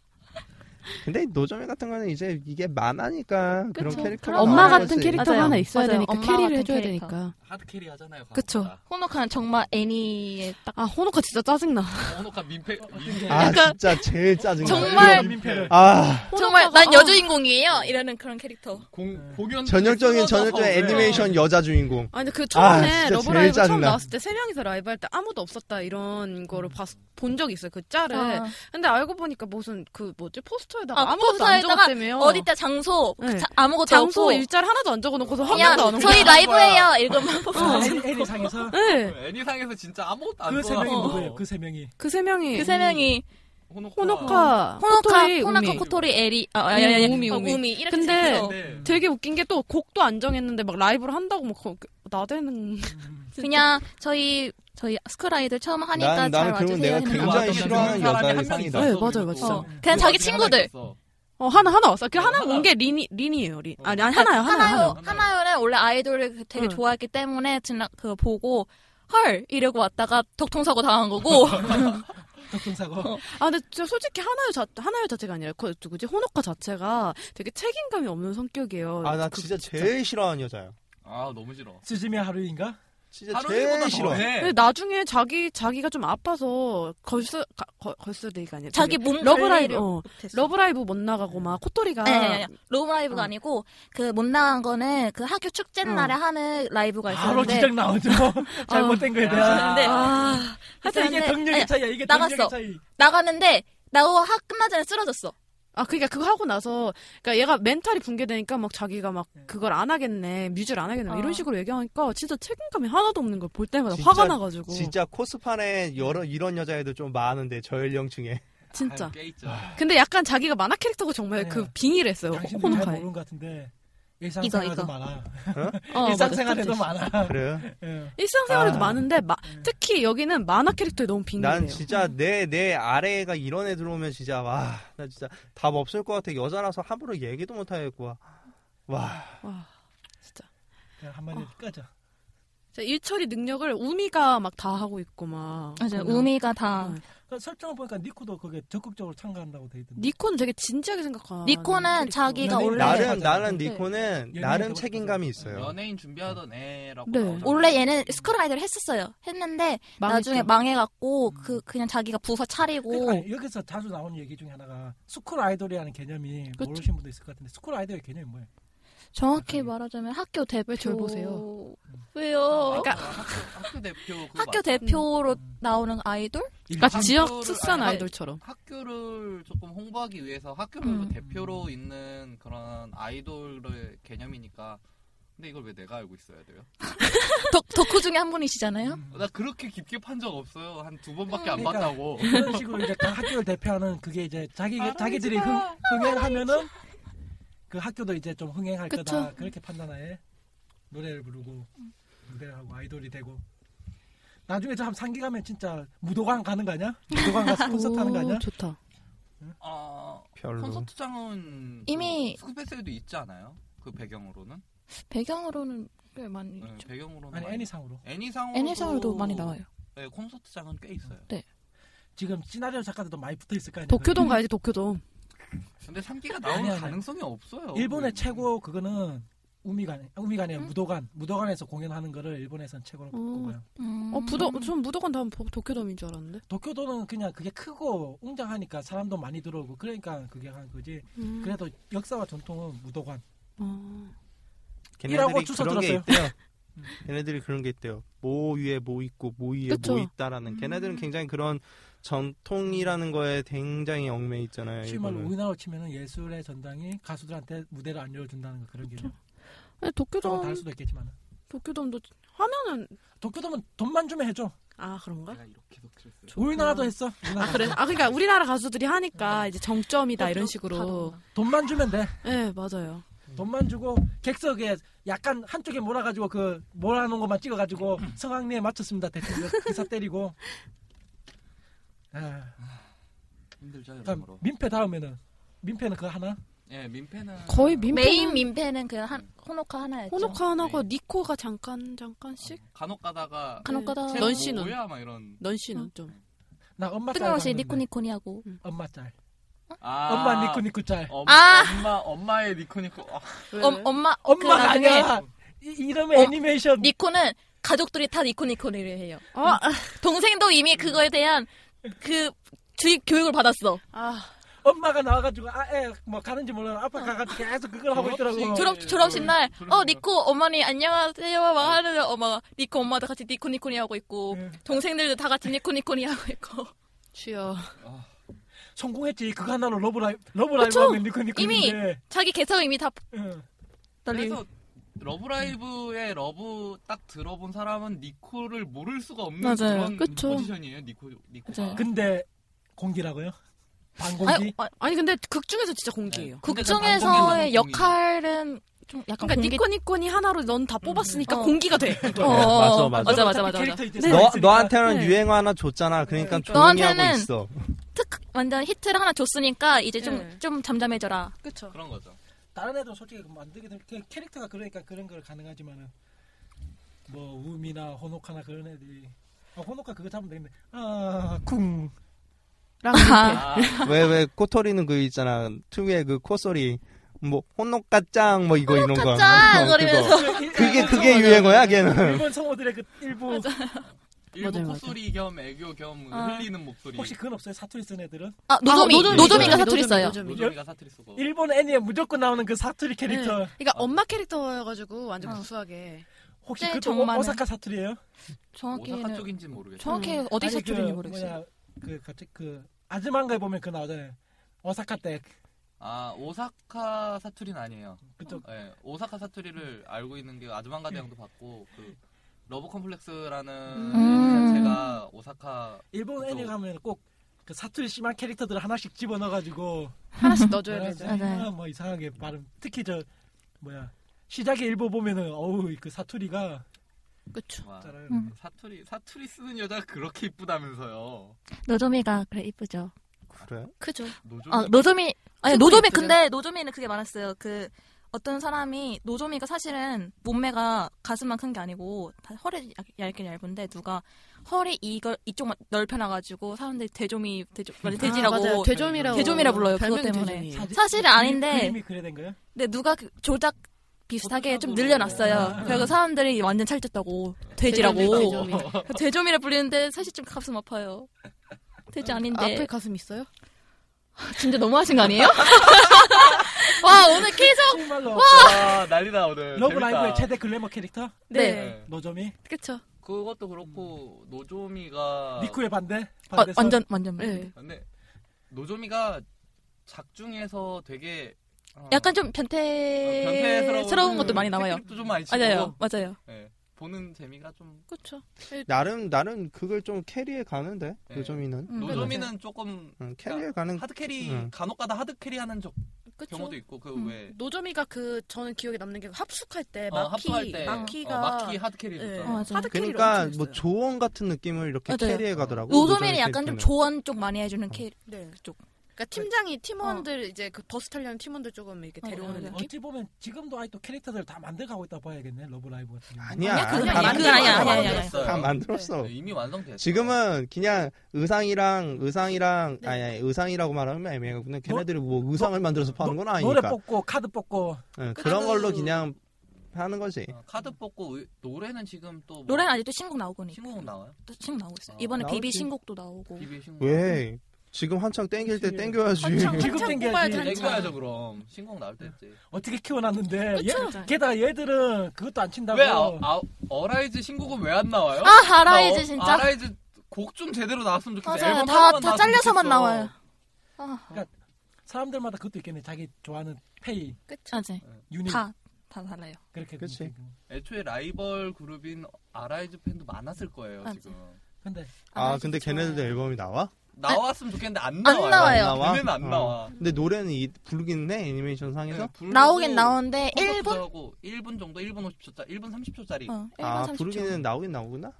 Speaker 7: 근데 노점이 같은 거는 이제 이게 만화니까 그런
Speaker 6: 그쵸.
Speaker 7: 캐릭터
Speaker 6: 엄마 같은 캐릭터가
Speaker 8: 맞아요.
Speaker 6: 하나 있어야
Speaker 8: 맞아요.
Speaker 6: 되니까
Speaker 8: 엄마
Speaker 6: 캐리를
Speaker 8: 같은
Speaker 6: 해줘야
Speaker 8: 캐릭터.
Speaker 6: 되니까.
Speaker 3: 하드캐리 하잖아요. 간혹
Speaker 6: 그쵸.
Speaker 3: 다.
Speaker 8: 호노카는 정말 애니에 딱
Speaker 6: 아 호노카 진짜 짜증나.
Speaker 3: 호노카 민폐 민폐.
Speaker 7: 아
Speaker 8: 약간-
Speaker 7: 진짜 제일 짜증나.
Speaker 8: 정말-
Speaker 5: 민폐를
Speaker 7: 아
Speaker 8: 정말
Speaker 6: 호노카가- 어.
Speaker 8: 난 여주인공이에요 이러는 그런 캐릭터
Speaker 3: 공 공연
Speaker 7: 전형적인 전형적인
Speaker 3: 네.
Speaker 7: 애니메이션 여자 주인공.
Speaker 6: 아니 그
Speaker 7: 아,
Speaker 6: 처음에
Speaker 7: 진짜 제일
Speaker 6: 러브라이브 처음
Speaker 7: 짜증나.
Speaker 6: 나왔을 때 세 명이서 라이브 할 때 아무도 없었다 이런
Speaker 7: 음.
Speaker 6: 거를 본 적 있어요 그 짤을
Speaker 8: 아.
Speaker 6: 근데 알고 보니까 무슨 그 뭐지 포스터에다가
Speaker 8: 아,
Speaker 6: 아, 무것도안
Speaker 8: 포스터에다가
Speaker 6: 적었다며
Speaker 8: 어디다 장소
Speaker 6: 네.
Speaker 8: 자- 아무것도
Speaker 6: 장소
Speaker 8: 없고
Speaker 6: 일자리 음. 하나도 안 적어놓고서 한
Speaker 8: 그냥
Speaker 6: 명도 안 오고
Speaker 8: 저희 라이브예요 이러면
Speaker 6: 음.
Speaker 5: 아, 애니, 애니 상에서
Speaker 6: 네.
Speaker 3: 애니상에서 진짜 아무것도 어. 안
Speaker 5: 그세 명이
Speaker 3: 좋아하고.
Speaker 5: 누구예요? 그 세 명이
Speaker 6: 그세 명이
Speaker 8: 그 세 명이
Speaker 3: 호노카.
Speaker 6: 호노카
Speaker 8: 호노카
Speaker 6: 코토리,
Speaker 8: 호나카
Speaker 6: 우미.
Speaker 8: 코토리 에리 아, 아, 아, 아, 아,
Speaker 6: 우미,
Speaker 8: 아,
Speaker 6: 우미,
Speaker 8: 어,
Speaker 6: 우미.
Speaker 8: 우미 이렇게
Speaker 6: 근데-
Speaker 8: 생겨서
Speaker 3: 네.
Speaker 6: 되게 웃긴 게 또 곡도 안 정했는데 막 라이브를 한다고 막 거- 나대는
Speaker 8: 그냥 저희 저희 스쿨 아이들 처음 하니까
Speaker 7: 난
Speaker 8: 잘
Speaker 7: 나는 그러면
Speaker 8: 와주세요
Speaker 7: 내가
Speaker 8: 했는데
Speaker 7: 굉장히
Speaker 3: 와주세요.
Speaker 7: 싫어하는
Speaker 3: 그런 사람이
Speaker 7: 여자의
Speaker 3: 한명
Speaker 7: 상이다.
Speaker 3: 있었어,
Speaker 6: 네, 맞아요,
Speaker 3: 그리고.
Speaker 6: 맞아요.
Speaker 8: 어, 그냥 자기
Speaker 3: 하나
Speaker 8: 친구들
Speaker 3: 있었어.
Speaker 6: 어 하나 하나 왔어 그
Speaker 3: 어,
Speaker 6: 하나
Speaker 3: 하나.
Speaker 6: 온 게 린이 린이에요 린 아니 아니 하나요 하나요 하나요
Speaker 8: 하나요. 하나요는 원래 아이돌을 그 되게
Speaker 6: 응.
Speaker 8: 좋아했기 때문에 지나 그 보고 헐 이러고 왔다가 덕통사고 당한 거고 어.
Speaker 5: 덕분사고
Speaker 6: 아 근데 진짜 솔직히 하나요 자 하나요 자체가 아니라 그 누구지 호노카 자체가 되게 책임감이 없는 성격이에요
Speaker 7: 아 나
Speaker 6: 그-
Speaker 7: 진짜 제일 싫어하는 여자야.
Speaker 3: 아 너무 싫어.
Speaker 5: 스즈메 하루인가?
Speaker 7: 진짜
Speaker 3: 하루 일보다
Speaker 7: 제일
Speaker 3: 더
Speaker 7: 싫어.
Speaker 3: 해.
Speaker 6: 근데 나중에 자기 자기가 좀 아파서 걸스 가- 거- 걸스데이가 아니라
Speaker 8: 자기
Speaker 6: 저기
Speaker 8: 몸
Speaker 6: 러브라이브
Speaker 8: 관리를
Speaker 6: 어,
Speaker 8: 못했어.
Speaker 6: 러브라이브 못 나가고 막 콧돌이가
Speaker 8: 아니, 아니, 아니. 러브라이브가
Speaker 6: 어.
Speaker 8: 아니고 그 못 나간 거는 그 학교 축제 날에 하는 라이브가
Speaker 5: 어. 바로
Speaker 8: 있었는데 아.
Speaker 5: 지적 나오죠. 잘못된 거에 대한.
Speaker 8: 근데
Speaker 5: 아, 하여튼 이게
Speaker 8: 있었는데-
Speaker 5: 동력의
Speaker 8: 아니,
Speaker 5: 차이야. 이게
Speaker 8: 나갔어.
Speaker 5: 동력의 차이.
Speaker 8: 나갔는데 나고 학 끝나 전에 쓰러졌어.
Speaker 6: 아 그러니까 그거 하고 나서 그러니까 얘가 멘탈이 붕괴되니까 막 자기가 막 그걸 안 하겠네 뮤즈를 안 하겠네 막
Speaker 8: 어.
Speaker 6: 이런 식으로 얘기하니까 진짜 책임감이 하나도 없는 걸 볼 때마다
Speaker 7: 진짜-
Speaker 6: 화가 나가지고
Speaker 7: 진짜 코스판에 여러 이런 여자애들 좀 많은데 저연령층에
Speaker 6: 진짜
Speaker 3: 아유, 깨 있죠.
Speaker 6: 근데 약간 자기가 만화 캐릭터고 정말
Speaker 5: 네.
Speaker 6: 그 빙의를 했어요 네.
Speaker 5: 당신도 잘
Speaker 6: 호노카에
Speaker 5: 모르는 것 같은데 일상생활도
Speaker 8: 이거.
Speaker 5: 많아.
Speaker 6: 어,
Speaker 5: 일상생활에도
Speaker 6: 맞아.
Speaker 5: 많아.
Speaker 7: 그래요?
Speaker 5: 예.
Speaker 6: 일상생활에도
Speaker 7: 아.
Speaker 6: 많은데 마-
Speaker 5: 네.
Speaker 6: 특히 여기는 만화 캐릭터에 너무 빙의해요
Speaker 7: 난 진짜
Speaker 6: 음.
Speaker 7: 내 내 아래가 이런 애 들어오면 진짜 와 나 진짜 답 없을 것 같아 여자라서 함부로 얘기도 못 하겠고 와
Speaker 6: 와 진짜
Speaker 5: 그냥 한마디
Speaker 8: 어.
Speaker 5: 꺼져.
Speaker 6: 진짜 일처리 능력을 우미가 막 다 하고 있고 막 네.
Speaker 8: 맞아.
Speaker 6: 그냥.
Speaker 8: 우미가 다.
Speaker 6: 응.
Speaker 5: 그러니까 설정을 보니까 니코도 거기에 적극적으로 참가한다고 돼 있던데.
Speaker 6: 니코는 되게 진지하게 생각하는 네.
Speaker 8: 니코는
Speaker 6: 캐릭터.
Speaker 8: 자기가
Speaker 5: 연예인
Speaker 8: 원래
Speaker 5: 어. 나름-
Speaker 7: 나름 나는
Speaker 6: 네.
Speaker 7: 니코는
Speaker 5: 네.
Speaker 7: 나름
Speaker 5: 연예인도
Speaker 7: 책임감이 있어요
Speaker 3: 연예인 준비하던 애라고
Speaker 6: 네.
Speaker 3: 나오잖아요.
Speaker 8: 어, 원래 얘는 스쿨 아이돌 했었어요. 했는데 나중에
Speaker 6: 망했죠.
Speaker 8: 망해갖고 그 그냥 자기가 부서 차리고
Speaker 5: 음. 그러니까 아니, 여기서 자주 나오는 얘기 중에 하나가 스쿨 아이돌이라는 개념이
Speaker 6: 그쵸.
Speaker 5: 모르신 분도 있을 것 같은데 스쿨 아이돌의 개념이 뭐예요?
Speaker 8: 정확히
Speaker 5: 음.
Speaker 8: 말하자면 학교 대표
Speaker 6: 절 보세요?
Speaker 5: 아,
Speaker 8: 왜요?
Speaker 3: 그러니까 학교, 학교 대표 그거
Speaker 8: 어, 학교
Speaker 3: 맞죠?
Speaker 8: 대표로
Speaker 5: 음.
Speaker 8: 나오는 아이돌?
Speaker 6: 그러니까
Speaker 3: 일반
Speaker 6: 지역
Speaker 3: 학교를-
Speaker 6: 특산
Speaker 3: 아니,
Speaker 6: 아이돌처럼
Speaker 3: 학교를 조금 홍보하기 위해서 학교별로 그
Speaker 8: 음.
Speaker 3: 대표로 있는 그런 아이돌의 개념이니까 근데 이걸 왜 내가 알고 있어야 돼요?
Speaker 8: 덕, 덕후 중에 한 분이시잖아요.
Speaker 5: 음.
Speaker 3: 나 그렇게 깊게 판 적 없어요. 한 두 번밖에 안
Speaker 5: 그러니까
Speaker 3: 봤다고.
Speaker 5: 이런 식으로 이제 다 학교를 대표하는 그게 이제 자기
Speaker 6: 아,
Speaker 5: 자기들이 흥, 흥행하면은 그 학교도 이제 좀 흥행할
Speaker 6: 그쵸.
Speaker 5: 거다 그렇게 판단하에 노래를 부르고 무대를 하고 아이돌이 되고 나중에 저한 상기 가면 진짜 무도관 가는 거 아니야? 무도관 가서 콘서트 하는 거 아니야?
Speaker 6: 오, 좋다
Speaker 3: 아,
Speaker 7: 별로
Speaker 3: 콘서트장은
Speaker 5: 뭐
Speaker 8: 이미-
Speaker 3: 그 스쿠베스에도 있지 않아요? 그 배경으로는
Speaker 8: 배경으로는 꽤 많이
Speaker 5: 음.
Speaker 3: 네,
Speaker 8: 있죠.
Speaker 3: 배경으로는
Speaker 5: 아니
Speaker 3: 많이-
Speaker 5: 애니상으로
Speaker 3: 애니상으로도
Speaker 8: 애니상으로도 많이 나와요.
Speaker 3: 네, 콘서트장은 꽤 있어요.
Speaker 5: 음. 지금 시나리오 작가들도 많이 붙어 있을 거 아니야?
Speaker 6: 도쿄돔 가야지 도쿄돔
Speaker 3: 근데 상기가
Speaker 5: 아니,
Speaker 3: 나올
Speaker 5: 아니.
Speaker 3: 가능성이 없어요.
Speaker 5: 그 일본의
Speaker 3: 거의.
Speaker 5: 최고 그거는 우미관 우미관이야 무도관 무도관에서 공연하는 거를 일본에선 최고로 뽑고요.
Speaker 8: 음.
Speaker 6: 어 부도 전 무도관 다음 보- 도쿄돔인 줄 알았는데
Speaker 5: 도쿄도는 그냥 그게 크고 웅장하니까 사람도 많이 들어오고 그러니까 그게 한 거지.
Speaker 6: 음.
Speaker 5: 그래도 역사와 전통은 무도관.
Speaker 6: 어.
Speaker 5: 이라고
Speaker 7: 걔네들이
Speaker 5: 주소
Speaker 7: 그런 게
Speaker 5: 들었어요.
Speaker 7: 있대요 음. 걔네들이 그런 게 있대요 뭐 위에 뭐 있고 뭐 위에
Speaker 6: 그쵸.
Speaker 7: 뭐 있다라는
Speaker 5: 음.
Speaker 7: 걔네들은 굉장히 그런 전통이라는 거에 굉장히 얽매 있잖아요
Speaker 5: 쉽게 말로
Speaker 7: 일본은.
Speaker 5: 우리나라로 치면은 예술의 전당이 가수들한테 무대를 안 열어준다는 거 그런
Speaker 3: 음.
Speaker 5: 개념.
Speaker 6: 아니,
Speaker 5: 조금 다를
Speaker 6: 네, 도쿄돔
Speaker 5: 수도 있겠지만.
Speaker 6: 도쿄돔도 하면은
Speaker 5: 도쿄도면 돈만 주면 해줘.
Speaker 6: 아 그런가?
Speaker 3: 내가 이렇게도 그랬어요.
Speaker 5: 우리나라도 했어. 우리나라.
Speaker 6: 아 그래? 아 그러니까 우리나라 가수들이 하니까 이제 어. 정점이다 이런 식으로.
Speaker 5: 돈만 주면 돼.
Speaker 6: 예 네, 맞아요.
Speaker 3: 음.
Speaker 5: 돈만 주고 객석에 약간 한쪽에 몰아가지고 그 몰아놓은 것만 찍어가지고
Speaker 3: 음.
Speaker 5: 성황리에 맞췄습니다. 대충 기사 때리고. 아,
Speaker 3: 힘들죠,
Speaker 5: 그럼
Speaker 3: 여러모로.
Speaker 5: 민폐 다음에는 민폐는 그거 하나?
Speaker 3: 예, 민폐는
Speaker 6: 거의 민폐.
Speaker 8: 메인 민폐는 그 한, 호노카 하나였죠.
Speaker 6: 호노카 하나가
Speaker 3: 네.
Speaker 6: 니코가 잠깐 잠깐씩.
Speaker 3: 간혹 가다가
Speaker 8: 간혹가다
Speaker 6: 네.
Speaker 3: 쟤
Speaker 6: 넌 씨는?
Speaker 3: 뭐야 막 이런
Speaker 6: 넌 씨는 좀.
Speaker 5: 나 엄마 짤 봤는데.
Speaker 8: 뜬금없이
Speaker 5: 음.
Speaker 8: 니코니코니 하고
Speaker 5: 엄마 짤.
Speaker 3: 아,
Speaker 5: 엄마 니코니코
Speaker 7: 어.
Speaker 5: 짤.
Speaker 3: 엄,
Speaker 8: 아!
Speaker 3: 엄마 어, 엄마의 니코니코 아,
Speaker 8: 엄- 엄마 그
Speaker 5: 엄마가
Speaker 8: 나중에
Speaker 5: 아니야. 이, 이름
Speaker 8: 어,
Speaker 5: 애니메이션.
Speaker 8: 니코는 가족들이 다 니코니코니를 해요.
Speaker 6: 어? 음.
Speaker 8: 동생도 이미 그거에 대한 그 주입 교육을 받았어.
Speaker 6: 아
Speaker 5: 엄마가 나와가지고 아애뭐 가는지 몰라
Speaker 8: 어.
Speaker 5: 아빠 가가지고 계속 그걸
Speaker 7: 어?
Speaker 5: 하고
Speaker 7: 예.
Speaker 5: 있더라고.
Speaker 3: 졸업식.
Speaker 8: 졸업 졸업식 날, 어 니코 어머니 안녕하세요 막 하는데 엄마 니코 엄마도 같이 니코니코니 하고 있고
Speaker 5: 응.
Speaker 8: 동생들도 다 같이 니코니코니 하고 있고
Speaker 6: 취어.
Speaker 5: 성공했지 그거 하나로 러브라이 러브라이브
Speaker 8: 그쵸.
Speaker 5: 하면 니코니코.
Speaker 8: 이미. 어. 자기 개성 이미 다
Speaker 5: 응.
Speaker 8: 떨리.
Speaker 3: 그래서 러브라이브의 러브 딱 들어본 사람은 니코를 모를 수가 없는
Speaker 8: 맞아요.
Speaker 3: 그런
Speaker 6: 그쵸.
Speaker 3: 포지션이에요. 니코 니코가.
Speaker 8: 맞아요.
Speaker 5: 근데 공기라고요? 반공기.
Speaker 8: 아니, 아,
Speaker 6: 아니 어, 네. 근데 극 중에서 진짜 공기예요.
Speaker 3: 근데 그
Speaker 8: 극중에서의
Speaker 3: 방송에서는
Speaker 8: 역할은 좀 약간
Speaker 6: 그러니까
Speaker 8: 공기
Speaker 6: 니코니코니 하나로 넌 다 뽑았으니까
Speaker 8: 어.
Speaker 6: 공기가 돼.
Speaker 8: 어,
Speaker 7: 맞아, 맞아.
Speaker 8: 어, 맞아 맞아 맞아, 맞아.
Speaker 5: 캐릭터 이제
Speaker 7: 너,
Speaker 5: 있으니까.
Speaker 7: 너한테는
Speaker 6: 네.
Speaker 7: 유행어 하나 줬잖아
Speaker 5: 네,
Speaker 7: 그러니까
Speaker 6: 그러니까.
Speaker 7: 조용히 하고
Speaker 8: 너한테는
Speaker 7: 있어
Speaker 8: 특 완전 히트를 하나 줬으니까 이제 좀 좀
Speaker 6: 네.
Speaker 8: 잠잠해져라.
Speaker 6: 그렇죠.
Speaker 3: 그런 거죠.
Speaker 5: 다른 애들 솔직히 만들게 되면 그 캐릭터가 그러니까 그런 걸 가능하지만은 뭐 우미나 호노카나 그런 애들이 아, 호노카 그거 잡으면 되겠네. 아쿵
Speaker 6: 랑 민폐.
Speaker 3: 아,
Speaker 7: 왜 왜 꼬토리는 그 있잖아 특유의 그 콧소리 뭐 혼노까짱 뭐 이거 이런 거.
Speaker 8: 혼노까짱
Speaker 7: 어, 그거.
Speaker 8: 거리면서.
Speaker 7: 그게 그게 유행어야 걔는.
Speaker 5: 일본 성우들의 그 일부
Speaker 3: 일부
Speaker 6: 맞아요, 맞아요.
Speaker 3: 콧소리 겸 애교 겸
Speaker 8: 아.
Speaker 3: 흘리는 목소리.
Speaker 5: 혹시 그건 없어요? 사투리 쓰는 애들은?
Speaker 8: 아, 노조미.
Speaker 6: 아,
Speaker 8: 노조미.
Speaker 6: 노조미.
Speaker 8: 노조미가
Speaker 6: 노조미,
Speaker 8: 사투리
Speaker 6: 노조미,
Speaker 8: 써요.
Speaker 6: 노조미.
Speaker 3: 노조미가 사투리 쓰고.
Speaker 5: 일본 애니에 무조건 나오는 그 사투리 캐릭터
Speaker 6: 네. 그러니까
Speaker 3: 어.
Speaker 6: 엄마 캐릭터여가지고 완전
Speaker 8: 어.
Speaker 6: 구수하게.
Speaker 5: 혹시
Speaker 8: 네,
Speaker 5: 그도
Speaker 8: 정말은.
Speaker 5: 오사카 사투리예요?
Speaker 3: 오사카
Speaker 8: 정확히는
Speaker 3: 쪽인지 모르겠어요.
Speaker 8: 정확히
Speaker 6: 음.
Speaker 8: 어디
Speaker 5: 아니,
Speaker 8: 사투리인지
Speaker 5: 그
Speaker 8: 모르겠어요.
Speaker 5: 뭐냐, 그 갑자기 그 아즈만가에 보면 그 나오잖아요. 오사카 댁
Speaker 3: 아 오사카 사투리는 아니에요.
Speaker 5: 그쪽
Speaker 3: 예, 오사카 사투리를 알고 있는 게 아즈만가 대왕도 봤고 그 러브 컴플렉스라는
Speaker 8: 음.
Speaker 3: 제가 오사카
Speaker 5: 일본
Speaker 3: 그쪽.
Speaker 5: 애니 가면 꼭 그 사투리 심한 캐릭터들을 하나씩 집어넣어가지고
Speaker 6: 하나씩
Speaker 8: 네,
Speaker 6: 넣어줘야
Speaker 5: 아,
Speaker 6: 되죠.
Speaker 8: 맞아요.
Speaker 5: 뭐 이상하게 발음 특히 저 뭐야 시작에 일부 보면은 어우 그 사투리가
Speaker 6: 그쵸.
Speaker 3: 와,
Speaker 5: 있잖아요.
Speaker 8: 음.
Speaker 3: 사투리 사투리 쓰는 여자 그렇게 이쁘다면서요.
Speaker 8: 노조미가 그래 이쁘죠.
Speaker 7: 그래?
Speaker 8: 크죠.
Speaker 6: 음.
Speaker 3: 노조
Speaker 8: 아, 노조미 아니
Speaker 13: 크고
Speaker 8: 노조미
Speaker 13: 예쁘죠.
Speaker 8: 근데 노조미는 그게 많았어요. 그 어떤 사람이 노조미가 사실은 몸매가 가슴만 큰 게 아니고 다 허리 얇긴 얇은데 누가 허리 이걸 이쪽만 넓혀놔가지고 사람들이 대조미 대조 아니 대지라고
Speaker 6: 아, 맞아요. 대조미라고.
Speaker 8: 대조미라 불러요, 그것
Speaker 6: 별명이
Speaker 8: 때문에.
Speaker 6: 대조미. 아,
Speaker 5: 사진-
Speaker 8: 사실은 아닌데.
Speaker 5: 뭐 그림이 그려된 거예요?
Speaker 8: 근데 누가 그 조작 비슷하게 좀
Speaker 3: 어떡하고.
Speaker 8: 늘려놨어요.
Speaker 5: 아.
Speaker 8: 그래서 사람들이 완전 찰졌다고
Speaker 6: 대조미,
Speaker 8: 돼지라고
Speaker 6: 대조미.
Speaker 8: 대조미라 불리는데 사실 좀 가슴 아파요. 돼지 아닌데
Speaker 6: 앞에 가슴 있어요?
Speaker 8: 진짜 너무하신 거 아니에요? 와 오늘 계속
Speaker 5: 정말로
Speaker 3: 와 아, 난리다 오늘.
Speaker 5: 러브라이브의
Speaker 3: 재밌다.
Speaker 5: 최대 글래머 캐릭터
Speaker 8: 네.
Speaker 3: 예, 음.
Speaker 5: 노점이
Speaker 6: 그쵸.
Speaker 3: 그것도 그렇고 노조미가
Speaker 5: 니쿠의 반대
Speaker 8: 어,
Speaker 5: 반대서
Speaker 8: 완전 완전
Speaker 6: 아, 네.
Speaker 3: 근데 노조미가 작중에서 되게 어,
Speaker 8: 약간 좀
Speaker 3: 아, 변태스러운 음.
Speaker 8: 변태스러운 것도 많이 나와요.
Speaker 3: 색도 좀 많이 치고
Speaker 8: 맞아요, 맞아요.
Speaker 3: 예, 보는 재미가 좀
Speaker 6: 그쵸.
Speaker 7: 나름 나름 그걸 좀 캐리해 가는데
Speaker 3: 네.
Speaker 7: 요즘이는
Speaker 6: 음,
Speaker 3: 노조미는 조금
Speaker 7: 응, 캐리해 가는 음.
Speaker 3: 하드 캐리
Speaker 7: 응.
Speaker 3: 간혹가다 하드 캐리 하는 적,
Speaker 6: 그쵸.
Speaker 3: 경우도 있고 그
Speaker 8: 음.
Speaker 3: 왜
Speaker 6: 노조미가 그 저는 기억에 남는 게 합숙할 때
Speaker 3: 어,
Speaker 6: 마키
Speaker 3: 합주할 때
Speaker 6: 마키가
Speaker 3: 어, 마키 하드 캐리
Speaker 8: 네.
Speaker 6: 예,
Speaker 3: 줬잖아.
Speaker 8: 맞아.
Speaker 6: 하드 캐리를
Speaker 7: 그러니까
Speaker 6: 엄청
Speaker 7: 뭐
Speaker 6: 했어요.
Speaker 7: 조언 같은 느낌을 이렇게
Speaker 8: 맞아요.
Speaker 7: 캐리해 가더라고.
Speaker 8: 노조미는
Speaker 7: 노조의
Speaker 8: 약간 좀
Speaker 7: 캐릭터는.
Speaker 8: 조언 쪽 많이
Speaker 3: 음.
Speaker 8: 해주는 캐
Speaker 6: 네.
Speaker 8: 그쪽.
Speaker 6: 그러니까 팀장이 팀원들 이제 그 버스 타려는 팀원들 조금 이렇게
Speaker 8: 어,
Speaker 6: 데려오는
Speaker 8: 맞아요.
Speaker 6: 느낌.
Speaker 5: 어찌 보면 지금도 아직도 캐릭터들 을다 만들어가고 있다 봐야겠네 러브라이브 같은 경우
Speaker 7: 아니야.
Speaker 8: 아니야, 그건
Speaker 7: 다
Speaker 8: 아니야. 그건 아니야,
Speaker 7: 만들었어.
Speaker 8: 아니야, 아니야,
Speaker 3: 아니야.
Speaker 7: 다 만들었어.
Speaker 3: 네, 이미 완성됐어.
Speaker 7: 지금은 그냥 의상이랑 의상이랑
Speaker 8: 네.
Speaker 7: 아니, 아니 의상이라고 말하면 애매하구나. 걔네들이 뭐 의상을 만들어서 파는 건
Speaker 5: 노래
Speaker 7: 아니니까.
Speaker 5: 뽑고 카드 뽑고
Speaker 7: 응, 그런 걸로 그냥 하는 거지.
Speaker 3: 어, 카드 뽑고 의- 노래는 지금 또 뭐-
Speaker 8: 노래는 아직도 신곡 나오고 있
Speaker 3: 신곡 나와요?
Speaker 8: 신곡 나오고 있어요.
Speaker 3: 어,
Speaker 8: 이번에
Speaker 7: 나오지.
Speaker 8: 비비 신곡도 나오고.
Speaker 3: 비비 신곡.
Speaker 7: 왜? 지금 한창 땡길 때 땡겨야지.
Speaker 6: 한창
Speaker 5: 지금
Speaker 6: 한창
Speaker 5: 땡겨야지.
Speaker 6: 뽑아야
Speaker 3: 내
Speaker 6: 되는
Speaker 3: 거야죠 그럼 어, 신곡 나올 때 했지.
Speaker 5: 어떻게 키워놨는데 얘,
Speaker 8: 그쵸.
Speaker 5: 게다가 얘들은 그것도 안 친다고
Speaker 3: 왜 아, 아, 어라이즈 신곡은 왜 안 나와요?
Speaker 8: 아
Speaker 3: 나
Speaker 8: 아라이즈
Speaker 3: 어-
Speaker 8: 진짜.
Speaker 3: 아라이즈 곡 좀 제대로 나왔으면 좋겠어.
Speaker 8: 맞아요.
Speaker 3: 앨범
Speaker 8: 다-
Speaker 3: 하나만
Speaker 8: 다
Speaker 3: 나왔으면
Speaker 8: 잘려서만
Speaker 3: 좋겠어.
Speaker 8: 나와요.
Speaker 5: 사람들마다 그것도 있겠네 자기 좋아하는 페이
Speaker 8: 맞아.
Speaker 3: 음.
Speaker 5: 유닛
Speaker 8: 다다 달라요.
Speaker 5: 그렇게
Speaker 7: 그치.
Speaker 5: 되고.
Speaker 3: 애초에 라이벌 그룹인 아라이즈 팬도 많았을 거예요
Speaker 8: 맞아.
Speaker 3: 지금.
Speaker 5: 근데 어.
Speaker 7: 아 근데 걔네들도
Speaker 8: 좋아요.
Speaker 7: 앨범이 나와?
Speaker 3: 나왔으면 좋겠는데 안
Speaker 8: 안
Speaker 3: 나와요.
Speaker 8: 나와요.
Speaker 3: 걔네는 안
Speaker 7: 어.
Speaker 3: 나와.
Speaker 7: 근데 노래는 이, 부르긴 해 애니메이션 상에서.
Speaker 3: 네, 부르고
Speaker 8: 나오긴 나오는데
Speaker 3: 콘서트도
Speaker 8: 1분
Speaker 3: 하고 1분 정도 1분 50초짜리 1분 30초짜리
Speaker 8: 어, 1분
Speaker 7: 아
Speaker 8: 30초.
Speaker 7: 부르기는 나오긴 나오구나.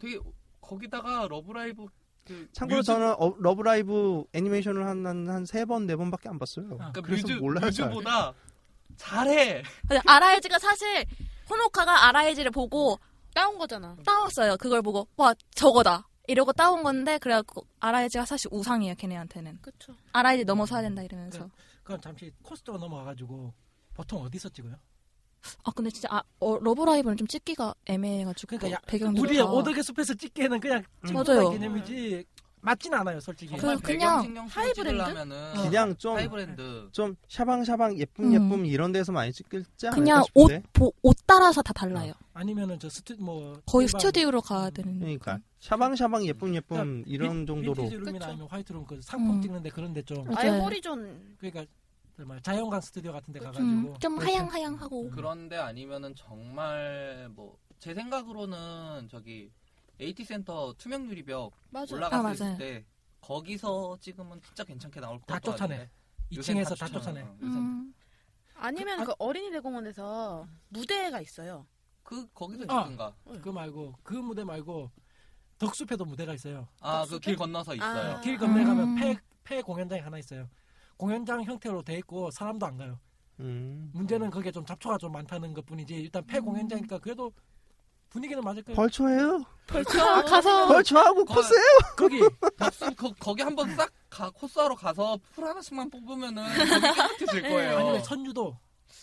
Speaker 3: 되게 거기다가 러브라이브 그
Speaker 7: 참고로
Speaker 3: 뮤즈-
Speaker 7: 저는 어- 러브라이브 애니메이션을 한한세번네 번밖에 안 봤어요.
Speaker 5: 아,
Speaker 3: 그러니까
Speaker 7: 그래서
Speaker 3: 뮤즈
Speaker 7: 몰라요, 잘.
Speaker 3: 뮤즈보다 잘해.
Speaker 8: 근데 아라이즈가 사실 호노카가 아라이즈를 보고
Speaker 6: 따온 거잖아.
Speaker 8: 따왔어요. 그걸 보고 와 저거다 이러고 따온 건데 그래갖고 아라이즈가 사실 우상이에요 걔네한테는.
Speaker 6: 그쵸.
Speaker 8: 아라이즈 넘어서야 된다
Speaker 5: 네.
Speaker 8: 이러면서.
Speaker 5: 그럼 잠시 코스트로 넘어가가지고 보통 어디서 찍어요?
Speaker 8: 아 근데 진짜 아, 어, 러브라이브는 좀 찍기가 애매해가지고
Speaker 5: 그러니까 야-
Speaker 8: 어, 배경도
Speaker 5: 우리의 오덕의 숲에서 찍기에는 그냥
Speaker 8: 맞아요.
Speaker 5: 찍는 개념이지 맞진 않아요 솔직히
Speaker 3: 정말
Speaker 8: 그-
Speaker 3: 배경
Speaker 8: 그냥
Speaker 3: 신경 쓰고
Speaker 6: 하이브랜드?
Speaker 3: 찍으려면은
Speaker 7: 그냥 좀 좀
Speaker 3: 하이브랜드.
Speaker 7: 샤방샤방 예쁨
Speaker 8: 음.
Speaker 7: 예쁨 이런 데서 많이 찍을지 않을까
Speaker 8: 그냥 옷,
Speaker 7: 싶은데.
Speaker 8: 보- 옷 따라서 다 달라요.
Speaker 5: 아니면은 저 스튜 뭐
Speaker 8: 거의
Speaker 5: 어. 일반
Speaker 8: 스튜디오로 가야 되는.
Speaker 7: 그러니까 샤방샤방 예쁨 예쁨
Speaker 5: 그러니까
Speaker 7: 이런
Speaker 5: 빈-
Speaker 7: 정도로
Speaker 5: 빈티지 룸이나
Speaker 6: 그쵸.
Speaker 5: 아니면 화이트 룸 그 상품
Speaker 8: 음.
Speaker 5: 찍는데 그런데 좀
Speaker 8: 맞아요.
Speaker 6: 아예 호리존.
Speaker 5: 그러니까 정말 자연광 스튜디오 같은 데 가가지고 그렇죠. 음,
Speaker 8: 음, 좀
Speaker 5: 그렇게
Speaker 8: 하양하양하고.
Speaker 3: 그런데 아니면은 정말 뭐 제 생각으로는 저기 AT 센터 투명 유리벽
Speaker 6: 맞아.
Speaker 3: 올라갔을
Speaker 8: 아, 맞아요.
Speaker 3: 때 거기서 찍으면 진짜 괜찮게 나올 것
Speaker 5: 다
Speaker 3: 같아.
Speaker 5: 쫓아내. 2층에서 다 쫓아내.
Speaker 3: 어,
Speaker 8: 음.
Speaker 6: 아니면 그, 어린이 대공원에서 무대가 있어요.
Speaker 3: 그 거기서
Speaker 5: 아.
Speaker 3: 찍든가.
Speaker 5: 그거 말고 그 무대 말고 덕수패도 무대가 있어요.
Speaker 3: 아 그 길 건너서 있어요.
Speaker 6: 아.
Speaker 5: 길 건너 가면
Speaker 8: 음.
Speaker 5: 폐, 폐 공연장이 하나 있어요. 공연장 형태로 돼 있고 사람도 안 가요.
Speaker 7: 음.
Speaker 8: 음.
Speaker 5: 문제는 그게 좀 잡초가 좀 많다는 것뿐이지 일단 폐 공연장이니까 그래도 분위기는 맞을 거예요.
Speaker 2: 벌초해요.
Speaker 6: 아,
Speaker 8: 어.
Speaker 6: 가서
Speaker 5: 어,
Speaker 2: 벌초하고
Speaker 3: 거-
Speaker 2: 코스요.
Speaker 3: 거기 값은 거, 거기 한번 싹 가, 코스하러 가서 풀 하나씩만 뽑으면은 거기 깨끗해질
Speaker 6: 네.
Speaker 3: 거예요.
Speaker 5: 아니면 선유도.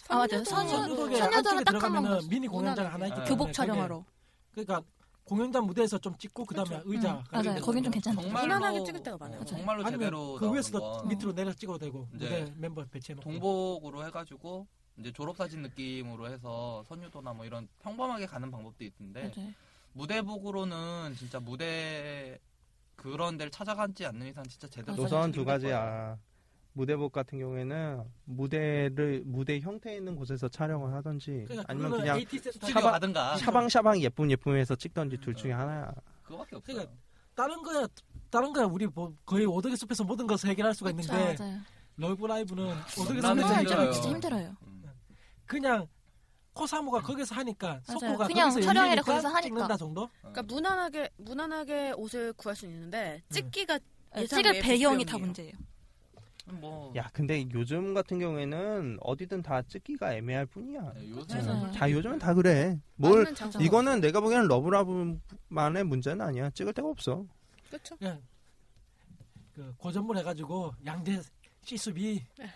Speaker 8: 아 맞아요.
Speaker 5: 선유도.
Speaker 8: 선유도로
Speaker 5: 선유도에
Speaker 8: 딱한번
Speaker 5: 들어가면은
Speaker 8: 갔어요.
Speaker 5: 미니 공연장 하나 있기 때문에
Speaker 3: 네.
Speaker 8: 아. 교복
Speaker 5: 거기에-
Speaker 8: 촬영하러.
Speaker 5: 그러니까 공연장 무대에서 좀 찍고 그다음에 의자.
Speaker 8: 음, 맞아요. 거긴 좀 괜찮죠.
Speaker 3: 정말로-
Speaker 6: 무난하게 찍을 때가 많아요.
Speaker 3: 어, 정말로
Speaker 5: 아니면
Speaker 3: 제대로
Speaker 5: 그 위에서도
Speaker 3: 나오는 건
Speaker 5: 밑으로 내려 찍어도 되고
Speaker 3: 이제
Speaker 5: 무대 멤버 배치해놓고
Speaker 3: 뭐 동복으로 해가지고 이제 졸업사진 느낌으로 해서 선유도나 뭐 이런 평범하게 가는 방법도
Speaker 5: 네.
Speaker 3: 있던데
Speaker 8: 맞아요.
Speaker 3: 무대복으로는 진짜 무대 그런 데를 찾아가지 않는 이상 진짜
Speaker 5: 어,
Speaker 3: 제대로
Speaker 8: 맞아요.
Speaker 3: 사진
Speaker 8: 노선
Speaker 7: 우선
Speaker 3: 찍기
Speaker 7: 두
Speaker 3: 힘들
Speaker 7: 가지야. 무대복 같은 경우에는 무대를 무대 형태 있는 곳에서 촬영을 하던지
Speaker 5: 그러니까
Speaker 7: 아니면
Speaker 5: 그거는 아.
Speaker 7: 그냥
Speaker 5: AT 세트 촬영.
Speaker 3: 거예요. 스튜디오 가든가
Speaker 7: 샤방샤방 예쁨 예쁨에서 찍던지 둘
Speaker 5: 음.
Speaker 7: 중에 하나야.
Speaker 3: 그거밖에 없어요.
Speaker 5: 그러니까 다른 거야 다른 거야 우리 뭐 거의 오덕의 숲에서 모든 것을 해결할 수가 있는데
Speaker 8: 맞아요.
Speaker 5: 러브 라이브는 오덕의
Speaker 3: 나는
Speaker 5: 숲에서 해결-
Speaker 3: 진짜 아, 힘들어요.
Speaker 8: 진짜 힘들어요.
Speaker 3: 음.
Speaker 5: 그냥 코사모가 거기서 하니까
Speaker 8: 맞아요.
Speaker 5: 속고가
Speaker 8: 그냥
Speaker 5: 거기서
Speaker 8: 촬영회를
Speaker 5: 열리니까
Speaker 8: 거기서 하니까.
Speaker 5: 찍는다 정도
Speaker 6: 그러니까 무난하게 무난하게 옷을 구할 수는 있는데 찍기가 예상
Speaker 8: 찍을
Speaker 6: 외의
Speaker 8: 배경이 다
Speaker 6: 불경이에요.
Speaker 8: 문제예요.
Speaker 3: 뭐
Speaker 7: 야, 근데 요즘 같은 경우에는 어디든 다 찍기가 애매할 뿐이야.
Speaker 3: 네,
Speaker 8: 맞아요.
Speaker 3: 요새는
Speaker 7: 다 요즘은 다 그래. 뭘
Speaker 6: 아니면 장사
Speaker 7: 이거는 내가 보기에는 러브라브만의 문제는 아니야. 찍을 데가 없어.
Speaker 6: 그렇죠.
Speaker 5: 그냥 예. 그 고전물 해가지고 양재 시수비
Speaker 6: 예.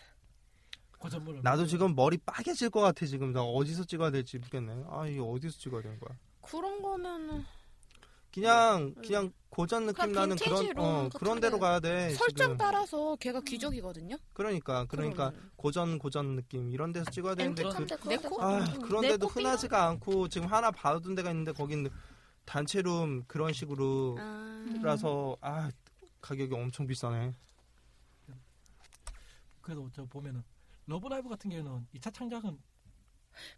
Speaker 5: 고전물
Speaker 8: 그렇죠.
Speaker 7: 나도 지금 머리 빠개질 것 같아 지금 나 어디서 찍어야 될지 모르겠네. 아 이게 어디서 찍어야 되는 거야?
Speaker 6: 그런 거면은
Speaker 7: 그냥 그냥 고전 느낌
Speaker 8: 네. 그냥
Speaker 7: 나는 그런
Speaker 8: 빈티지로
Speaker 7: 어,
Speaker 8: 같은
Speaker 7: 그런 데로
Speaker 8: 데.
Speaker 7: 가야 돼.
Speaker 6: 설정
Speaker 7: 네, 지금. 음.
Speaker 6: 따라서 걔가 기적이거든요.
Speaker 7: 그러니까 그러니까 고전 고전 느낌 이런 데서 찍어야 되는데 그,
Speaker 8: 네코?
Speaker 7: 아 그런데도 흔하지가 않고 지금 하나 봐둔 데가 있는데 거긴 단체룸 그런 식으로
Speaker 6: 아,
Speaker 7: 라서 아 가격이 엄청 비싸네.
Speaker 5: 그래도 저 보면은 러브라이브 같은 경우는 2차 창작은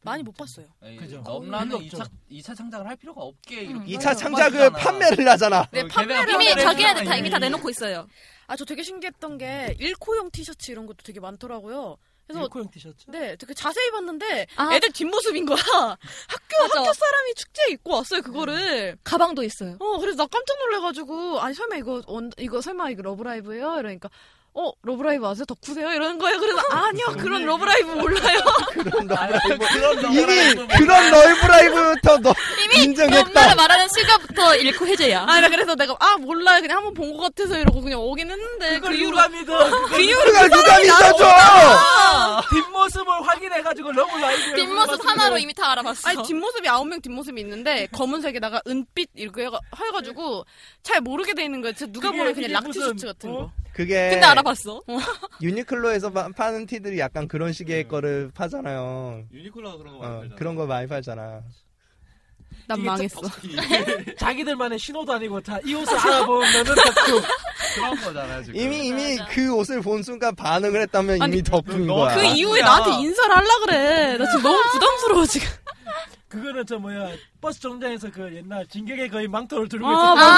Speaker 6: 많이 못 봤어요.
Speaker 3: 네, 에이,
Speaker 5: 그죠.
Speaker 3: 넘나는
Speaker 5: 없죠.
Speaker 3: 2차, 2차 창작을 할 필요가 없게 이렇게
Speaker 7: 음,
Speaker 2: 어,
Speaker 7: 이 차 창작을 판매를 어, 하잖아.
Speaker 3: 네, 판매를
Speaker 8: 이미 자기한테
Speaker 7: 네.
Speaker 8: 다 이미 다 내놓고 있어요.
Speaker 6: 아 저 되게 신기했던 게 일코형 티셔츠 이런 것도 되게 많더라고요. 그래서
Speaker 5: 일코형 티셔츠
Speaker 6: 네, 되게 자세히 봤는데
Speaker 8: 아.
Speaker 6: 애들 뒷모습인 거야. 학교
Speaker 8: 맞아. 음.
Speaker 6: 학교 사람이 축제에 입고 왔어요 그거를.
Speaker 8: 가방도 있어요.
Speaker 6: 어 그래서 나 깜짝 놀래가지고 아니 설마 이거 원, 이거 설마 이거 러브라이브예요? 이러니까 어 러브라이브 아세요? 덕후세요? 이러는 거예요. 그래서 아니요 그런 러브라이브 몰라요.
Speaker 7: 그런 뭐. 너
Speaker 3: 그런
Speaker 7: 이미
Speaker 3: 러브라이브는
Speaker 7: 그런 러브라이브부터 너
Speaker 8: 이미 엄마를
Speaker 7: 인정했다.
Speaker 8: 말하는 시간부터 잃고 해제야.
Speaker 6: 아 그래서 내가 아 몰라요 그냥 한번 본 것 같아서 이러고 그냥 오긴 했는데 그
Speaker 5: 그걸
Speaker 6: 이후로
Speaker 5: 누가 믿어
Speaker 6: 그 이후로
Speaker 7: 그가 누가 믿어줘?
Speaker 5: 뒷모습을 확인해가지고 러브라이브
Speaker 8: 뒷모습 하나로 이미 다 알아봤어.
Speaker 6: 아니 뒷모습이 아홉 명 뒷모습이
Speaker 5: 네.
Speaker 6: 있는데 검은색에다가 은빛 이렇게 해가- 해가지고 잘 모르게 돼 있는 거예요. 진짜 누가
Speaker 5: 그게-
Speaker 6: 보면 그냥
Speaker 5: 그게
Speaker 6: 락티
Speaker 5: 무슨-
Speaker 6: 셔츠 같은
Speaker 5: 어?
Speaker 6: 거.
Speaker 7: 그게
Speaker 8: 근데 알아봤어.
Speaker 7: 유니클로에서 마- 파는 티들이 약간 그런 식의
Speaker 3: 네.
Speaker 7: 거를 파잖아요.
Speaker 3: 유니클로가 그런 거
Speaker 7: 어,
Speaker 3: 많이
Speaker 7: 그런 거 음. 많이 팔잖아.
Speaker 6: 난
Speaker 5: 이게
Speaker 6: 망했어.
Speaker 5: 자기들만의 신호도 아니고 다 이 옷을 알아보면은 덕후
Speaker 3: 그런 거잖아 지금.
Speaker 7: 이미 이미 그 옷을 본 순간 반응을 했다면
Speaker 6: 아니,
Speaker 7: 이미 덮은
Speaker 3: 너-
Speaker 7: 거야.
Speaker 6: 그
Speaker 3: 아,
Speaker 6: 이후에
Speaker 3: 야.
Speaker 6: 나한테 인사를 하려 그래. 나 지금
Speaker 5: 아.
Speaker 6: 너무 부담스러워 지금.
Speaker 5: 그거는 저 뭐야 버스 정류장에서 그 옛날 진격의 거의 망토를 들고
Speaker 6: 아
Speaker 5: 있던
Speaker 6: 맞아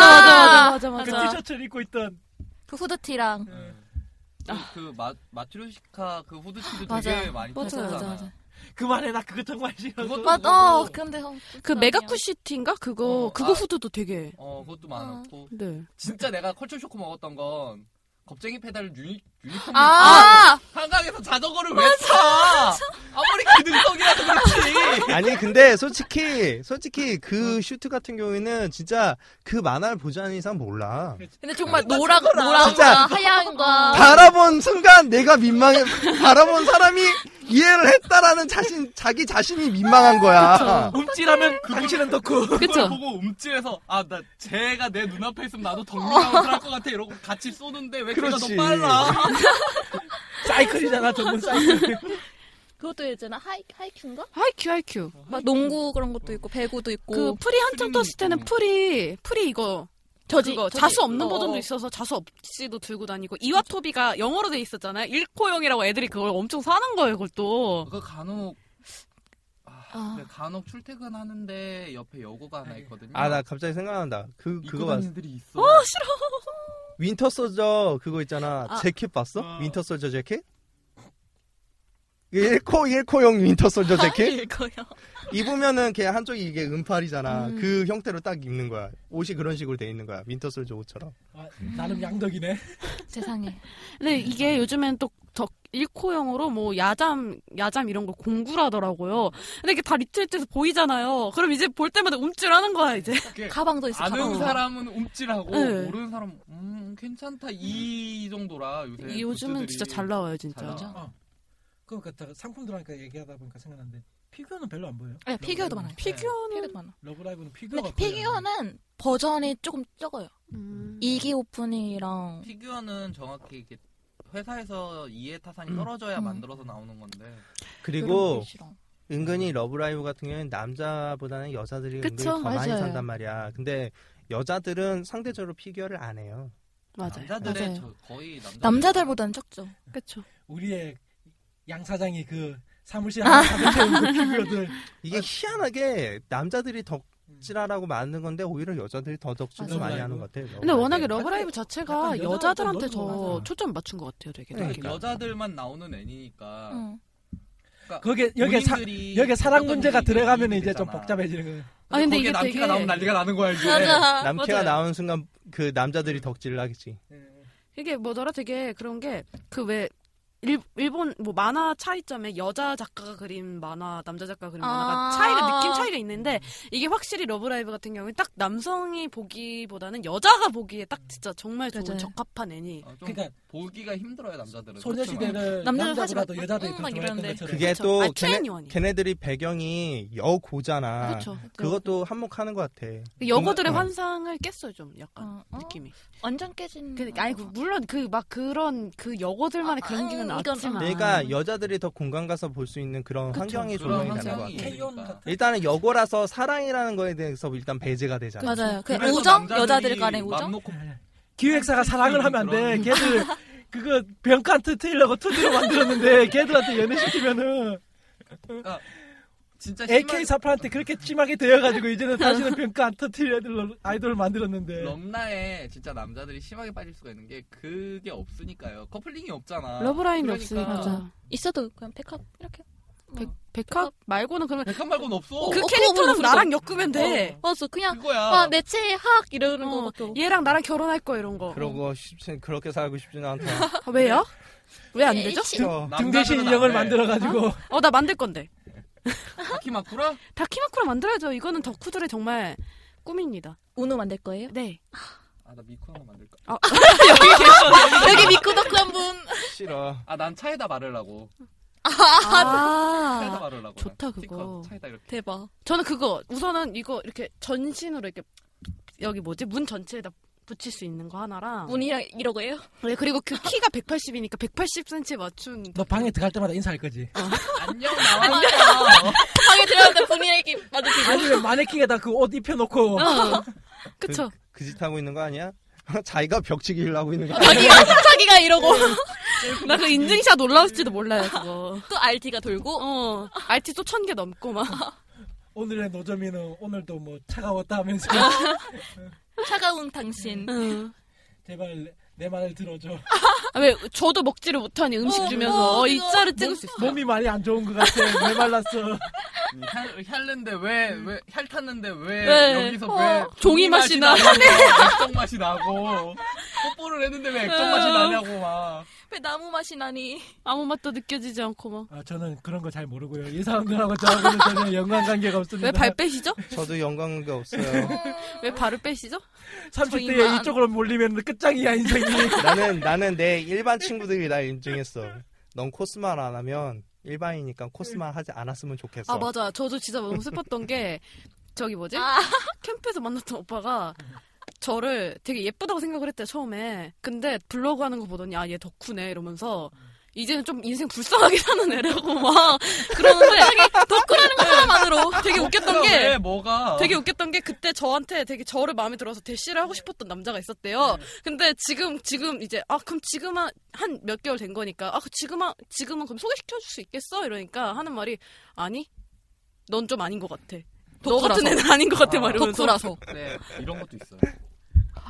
Speaker 6: 맞아 맞아
Speaker 5: 그
Speaker 6: 맞아.
Speaker 5: 티셔츠를 입고 있던
Speaker 8: 그 후드티랑
Speaker 3: 그마 마트루시카 그 후드티도 되게
Speaker 8: 맞아요. 뭐
Speaker 3: 많이
Speaker 8: 맞아
Speaker 3: 팔잖아.
Speaker 8: 맞아 맞아.
Speaker 5: 그만해 나 그거 정말 싫어
Speaker 3: 그것도
Speaker 8: 맞
Speaker 3: 그거고,
Speaker 8: 어, 근데 형,
Speaker 6: 그 메가쿠 시티인가 그거
Speaker 3: 어,
Speaker 6: 그거
Speaker 3: 아.
Speaker 6: 후드도 되게.
Speaker 3: 어 그것도 많았고
Speaker 6: 네.
Speaker 3: 진짜 내가 컬처 쇼크 먹었던 건 겁쟁이 페달을 유니 유니폼
Speaker 8: 아,
Speaker 3: 한강에서 자전거를 왜 타? 아무리 기능성이라도 그렇지.
Speaker 7: 아니 근데 솔직히 솔직히 그 슈트 같은 경우에는 진짜 그 만화를 보지 않은 이상 몰라.
Speaker 8: 근데 정말 노랑 노랑과
Speaker 7: 진짜.
Speaker 8: 아, 하얀과
Speaker 7: 바라본 순간 내가 민망해. 바라본 사람이 이해를 했다라는 자신 자기 자신이 민망한 거야.
Speaker 5: 움찔하면 당신은 덕후
Speaker 3: 그걸 보고 움찔해서 아 나 쟤가 내 눈앞에 있으면 나도 덕민아웃을 할것 같아 이러고 같이 쏘는데 왜 걔가 더
Speaker 7: 그렇지.
Speaker 3: 빨라?
Speaker 5: 사이클이잖아 전문 사이클
Speaker 8: 그것도 예전에 하이 하이큐인가?
Speaker 6: 하이큐 하이큐.
Speaker 8: 막 농구 그런 것도 있고 배구도 있고
Speaker 6: 그 프리 한참 떴을 때는 프리 프리 이거 저지
Speaker 8: 저지.
Speaker 6: 자수 없는
Speaker 8: 어.
Speaker 6: 버전도 있어서 자수 없이도 들고 다니고 이와토비가 영어로 돼 있었잖아요. 일코형이라고 애들이 그걸 엄청 사는 거예요. 그걸 또.
Speaker 3: 그 간혹 아,
Speaker 8: 아.
Speaker 3: 근데 간혹 출퇴근하는데 옆에 여고가 하나 있거든요.
Speaker 7: 아 나 갑자기 생각난다. 그
Speaker 3: 입고
Speaker 7: 그거 봤어.
Speaker 3: 다니는 애들이 있어.
Speaker 7: 윈터 소저 그거 있잖아. 재킷 봤어?
Speaker 3: 어.
Speaker 7: 윈터 소저 재킷? 일코 일코용 윈터 소저 재킷?
Speaker 8: 거요.
Speaker 7: 입으면은 그냥 한쪽이 이게 은팔이잖아. 그 형태로 딱 입는 거야. 옷이 그런 식으로 돼 있는 거야. 윈터 소저 옷처럼.
Speaker 5: 아, 나름 양덕이네
Speaker 8: 세상에.
Speaker 6: 근데 이게 요즘엔 또 덕, 일코형으로 뭐 야잠 야잠 이런 걸 공구라더라고요. 근데 이게 다 리트리트에서 보이잖아요. 그럼 이제 볼 때마다 움찔하는 거야 이제.
Speaker 3: 이렇게
Speaker 8: 가방도 있어.
Speaker 3: 아는
Speaker 8: 가방도.
Speaker 3: 사람은 움찔하고
Speaker 6: 네.
Speaker 3: 모르는 사람은 음 괜찮다 이 정도라 요새
Speaker 6: 요즘은
Speaker 3: 굿즈들이.
Speaker 6: 진짜 잘 나와요 진짜.
Speaker 3: 잘 나와.
Speaker 5: 어. 그러니까 다 상품 들어가니까 얘기하다 보니까 생각났는데 피규어는 별로 안 보여요.
Speaker 9: 네, 피규어도 많아요.
Speaker 6: 피규어는
Speaker 9: 피규어도 많아.
Speaker 5: 러브라이브는 피규어가
Speaker 9: 근데
Speaker 5: 거의 안 나와요.
Speaker 9: 피규어는 버전이 조금 적어요.
Speaker 6: 음.
Speaker 9: 이기 오프닝이랑
Speaker 3: 피규어는 정확히 이게 회사에서 이해 타산이 떨어져야
Speaker 9: 음.
Speaker 3: 만들어서 나오는 건데
Speaker 9: 이런
Speaker 7: 그리고
Speaker 9: 게 싫어.
Speaker 7: 은근히 러브라이브 같은 경우에는 남자보다는 여자들이
Speaker 6: 그쵸,
Speaker 7: 은근히 더 많이
Speaker 6: 맞아요.
Speaker 7: 산단 말이야. 근데 여자들은 상대적으로 피규어를 안 해요.
Speaker 6: 맞아요.
Speaker 3: 남자들의
Speaker 9: 맞아요.
Speaker 3: 저, 거의 남자들
Speaker 9: 남자들보다는 적죠.
Speaker 6: 그렇죠.
Speaker 5: 우리의 양 사장이 그 사무실 안에
Speaker 9: 아.
Speaker 5: 가득 채운 그 피규어들
Speaker 7: 이게 희한하게 남자들이 덕질하라고 많은 건데 오히려 여자들이 더 덕질을
Speaker 5: 맞아요.
Speaker 7: 많이 하는 것 같아요.
Speaker 6: 근데 워낙에
Speaker 5: 네.
Speaker 6: 러브라이브 자체가
Speaker 5: 약간 여자가
Speaker 6: 여자들한테 더
Speaker 5: 너무
Speaker 6: 초점 맞춘 것 같아요, 되게.
Speaker 3: 그러니까
Speaker 6: 느낌이.
Speaker 3: 여자들만 나오는
Speaker 7: 아.
Speaker 3: 애니니까
Speaker 8: 음.
Speaker 9: 응.
Speaker 5: 거기에 여기에 사
Speaker 3: 본인들이
Speaker 5: 여기에 사랑
Speaker 3: 어떤
Speaker 5: 문제가
Speaker 3: 얘기인지
Speaker 5: 들어가면 이제 좀
Speaker 3: 되잖아.
Speaker 5: 복잡해지는 그 거예요.
Speaker 6: 아, 근데
Speaker 3: 거기에
Speaker 6: 이게
Speaker 3: 남캐가
Speaker 6: 되게-
Speaker 3: 나오면 난리가 나는 거야 이제
Speaker 7: 남캐가 나오는 순간 그 남자들이 덕질을 하겠지.
Speaker 6: 이게 뭐더라 되게 그런 게 그 왜 일본 뭐 만화 차이점에 여자 작가가 그린 만화 남자 작가가 그린
Speaker 9: 아.
Speaker 6: 만화가 차이가 느낌 차이가 있는데 이게 확실히 러브라이브 같은 경우에 딱 남성이 보기보다는 여자가 보기에 딱 진짜 정말 좋은
Speaker 9: 맞아요.
Speaker 6: 적합한 애니
Speaker 3: 어, 좀
Speaker 5: 그러니까
Speaker 3: 보기가 힘들어요 남자들은
Speaker 9: 남자들
Speaker 5: 소녀시대를 남자보다도
Speaker 9: 사실
Speaker 5: 여자들이
Speaker 9: 막
Speaker 5: 더 좋아했던
Speaker 9: 이러는데.
Speaker 5: 것처럼
Speaker 7: 그게
Speaker 6: 그쵸.
Speaker 7: 또
Speaker 6: 아니,
Speaker 7: 걔네,
Speaker 6: 트레이니원이에요.
Speaker 7: 걔네들이 배경이 여고잖아.
Speaker 6: 그렇죠
Speaker 7: 그것도 한몫하는 것 같아.
Speaker 6: 그 음. 여고들의
Speaker 7: 어.
Speaker 6: 환상을 깼어요 좀 약간
Speaker 9: 어, 어?
Speaker 6: 느낌이
Speaker 9: 완전 깨진.
Speaker 6: 그, 아니 그, 물론 그 막 그런 그 여고들만의
Speaker 9: 아,
Speaker 6: 그런 기는
Speaker 9: 아, 이건-
Speaker 6: 나왔지만
Speaker 7: 그러니까 여자들이 더 공감 가서 볼 수 있는 그런
Speaker 6: 그쵸.
Speaker 7: 환경이
Speaker 3: 그런
Speaker 7: 조성이 되는 것
Speaker 3: 환경이.
Speaker 7: 같아.
Speaker 5: 케이온
Speaker 3: 그러니까.
Speaker 5: 같은
Speaker 7: 일단은 여고라서 사랑이라는 거에 대해서 일단 배제가 되잖아.
Speaker 9: 맞아요. 그
Speaker 3: 그래서
Speaker 9: 우정
Speaker 3: 남자들이
Speaker 9: 여자들 간의 우정.
Speaker 3: 맘 놓고
Speaker 9: 아,
Speaker 5: 기획사가 사랑을 하면 안 돼. 걔들 그거 병칸트 트일러고 투디로 만들었는데 걔들한테 연애시키면은
Speaker 3: 진짜 심한
Speaker 5: AK 사파한테 그렇게 찜하게 되어가지고 이제는 다시는 병칸트 트일러 아이돌을 만들었는데
Speaker 3: 럼나에 진짜 남자들이 심하게 빠질 수가 있는 게 그게 없으니까요. 커플링이 없잖아.
Speaker 6: 러브라인이
Speaker 3: 그러니까
Speaker 6: 없으니까
Speaker 9: 있어도 그냥 백합 이렇게.
Speaker 6: 백, 백합 말고는 그러면
Speaker 3: 백합 말고는 없어.
Speaker 6: 그
Speaker 9: 어,
Speaker 6: 캐릭터랑
Speaker 9: 그거
Speaker 6: 나랑 엮으면 돼
Speaker 8: 어.
Speaker 9: 맞아. 어, 그냥
Speaker 3: 거야
Speaker 9: 아, 내 최학 이러는
Speaker 6: 어,
Speaker 9: 거밖에 없고.
Speaker 6: 얘랑 나랑 결혼할 거 이런 거.
Speaker 7: 그러고 싶지 그렇게 살고 싶지는 않다.
Speaker 6: 아, 왜요? 왜 안 되죠?
Speaker 7: 그쵸.
Speaker 5: 등 대신 인형을 만들어가지고
Speaker 6: 어, 나 만들 건데.
Speaker 3: 아키마쿠라?
Speaker 6: 다키마쿠라 만들어야죠. 이거는 덕후들의 정말 꿈입니다.
Speaker 9: 우노 만들 거예요?
Speaker 6: 네.
Speaker 3: 아 나 미쿠 하나 만들까?
Speaker 9: 여기 믿고 덕후 한 분.
Speaker 7: 싫어.
Speaker 3: 아 난 차에다 바르려고. 차에다
Speaker 6: 아,
Speaker 3: 바르려고.
Speaker 6: 좋다,
Speaker 3: 그냥
Speaker 6: 그거.
Speaker 3: 스티커, 차에다 이렇게.
Speaker 9: 대박.
Speaker 6: 저는 그거 우선은 이거 이렇게 전신으로 이렇게 여기 뭐지 문 전체에다 붙일 수 있는 거 하나랑
Speaker 9: 문이랑 이러고 해요?
Speaker 6: 네, 그리고 그 키가 180이니까 180cm 맞춘
Speaker 5: 너 방에 들어갈 때마다 인사할 거지.
Speaker 3: 안녕 나와요.
Speaker 9: 방에 들어갔는데 문이랑 이렇게 맞으시고.
Speaker 5: 아니면 마네킹에다 그 옷 입혀놓고
Speaker 3: 어?
Speaker 6: 어. 그쵸?
Speaker 7: 그 짓 하고 있는 거 아니야? 자기가 벽치기를 하고 있는 거 아니야?
Speaker 9: 자기가 자기가 이러고
Speaker 6: 나 그 인증샷 올라올지도 몰라요 그거.
Speaker 9: 또 RT가 돌고.
Speaker 6: 어, RT 또 천 개 넘고 막.
Speaker 5: 오늘의 노점이는 오늘도 뭐 차가웠다 하면서
Speaker 3: 어?
Speaker 9: 차가운 당신.
Speaker 6: 응.
Speaker 5: 제발 내 말을 들어줘.
Speaker 6: 아, 왜 저도 먹지를 못하니 음식
Speaker 9: 어,
Speaker 6: 주면서
Speaker 9: 어,
Speaker 6: 이
Speaker 9: 이거.
Speaker 6: 자를 찍을 수 있어.
Speaker 5: 몸이 많이 안 좋은 것 같아. 왜 말랐어?
Speaker 3: 혈 혈는데 왜왜 혈탔는데 왜,
Speaker 6: 네.
Speaker 3: 여기서
Speaker 6: 어.
Speaker 3: 왜
Speaker 6: 종이 맛이 나.
Speaker 3: 액정 맛이 나고 뽀뽀를 했는데 왜 액정
Speaker 5: 어.
Speaker 3: 맛이 나냐고 막.
Speaker 9: 왜 나무 맛이 나니?
Speaker 6: 아무 맛도 느껴지지 않고 막.
Speaker 5: 아, 저는 그런 거 잘 모르고요. 이 사람들하고 저하고는 전혀 연관 관계가 없습니다.
Speaker 3: 네.
Speaker 6: 왜 발 빼시죠?
Speaker 7: 저도 영광가 없어요.
Speaker 6: 왜 발을 빼시죠?
Speaker 5: 30대에
Speaker 9: 저희만.
Speaker 5: 이쪽으로 몰리면 끝장이야 인생이.
Speaker 7: 나는 나는 내 일반 친구들이 날 인증했어. 넌 코스만 안 하면 일반이니까 코스만 하지 않았으면 좋겠어.
Speaker 6: 아 맞아. 저도 진짜 너무 슬펐던 게 저기 뭐지?
Speaker 9: 아.
Speaker 6: 캠프에서 만났던 오빠가 저를 되게 예쁘다고 생각을 했대 처음에. 근데 블로그 하는 거 보더니 아 얘 덕후네 이러면서 이제는 좀 인생 불쌍하게 사는 애라고 막 그러는데 덕후라는 거 하나만으로 되게 웃겼던 게
Speaker 3: 그러니까 왜 뭐가?
Speaker 6: 되게 웃겼던 게 그때 저한테 되게 저를 마음에 들어서 대시를 하고 싶었던 남자가 있었대요. 근데 지금 지금 이제 아 그럼 지금은 한 몇 개월 된 거니까 아 그 지금은 지금은 그럼 소개시켜 줄 수 있겠어? 이러니까 하는 말이 아니 넌 좀 아닌 것 같아. 너
Speaker 9: 덕후라서.
Speaker 6: 같은 애는 아닌 것 같아
Speaker 3: 아,
Speaker 6: 말이면서
Speaker 9: 덕후라서.
Speaker 3: 네, 이런 것도 있어요.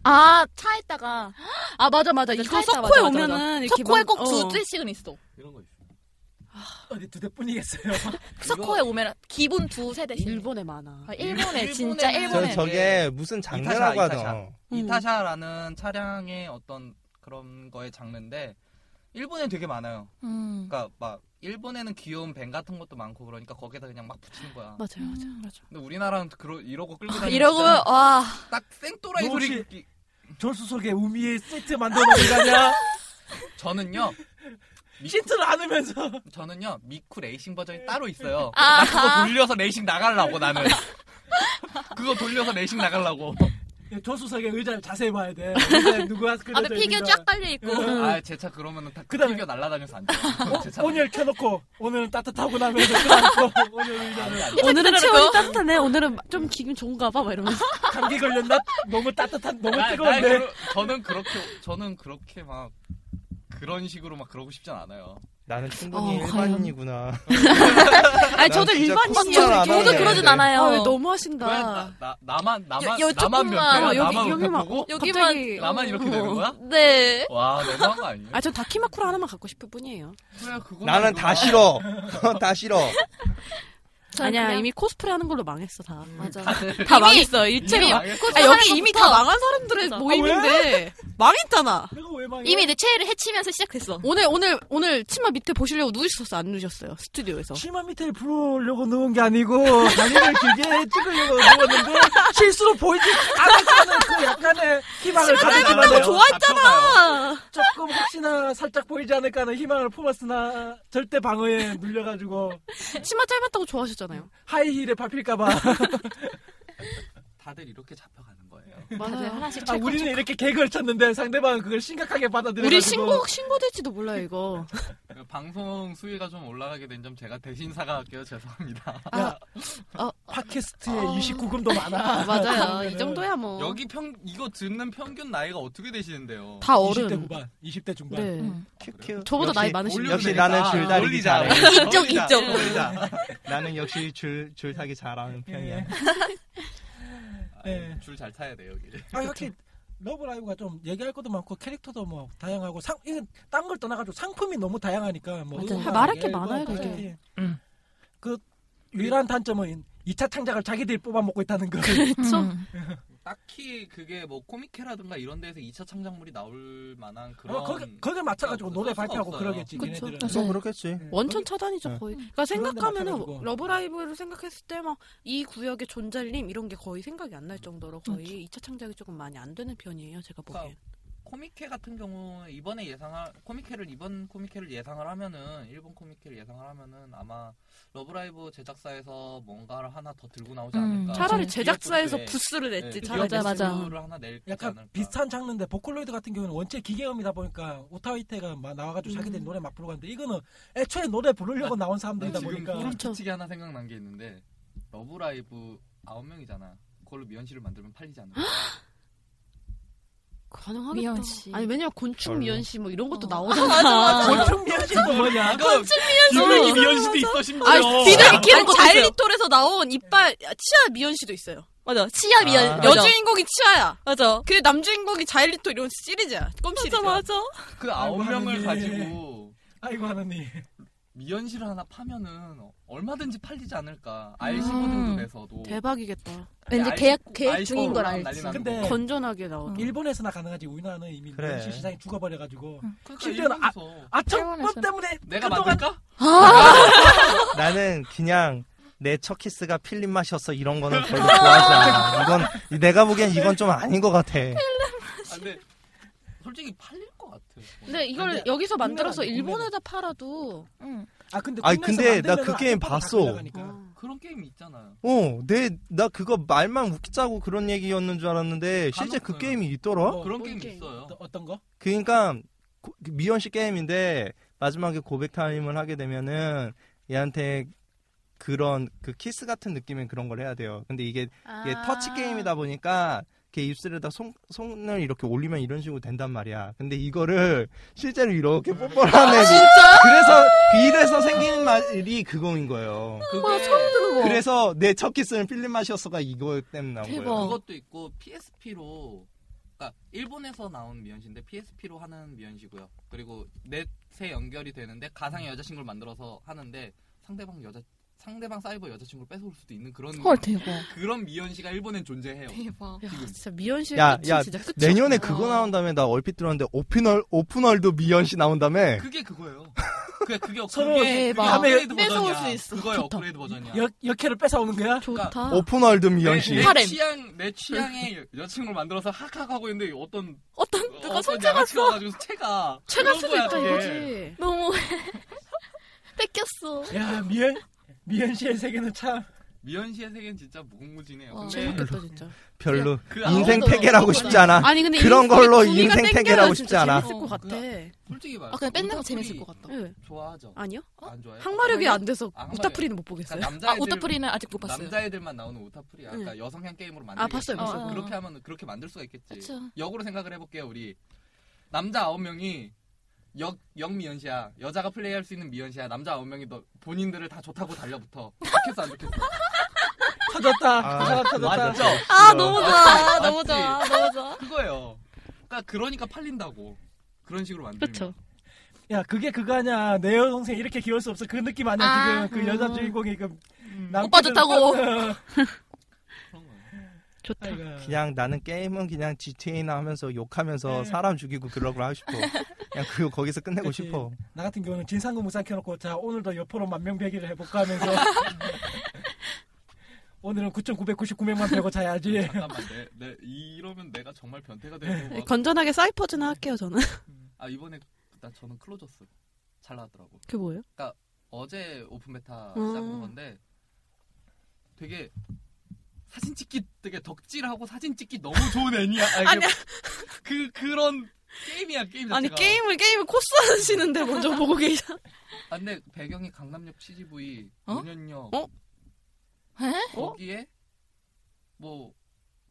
Speaker 9: 아 차에다가
Speaker 6: 아 맞아 맞아
Speaker 9: 차에
Speaker 6: 이거
Speaker 9: 있다가 맞아,
Speaker 6: 석호에
Speaker 9: 맞아,
Speaker 6: 오면은 이렇게
Speaker 9: 석호에
Speaker 6: 막-
Speaker 9: 꼭 두
Speaker 6: 어.
Speaker 9: 대씩은 있어.
Speaker 3: 이런 거 있어요.
Speaker 5: 어디 두 대뿐이겠어요.
Speaker 9: 석호에 오면 기본 두 세 대씩.
Speaker 6: 일본에 많아.
Speaker 9: 아, 일본에 진짜
Speaker 7: 저,
Speaker 9: 일본에.
Speaker 7: 저게 무슨 장르라고
Speaker 3: 이타샤, 이타샤.
Speaker 7: 하던.
Speaker 6: 음.
Speaker 3: 이타샤라는 차량의 어떤 그런 거의 장르인데 일본엔 되게 많아요.
Speaker 8: 음.
Speaker 3: 그러니까 막 일본에는 귀여운 뱀 같은 것도 많고 그러니까 거기에다 그냥 막 붙이는 거야.
Speaker 8: 맞아요, 맞아요.
Speaker 6: 음.
Speaker 3: 근데 우리나라는 그러 이러고 끌고 다니는
Speaker 8: 이러고 와
Speaker 3: 딱 생또라이
Speaker 5: 너 혹시-
Speaker 3: 소리 끼-
Speaker 5: 졸수 속에 우미의 세트 만들어 놓은 거 아니야?
Speaker 3: 저는요. 미-
Speaker 5: 시트를 안으면서
Speaker 3: 저는요 미쿠 레이싱 버전이 따로 있어요. 나 그거 돌려서 레이싱 나가려고 나는. 그거 돌려서 레이싱 나가려고.
Speaker 5: 졸수 속에 예, 의자 자세히 봐야 돼. 의자에 누가 그려져
Speaker 14: 앞에 피규어
Speaker 5: 있는가. 예.
Speaker 14: 쫙 딸려 있고.
Speaker 5: 음.
Speaker 3: 아 제 차 그러면은 다
Speaker 5: 그다음에-
Speaker 3: 그다음에 날라다녀서 안 돼. 제 차.
Speaker 5: 온열 켜놓고 오늘은 따뜻하고 나면 그안고 온열
Speaker 3: 아니,
Speaker 5: 의자는
Speaker 3: 아니.
Speaker 6: 오늘은
Speaker 14: 그대로
Speaker 6: 체온이 따뜻하네. 오늘은 좀 기분 좋은가 봐. 막 이러면서.
Speaker 5: 감기 걸렸나? 너무 따뜻한 너무
Speaker 3: 나- 나
Speaker 5: 뜨거운데.
Speaker 3: 그러- 저는 그렇게 저는 그렇게 막 그런 식으로 막 그러고 싶진 않아요.
Speaker 7: 나는 충분히
Speaker 8: 어, 과연.
Speaker 7: 일반인이구나.
Speaker 6: 아니, 저도
Speaker 7: 난 진짜
Speaker 6: 일반인이에요.
Speaker 7: 컸어요, 안
Speaker 9: 저도
Speaker 7: 하는데.
Speaker 9: 그러진 않아요.
Speaker 6: 아, 왜 너무
Speaker 3: 왜
Speaker 6: 하신다.
Speaker 3: 나, 나, 나만 나만
Speaker 9: 여-
Speaker 3: 나만
Speaker 9: 조금만.
Speaker 3: 변태야?
Speaker 6: 어, 여기-
Speaker 3: 나만 변태
Speaker 6: 여기만-
Speaker 3: 보고?
Speaker 6: 여기만-
Speaker 9: 갑자기-
Speaker 3: 나만 이렇게 되는 거야?
Speaker 9: 네.
Speaker 3: 와 너무한 거 아니에요?
Speaker 6: 아, 전 다키마쿠라 하나만 갖고 싶을 뿐이에요.
Speaker 3: 그래, 그거는
Speaker 7: 나는
Speaker 3: 그거야.
Speaker 7: 다 싫어. 그건 다 싫어.
Speaker 9: 저는
Speaker 6: 아니야,
Speaker 9: 그냥-
Speaker 6: 이미 코스프레 하는 걸로 망했어, 다.
Speaker 9: 맞아.
Speaker 6: 다 망했어. 일체로.
Speaker 3: 이미
Speaker 6: 망-
Speaker 3: 망했어.
Speaker 6: 아, 여기 이미 다 망한 사람들의
Speaker 14: 맞아.
Speaker 6: 모임인데. 망했잖아.
Speaker 5: 내가 왜 망해?
Speaker 14: 이미 내 체를 해치면서 시작했어.
Speaker 6: 오늘, 오늘, 오늘 치마 밑에 보시려고 누우셨어요? 안 누우셨어요? 스튜디오에서.
Speaker 5: 치마 밑에 불어오려고 누운 게 아니고 다리를 길게 찍으려고 누웠는데 실수로 보이지 않았다는 그 약간의 희망을
Speaker 3: 다
Speaker 5: 가지고
Speaker 3: 좋아했잖아.
Speaker 5: 조금 혹시나 살짝 보이지 않을까 하는 희망을 품었으나 절대 방어에 눌려가지고
Speaker 6: 치마 짧았다고 좋아하셨잖아요.
Speaker 5: 하이힐에 밟힐까봐 아,
Speaker 3: 다들 이렇게 잡혀가는 거예요.
Speaker 6: 맞아요.
Speaker 14: 하나씩
Speaker 5: 아,
Speaker 14: 찰칵.
Speaker 5: 우리는 이렇게 개그를 쳤는데 상대방은 그걸 심각하게 받아들여가지고
Speaker 6: 우리 신고, 신고될지도 몰라요, 이거.
Speaker 3: 그 방송 수위가 좀 올라가게 된 점 제가 대신 사과할게요. 죄송합니다.
Speaker 5: 팟캐스트에 29금도 많아
Speaker 6: 맞아요. 이 정도야, 뭐.
Speaker 3: 여기 평 이거 듣는 평균 나이가 어떻게 되시는데요?
Speaker 6: 다
Speaker 5: 20대
Speaker 6: 어른.
Speaker 5: 후반 20대 중반
Speaker 6: 네.
Speaker 7: 큐큐.
Speaker 6: 저보다 나이
Speaker 3: 올려도
Speaker 6: 많으신
Speaker 7: 역시
Speaker 3: 되니까
Speaker 7: 나는 줄 다리기
Speaker 3: 올리자.
Speaker 7: 잘해.
Speaker 3: 올리자.
Speaker 14: 이쪽, 이쪽.
Speaker 3: 올리자.
Speaker 7: 나는 역시 줄, 줄 타기 잘하는 편이야.
Speaker 5: 네.
Speaker 3: 줄잘 타야 돼요, 여기.
Speaker 5: 아
Speaker 6: 그렇죠.
Speaker 5: 이렇게 러브라이브가 좀 얘기할 것도 많고 캐릭터도 뭐 다양하고 상 이건 딴걸 떠나가지고 상품이 너무 다양하니까 뭐
Speaker 6: 맞아요.
Speaker 5: 음악,
Speaker 6: 말할 게
Speaker 5: 앨범,
Speaker 6: 많아요,
Speaker 5: 그렇게.
Speaker 6: 되게.
Speaker 5: 음. 그 유일한 단점은 2차 창작을 자기들이 뽑아먹고 있다는 거
Speaker 6: 그러니까.
Speaker 8: 음.
Speaker 3: 딱히 그게 뭐 코미케라든가 이런 데에서 2차 창작물이 나올 만한 그런
Speaker 5: 어, 거기, 거기에 맞춰가지고 노래
Speaker 3: 그러니까.
Speaker 5: 발표하고
Speaker 3: 그런 수가 없어요.
Speaker 5: 그러겠지
Speaker 6: 그쵸.
Speaker 5: 걔네들은
Speaker 6: 그래서 네.
Speaker 7: 그렇겠지.
Speaker 6: 원천 차단이죠
Speaker 7: 네.
Speaker 6: 거의. 그러니까
Speaker 5: 맞춰가지고.
Speaker 6: 생각하면은 러브라이브를 생각했을 때 막 이 구역의 존잘님 이런 게 거의 생각이 안 날 정도로 거의 2차 창작이 조금 많이 안 되는 편이에요 제가
Speaker 14: 그러니까
Speaker 6: 보기엔.
Speaker 3: 코미케 같은 경우 이번에 예상할 코미케를 이번 코미케를 예상을 하면은 일본 코미케를 예상을 하면은 아마 러브라이브 제작사에서 뭔가를 하나 더 들고 나오지
Speaker 8: 음,
Speaker 3: 않을까.
Speaker 6: 차라리
Speaker 3: 기획
Speaker 6: 제작사에서
Speaker 3: 부스에,
Speaker 6: 부스를
Speaker 3: 네,
Speaker 6: 냈지
Speaker 14: 그
Speaker 3: 기획
Speaker 6: 차라리.
Speaker 8: 맞아, 맞아.
Speaker 3: 부스를 하나 낼 거지
Speaker 5: 약간
Speaker 3: 않을까.
Speaker 5: 비슷한 장르인데 보컬로이드 같은 경우는 원체 기계음이다 보니까 오타이테가 막 나와가지고 자기들 이
Speaker 6: 음.
Speaker 5: 노래 막 부르고 하는데 이거는 애초에 노래 부르려고 나온
Speaker 3: 나
Speaker 5: 사람들이다
Speaker 3: 지금
Speaker 5: 보니까
Speaker 3: 소름
Speaker 6: 그렇죠. 음.
Speaker 3: 끼치게 하나 생각난 게 있는데 러브라이브 아홉 명이잖아. 그걸로 미연씨를 만들면 팔리지 아, 않나?
Speaker 6: 가능하겠다.
Speaker 8: 미연 씨.
Speaker 6: 아니 왜냐면 곤충
Speaker 7: 별로.
Speaker 6: 미연 씨 뭐 이런 것도
Speaker 8: 어.
Speaker 6: 나오잖아.
Speaker 5: 권총 미연씨도 뭐냐?
Speaker 3: 김은희 미연씨도 있어 심지어.
Speaker 6: 아, 니들
Speaker 14: 아,
Speaker 6: 믿기는
Speaker 14: 그런
Speaker 6: 거
Speaker 14: 것도 있어요.
Speaker 6: 자일리톨에서 나온 이빨 치아 미연 씨도 있어요.
Speaker 14: 맞아. 치아 미연.
Speaker 7: 아.
Speaker 14: 맞아.
Speaker 6: 여주인공이 치아야.
Speaker 14: 맞아.
Speaker 6: 그 남주인공이 자일리톨 이런 시리즈야. 껌 시리즈.
Speaker 14: 맞아 맞아.
Speaker 3: 그 아홉
Speaker 5: 아이고, 하느님.
Speaker 3: 명을 가지고
Speaker 5: 아이고 하느니
Speaker 3: 미연씨를 하나 파면은 얼마든지 팔리지 않을까. R15등도 내서도.
Speaker 6: 대박이겠다.
Speaker 8: 왠지
Speaker 3: 알-
Speaker 8: 계약
Speaker 3: 알
Speaker 8: 계약 중인 걸
Speaker 3: 거라면
Speaker 8: 알지.
Speaker 3: 난리 나는
Speaker 5: 근데
Speaker 3: 거고.
Speaker 6: 건전하게 나오게.
Speaker 5: 일본에서나 가능하지 우리나라는 이미
Speaker 7: 어. 그래.
Speaker 5: 미연씨 시장이 죽어버려가지고
Speaker 3: 그러니까
Speaker 5: 심지어는 아,
Speaker 3: 일본에서
Speaker 5: 아청법
Speaker 8: 일본에서는.
Speaker 5: 때문에
Speaker 3: 내가
Speaker 5: 그동안
Speaker 3: 만들까?
Speaker 7: 나는 그냥 내 첫 키스가 필름 맛이었어 이런 거는 별로 좋아하지 않아. 이건 내가 보기엔 이건 좀 아닌 것 같아.
Speaker 3: 아, 근데 솔직히 팔릴 것 같아.
Speaker 6: 근데 이걸
Speaker 5: 근데
Speaker 6: 여기서 만들어서
Speaker 5: 국내는 아니고
Speaker 6: 일본에다 팔아도
Speaker 8: 응.
Speaker 5: 아 근데
Speaker 7: 아니,
Speaker 5: 국내에서
Speaker 7: 근데 나그
Speaker 5: 만들면은 아청법이
Speaker 7: 게임
Speaker 5: 다
Speaker 7: 봤어.
Speaker 5: 끌려가니까.
Speaker 3: 그런 게임이 있잖아요.
Speaker 7: 어, 내 나 그거 말만 웃기자고 그런 얘기였는 줄 알았는데 실제 그
Speaker 3: 간혹
Speaker 7: 게임이 있더라.
Speaker 5: 어,
Speaker 3: 그런
Speaker 6: 뭔
Speaker 3: 게임이
Speaker 6: 게임?
Speaker 3: 있어요.
Speaker 5: 어, 어떤 거?
Speaker 7: 그러니까 고- 미연 씨 게임인데 마지막에 고백 타임을 하게 되면은 얘한테 그런 그 키스 같은 느낌의 그런 걸 해야 돼요. 근데 이게 이게 터치 게임이다 보니까 이렇게 입술에다 손, 손을 이렇게 올리면 이런 식으로 된단 말이야. 근데 이거를 실제로 이렇게 뽀뽀하네. 아, 진짜? 그래서 이래서 생긴 말이 그거인 거예요.
Speaker 3: 그게
Speaker 7: 그래서 내 첫 키스는 필름 맛이었어가 이거 때문에 나온 거예요.
Speaker 14: 어.
Speaker 3: 그것도 있고 PSP로 그러니까 일본에서 나온 미연시인데 PSP로 하는 미연시고요. 그리고 넷에 연결이 되는데 가상의 여자친구를 만들어서 하는데 상대방 여자 상대방 사이버 여자친구를 뺏어올 수도 있는 그런
Speaker 8: 헐 대박.
Speaker 3: 그런 미연 씨가 일본엔 존재해요.
Speaker 8: 대박.
Speaker 14: 야, 진짜 미연 씨
Speaker 7: 야,
Speaker 14: 끝이
Speaker 7: 야,
Speaker 14: 진짜 아, 끝이
Speaker 7: 내년에
Speaker 14: 없구나.
Speaker 7: 그거 나온 다음에 나 얼핏 들었는데 오픈월 오픈월도 미연 씨 나온 다음에
Speaker 3: 그게 그거예요. 그게 그게
Speaker 5: 서로
Speaker 3: 그게
Speaker 8: 대박.
Speaker 3: 업그레이드
Speaker 14: 네, 뺏어올
Speaker 3: 버전이야.
Speaker 14: 수 있어.
Speaker 3: 그거의
Speaker 14: 좋다.
Speaker 3: 업그레이드 버전이야.
Speaker 5: 역, 역해를 뺏어오는 거야?
Speaker 8: 아.
Speaker 14: 좋다.
Speaker 7: 오픈월도
Speaker 5: 네,
Speaker 7: 미연
Speaker 3: 내-
Speaker 7: 씨.
Speaker 3: 내
Speaker 14: 하렘.
Speaker 3: 취향 내 취향의 여자친구를 만들어서 학학 하고 있는데 어떤
Speaker 8: 어떤
Speaker 3: 누가 손잡았어? 가지고 채가
Speaker 14: 최가
Speaker 3: 그런
Speaker 14: 수도
Speaker 3: 거야,
Speaker 14: 있다
Speaker 3: 그게.
Speaker 14: 이거지.
Speaker 8: 너무 뺏겼어.
Speaker 5: 야, 미연, 미연 씨의 세계는 참.
Speaker 3: 미연 씨의 세계는 진짜 무궁무진해요.
Speaker 14: 어.
Speaker 6: 네.
Speaker 8: 와.
Speaker 3: 근데
Speaker 14: 네. 재밌겠다 진짜.
Speaker 7: 별로
Speaker 3: 그
Speaker 7: 인생
Speaker 3: 아무도
Speaker 7: 폐계라고 싶지 않아.
Speaker 14: 아니 근데
Speaker 7: 그런
Speaker 14: 이-
Speaker 7: 걸로
Speaker 14: 분위기가
Speaker 7: 인생
Speaker 14: 땡겨요.
Speaker 7: 폐결하고
Speaker 14: 진짜
Speaker 7: 싶지 않아.
Speaker 14: 재밌을 것 같아.
Speaker 3: 어, 솔직히 말해.
Speaker 8: 아 그냥 뺏는 거 재밌을 것 같다.
Speaker 14: 예.
Speaker 3: 좋아하죠.
Speaker 14: 아니요?
Speaker 3: 안 어, 좋아해.
Speaker 14: 항마력이 안 돼서
Speaker 3: 아, 항마력.
Speaker 14: 우타프리는 못 보겠어요.
Speaker 3: 그러니까
Speaker 8: 아
Speaker 3: 남자애들
Speaker 8: 오타프리는 아직 못 봤어요. 네.
Speaker 3: 남자애들만 나오는 오타풀이야. 그러니까 여성향 게임으로 만들.
Speaker 14: 아, 봤어요,
Speaker 8: 봤어요.
Speaker 3: 그렇게 하면 그렇게 만들 수가 있겠지.
Speaker 8: 그쵸.
Speaker 3: 역으로 생각을 해볼게요. 우리 남자 아홉 명이 역, 역 미연시야. 여자가 플레이할 수 있는 미연시야. 남자 아홉 명이 너 본인들을 다 좋다고 달려붙어. 좋겠어 안 좋겠어.
Speaker 8: 아,
Speaker 5: 터졌다. 그
Speaker 7: 아,
Speaker 5: 터졌다, 터졌다.
Speaker 3: 맞죠?
Speaker 7: 아,
Speaker 8: 너무
Speaker 3: 좋아,
Speaker 8: 좋아, 너무
Speaker 3: 너무 맞지? 좋아,
Speaker 8: 좋아, 너무 좋아.
Speaker 3: 그거예요. 그러니까 그러니까 팔린다고. 그런 식으로 만들면.
Speaker 14: 그렇죠.
Speaker 5: 야, 그게 그거 아니야. 내 여동생 이렇게 귀여울 수 없어. 그 느낌 아니야,
Speaker 8: 아,
Speaker 5: 지금. 그 여자 주인공이 그. 남
Speaker 8: 오빠 좋다고.
Speaker 3: 그런 거예요.
Speaker 14: 좋다.
Speaker 7: 그냥 나는 게임은 그냥 GTA나 하면서 욕하면서
Speaker 5: 네.
Speaker 7: 사람 죽이고 그러고 하고 싶어. 그냥 그거 거기서 끝내고
Speaker 5: 그치.
Speaker 7: 싶어.
Speaker 5: 나 같은 경우는 진상금 무상 켜놓고 자 오늘도 여포로 만명배기를 해볼까 하면서 오늘은 9,999명만 배고 자야지
Speaker 3: 아, 잠깐만, 내, 내 이러면 내가 정말 변태가 되는
Speaker 8: 네,
Speaker 3: 거. 같아.
Speaker 14: 건전하게 사이퍼즈나 할게요 저는.
Speaker 3: 아 이번에 나 저는 클로저스 잘 나왔더라고.
Speaker 14: 그게 뭐예요?
Speaker 3: 어제 오픈 베타
Speaker 14: 음.
Speaker 3: 시작한 건데 되게 사진 찍기 되게 덕질하고 사진 찍기 너무 좋은 애니야. 아니,
Speaker 14: 아니야.
Speaker 3: 그 그런 게임이야 게임 자체가.
Speaker 14: 아니 게임을 게임을 코스 하시는데 먼저 보고 계셔.
Speaker 3: 아, 근데 배경이 강남역 CGV
Speaker 8: 어?
Speaker 3: 문현역
Speaker 14: 어?
Speaker 8: 에?
Speaker 3: 거기에 뭐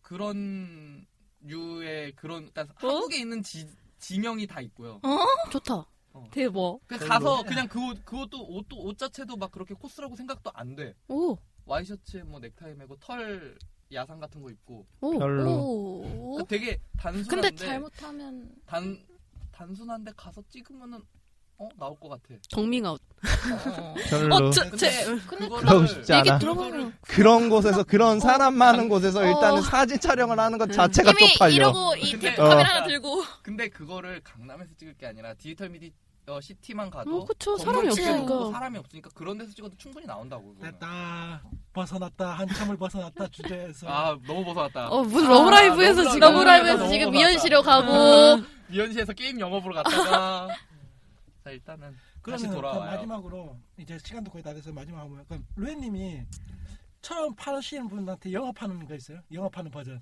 Speaker 3: 그런 류의 그런 그러니까
Speaker 14: 어?
Speaker 3: 한국에 있는 지, 지명이 다 있고요.
Speaker 14: 좋다.
Speaker 3: 어.
Speaker 14: 대박.
Speaker 3: 그 가서 그냥 그 옷, 그것도 옷도 옷 자체도 막 그렇게 코스라고 생각도 안 돼.
Speaker 14: 오.
Speaker 3: 와이셔츠에 뭐 넥타이 매고 털 야상 같은 거 입고
Speaker 14: 오.
Speaker 7: 별로.
Speaker 8: 오.
Speaker 3: 그러니까 되게 단순한데
Speaker 8: 근데 잘못하면
Speaker 3: 단 단순한데 가서 찍으면은 어 나올 것 같아.
Speaker 14: 정밍아웃.
Speaker 3: 어,
Speaker 7: 별로.
Speaker 14: 어, 저, 제,
Speaker 3: 근데 그거를
Speaker 7: 음. 그러고 싶지 않아.
Speaker 8: 얘기 들어보면
Speaker 7: 그런 곳에서 그런 사람 많은
Speaker 3: 어.
Speaker 7: 곳에서
Speaker 8: 어.
Speaker 7: 일단은 사진 촬영을 하는
Speaker 5: 음.
Speaker 7: 것 자체가
Speaker 8: 이미
Speaker 7: 쪽팔려.
Speaker 8: 이러고 이
Speaker 3: 근데-
Speaker 8: 대 카메라
Speaker 3: 어.
Speaker 8: 하나 들고
Speaker 3: 근데 그거를 강남에서 찍을 게 아니라 디지털 미디 어, 시티만 가도
Speaker 14: 어, 그쵸.
Speaker 3: 건물
Speaker 14: 사람이
Speaker 3: 찍어도
Speaker 14: 없으니까.
Speaker 3: 사람이 없으니까 그런 데서 찍어도 충분히 나온다고. 그거는.
Speaker 5: 됐다 벗어났다 한참을 벗어났다 주제에서
Speaker 3: 아 너무 벗어났다.
Speaker 14: 어, 무슨 러브라이브에서
Speaker 3: 러브라이브.
Speaker 14: 지금.
Speaker 3: 너무
Speaker 8: 러브라이브에서 지금
Speaker 3: 많다.
Speaker 8: 미연씨로 가고
Speaker 3: 미연시에서 게임 영업으로 갔다가 자 일단은 다시
Speaker 5: 그러면 그럼
Speaker 3: 돌아와요.
Speaker 5: 마지막으로 이제 시간도 거의 다 돼서 마지막으로 그럼 루엔님이 처음 파시는 분한테 영업하는 거 있어요? 영업하는 버전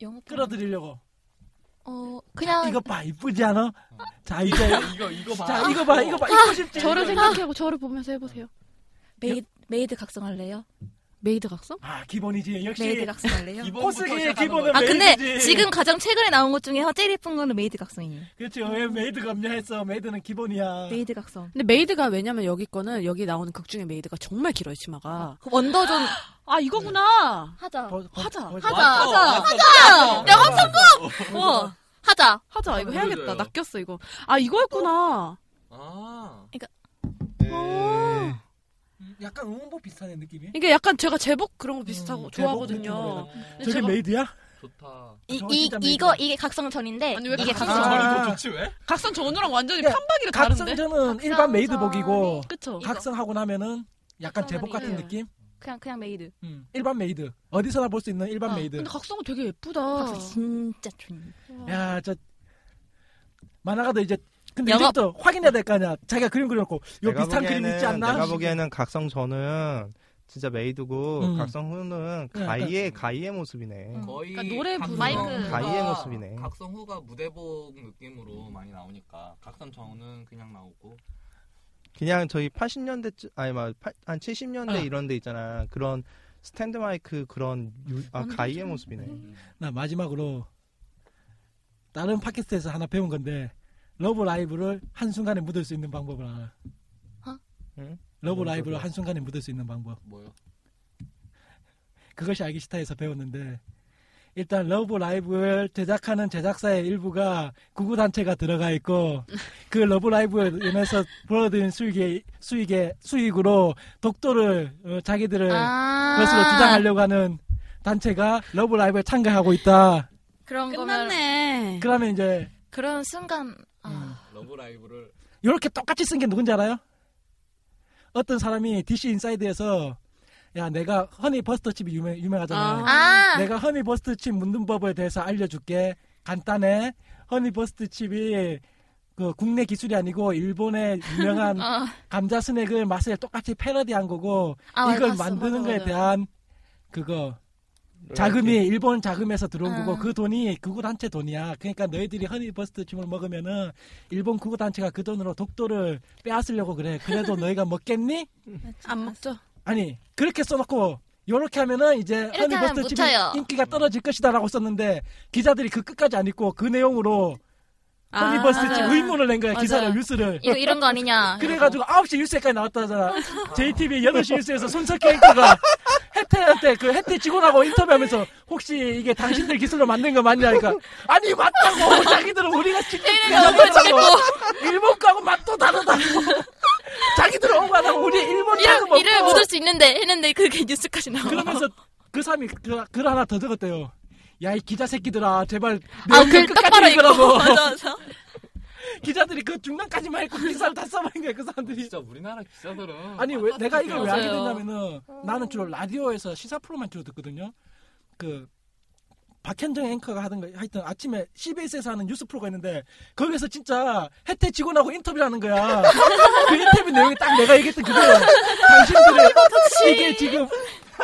Speaker 8: 영업
Speaker 5: 끌어들이려고
Speaker 8: 어 그냥
Speaker 5: 이거 봐 이쁘지 않아? 자 이제
Speaker 3: 어. 이거 이거 봐.
Speaker 5: 자 이거 봐 이거 봐
Speaker 8: 아,
Speaker 5: 이거 쉽지
Speaker 3: 아.
Speaker 14: 저를 생각하고 저를 보면서 해보세요.
Speaker 8: 메이드, 메이드 각성할래요?
Speaker 14: 메이드 각성?
Speaker 5: 아 기본이지
Speaker 8: 메이드
Speaker 5: 역시
Speaker 8: 각성할래요?
Speaker 3: 기본부터
Speaker 5: 코스기의
Speaker 3: 시작하는
Speaker 5: 기본은
Speaker 8: 아 근데
Speaker 5: 메이드지.
Speaker 8: 지금 가장 최근에 나온 것 중에 제일 예쁜 거는 메이드 각성이에요
Speaker 5: 그렇지 왜 메이드가 없냐 했어 메이드는 기본이야
Speaker 8: 메이드 각성
Speaker 14: 근데 메이드가 왜냐면 여기 거는 여기 나오는 극 중에 메이드가 정말 길어요 치마가.
Speaker 8: 그 원더존
Speaker 14: 아 이거구나.
Speaker 8: 하자
Speaker 5: 버- 버-
Speaker 14: 하자,
Speaker 5: 버-
Speaker 8: 하자.
Speaker 3: 왔어,
Speaker 8: 하자.
Speaker 3: 왔어.
Speaker 8: 하자! 야 합성공! 어 하자
Speaker 14: 하자 이거
Speaker 3: 아,
Speaker 14: 해야겠다.
Speaker 3: 그래요.
Speaker 14: 낚였어 이거. 아 이거였구나.
Speaker 3: 아.
Speaker 7: 네.
Speaker 5: 음, 약간 응원봉 비슷한 느낌이
Speaker 14: 이게 약간 제가 제복 그런 거 비슷하고
Speaker 5: 음,
Speaker 14: 좋아하거든요. 근데
Speaker 5: 저게
Speaker 14: 제가
Speaker 5: 메이드야? 아,
Speaker 3: 좋다.
Speaker 8: 이,
Speaker 5: 저거
Speaker 8: 이,
Speaker 5: 진짜 메이드.
Speaker 8: 이거 이게 각성 전인데
Speaker 14: 아니, 왜
Speaker 8: 이게
Speaker 14: 각성
Speaker 8: 각성 전
Speaker 5: 아.
Speaker 3: 더 좋지 왜?
Speaker 14: 각선 전우랑 완전히
Speaker 5: 야,
Speaker 14: 판박이가 다른데.
Speaker 5: 각성전은 일반 메이드복이고
Speaker 14: 그쵸?
Speaker 8: 이거.
Speaker 5: 각성하고 나면은 약간
Speaker 8: 각성전이에요.
Speaker 5: 제복 같은 느낌?
Speaker 8: 그냥 그냥 메이드
Speaker 5: 음, 일반 메이드 어디서나 볼 수 있는 일반
Speaker 14: 아,
Speaker 5: 메이드
Speaker 14: 근데 각성은 되게 예쁘다.
Speaker 5: 어.
Speaker 14: 음,
Speaker 8: 각성 진짜 좋네
Speaker 5: 야 저 만화가도 이제 근데
Speaker 8: 영업.
Speaker 5: 이제부터 확인해야 될 거 아니야 자기가 그림 그려놓고 요
Speaker 7: 내가
Speaker 5: 비슷한 그림
Speaker 7: 보기에는-
Speaker 5: 있지 않나?
Speaker 7: 내가 보기에는 각성 저는 진짜 메이드고
Speaker 5: 음.
Speaker 7: 각성 후는
Speaker 5: 네,
Speaker 7: 가이의 가이의 모습이네.
Speaker 8: 음.
Speaker 3: 거의
Speaker 14: 그러니까 노래
Speaker 3: 각성
Speaker 14: 부르는
Speaker 3: 후가-
Speaker 7: 가이의 모습이네.
Speaker 3: 각성 후가 무대복 느낌으로 많이 나오니까 각성 전은 그냥 나오고
Speaker 7: 그냥 저희 80년대 아니 막한 70년대
Speaker 5: 아.
Speaker 7: 이런 데 있잖아. 그런 스탠드 마이크 그런 유- 아,
Speaker 8: 완전
Speaker 7: 가이의
Speaker 8: 좀-
Speaker 7: 모습이네.
Speaker 5: 나 마지막으로 다른 팟캐스트에서 하나 배운 건데 러브 라이브를 한순간에 묻을 수 있는 방법을 알아
Speaker 8: 어?
Speaker 7: 응?
Speaker 5: 러브
Speaker 7: 뭔
Speaker 5: 라이브를
Speaker 7: 소리야?
Speaker 5: 한순간에 묻을 수 있는 방법
Speaker 3: 뭐요?
Speaker 5: 그것이 알기 싫다에서 배웠는데 일단 러브 라이브를 제작하는 제작사의 일부가 구구 단체가 들어가 있고 그 러브 라이브에 인해서 벌어들인 수익의 수익의 수익으로 독도를 어, 자기들을
Speaker 9: 아.
Speaker 5: 것으로 주장하려고 하는 단체가 러브 라이브에 참가하고 있다.
Speaker 9: 그런 거면
Speaker 8: 끝났네. 음.
Speaker 5: 그러면 이제
Speaker 9: 그런 순간 아,
Speaker 3: 러브라이브를
Speaker 5: 이렇게 똑같이 쓴 게 누군지 알아요? 어떤 사람이 DC 인사이드에서 야 내가 허니 버스터 칩이 유명, 유명하잖아.
Speaker 8: 어.
Speaker 6: 아.
Speaker 9: 아
Speaker 5: 내가 허니 버스터 칩 묻는 법에 대해서 알려줄게. 간단해. 허니 버스터 칩이 그 국내 기술이 아니고 일본의 유명한
Speaker 8: 어.
Speaker 9: 아.
Speaker 5: 감자 스낵을 맛을 똑같이 패러디한 거고
Speaker 9: 아, 맞아,
Speaker 5: 이걸
Speaker 9: 봤어,
Speaker 5: 만드는
Speaker 9: 맞아,
Speaker 5: 거에
Speaker 9: 맞아.
Speaker 5: 대한 그거 자금이 일본 자금에서 들어온
Speaker 9: 아.
Speaker 5: 거고 그 돈이 그구 단체 돈이야. 그러니까 너희들이 허니버스트 춤을 먹으면은 일본 그구 단체가 그 돈으로 독도를 빼앗으려고 그래. 그래도 너희가 먹겠니?
Speaker 6: 안 먹죠.
Speaker 5: 아니 그렇게 써놓고 요렇게 하면은 이제
Speaker 9: 이렇게 하면
Speaker 5: 허니버스트 춤이
Speaker 9: 묻혀요.
Speaker 5: 인기가 떨어질 것이다라고 썼는데 기자들이 그 끝까지 안 읽고 그 내용으로 허니버스트 춤
Speaker 9: 맞아요.
Speaker 5: 의문을 낸 거야. 기사를
Speaker 9: 맞아요.
Speaker 5: 뉴스를.
Speaker 9: 이거 이런 거 아니냐
Speaker 5: 그래가지고 9시 뉴스에까지 나왔다잖아. JTBC 8시 뉴스에서 손석희 앵커가 혜태한테 그 혜태 직원하고 인터뷰하면서 혹시 이게 당신들 기술로 만든 거 맞냐? 그러니까 아니 맞다고 자기들은 우리가 직접 제작했다고 일본 거하고 맛도 다르다고 자기들은 억울하다고 우리 일본 거하고
Speaker 9: 이름
Speaker 5: 먹고
Speaker 9: 이름 묻을 수 있는데 했는데 그게 뉴스까지 나와
Speaker 5: 그러면서 그 사람이 그, 글 하나 더 적었대요. 야 이 기자 새끼들아 제발
Speaker 9: 아,
Speaker 5: 내용을
Speaker 9: 글 똑바로
Speaker 5: 끝까지 읽으라고
Speaker 9: 맞아 맞아
Speaker 5: 기자들이 그 중간까지만 읽고 기사를 다 써버린 거야 그 사람들이
Speaker 3: 진짜 우리나라 기사들은
Speaker 5: 아니 왜 내가 이걸 왜 하게
Speaker 9: 맞아요. 어.
Speaker 5: 됐냐면은 나는 주로 라디오에서 시사 프로만 주로 듣거든요. 그 박현정 앵커가 하던 거 하여튼 아침에 CBS에서 하는 뉴스 프로가 있는데 거기서 진짜 혜태 직원하고 인터뷰를 하는 거야. 그 인터뷰 내용이 딱 내가 얘기했던 그거야. 당신들의 이게 지금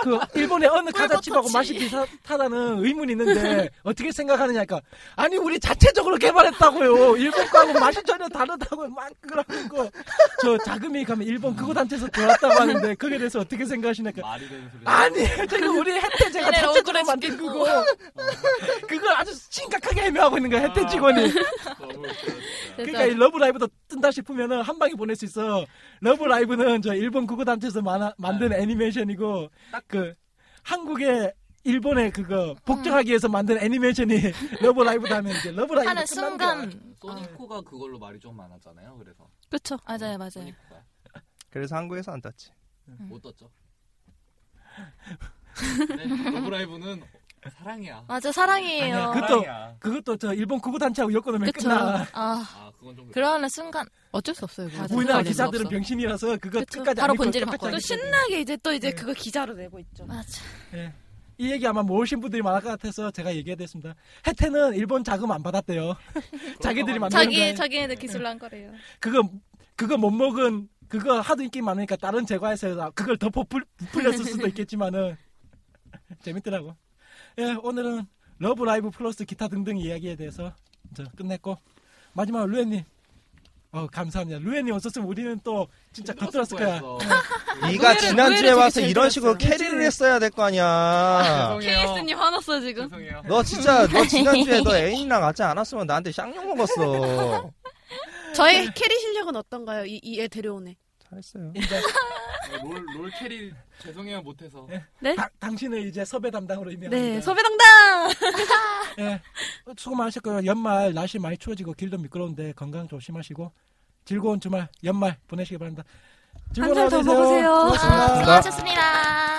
Speaker 5: 그 일본의 어느 가자집하고 맛이 비슷하다는 의문이 있는데 어떻게 생각하느냐 그러니까 아니 우리 자체적으로 개발했다고요 일본 거하고 맛이 전혀 다르다고 막 그러고 저 자금이 가면 일본 그거 단체에서 들어왔다고 하는데 거기에 대해서 어떻게 생각하시냐까
Speaker 3: 말이 되는 소리
Speaker 5: 아니 지금 우리 혜태 제가
Speaker 9: 얘네
Speaker 5: 자체적으로
Speaker 9: 억울해
Speaker 5: 만든 그거 어. 그걸 아주 심각하게 해명하고 있는 거야
Speaker 9: 아.
Speaker 5: 혜태 직원이
Speaker 9: 네.
Speaker 3: 너무 웃겨, 진짜.
Speaker 5: 그러니까 이 러브라이브도 뜬다 싶으면은 한 방에 보낼 수 있어. 러브라이브는 저 일본 그거 단체에서 만화-
Speaker 9: 아.
Speaker 5: 만든 애니메이션이고 딱 그 한국의 일본의
Speaker 9: 음.
Speaker 5: 그거 복종하기 위해서 만든 애니메이션이 러브라이브 다음에 이제 러브라이브
Speaker 9: 하는 순간
Speaker 3: 소니코가 그걸로 말이 좀 많았잖아요 그래서
Speaker 9: 그쵸 맞아요 맞아요
Speaker 3: 소니코가
Speaker 7: 그래서 한국에서 안 땄지.
Speaker 8: 음.
Speaker 3: 못 떴죠 네. 근데 러브라이브는 사랑이야
Speaker 9: 맞아 사랑이에요
Speaker 5: 아니야, 그것도-
Speaker 3: 사랑이야
Speaker 5: 그것도 저 일본 그거 단체하고 엮어놓으면
Speaker 9: 그쵸
Speaker 5: 끝나.
Speaker 9: 아
Speaker 3: 아 그건 좀 그래
Speaker 9: 그러는 순간
Speaker 8: 어쩔 수 없어요. 그거.
Speaker 5: 우리나라
Speaker 8: 어쩔 수
Speaker 5: 기사들은
Speaker 8: 없어.
Speaker 5: 병신이라서 그거
Speaker 9: 그쵸.
Speaker 5: 끝까지
Speaker 9: 바로
Speaker 5: 안 읽고
Speaker 9: 본질을
Speaker 5: 똑같이
Speaker 9: 바꿔야
Speaker 5: 하기
Speaker 14: 또
Speaker 5: 때문에.
Speaker 14: 신나게 이제 또 이제
Speaker 5: 네.
Speaker 14: 그거 기자로 내고 있죠.
Speaker 9: 맞아
Speaker 5: 이 얘기 아마 모으신 분들이 많을 것 같아서 제가 얘기해야 됐습니다. 혜태는 일본 자금 안 받았대요. 자기들이 만든 거예요.
Speaker 8: 어, 자기 자기네들 기술로 한 거래요.
Speaker 5: 그거 그거 못 먹은 그거 하도 인기 많으니까 다른 제과에서 그걸 더 부풀, 부풀렸을 수도 있겠지만은 재밌더라고. 예, 오늘은 러브 라이브 플러스 기타 등등 이야기에 대해서 저 끝냈고 마지막 으로 루엔님. 어 감사합니다. 루엔님 없었으면 우리는 또 진짜 겉들었을 거야.
Speaker 3: 했어.
Speaker 7: 네가 지난주에 와서
Speaker 14: 되게
Speaker 7: 이런
Speaker 14: 잘
Speaker 7: 식으로 캐리를 했어야 될 거 아니야.
Speaker 3: 죄송해요
Speaker 14: 케이스님 화났어 지금.
Speaker 3: 죄송해요
Speaker 7: 너 진짜 너 지난주에 너 애인이랑 같이 안 왔으면 나한테 쌍욕 먹었어.
Speaker 14: 저의 캐리 실력은 어떤가요? 이, 이애 데려오네.
Speaker 7: 잘했어요.
Speaker 5: 이제
Speaker 3: 롤, 롤 캐리 죄송해요 못해서
Speaker 5: 다- 당신을 이제 섭외 담당으로 임명합니다.
Speaker 14: 네, 소배당당.
Speaker 5: 예, 수고 많으셨고요. 연말 날씨 많이 추워지고 길도 미끄러운데 건강 조심하시고 즐거운 주말 연말 보내시기 바랍니다. 즐거운
Speaker 14: 한잔더
Speaker 5: 하루 되세요.
Speaker 14: 먹으세요.
Speaker 5: 아, 고맙습니다.
Speaker 9: 수고하셨습니다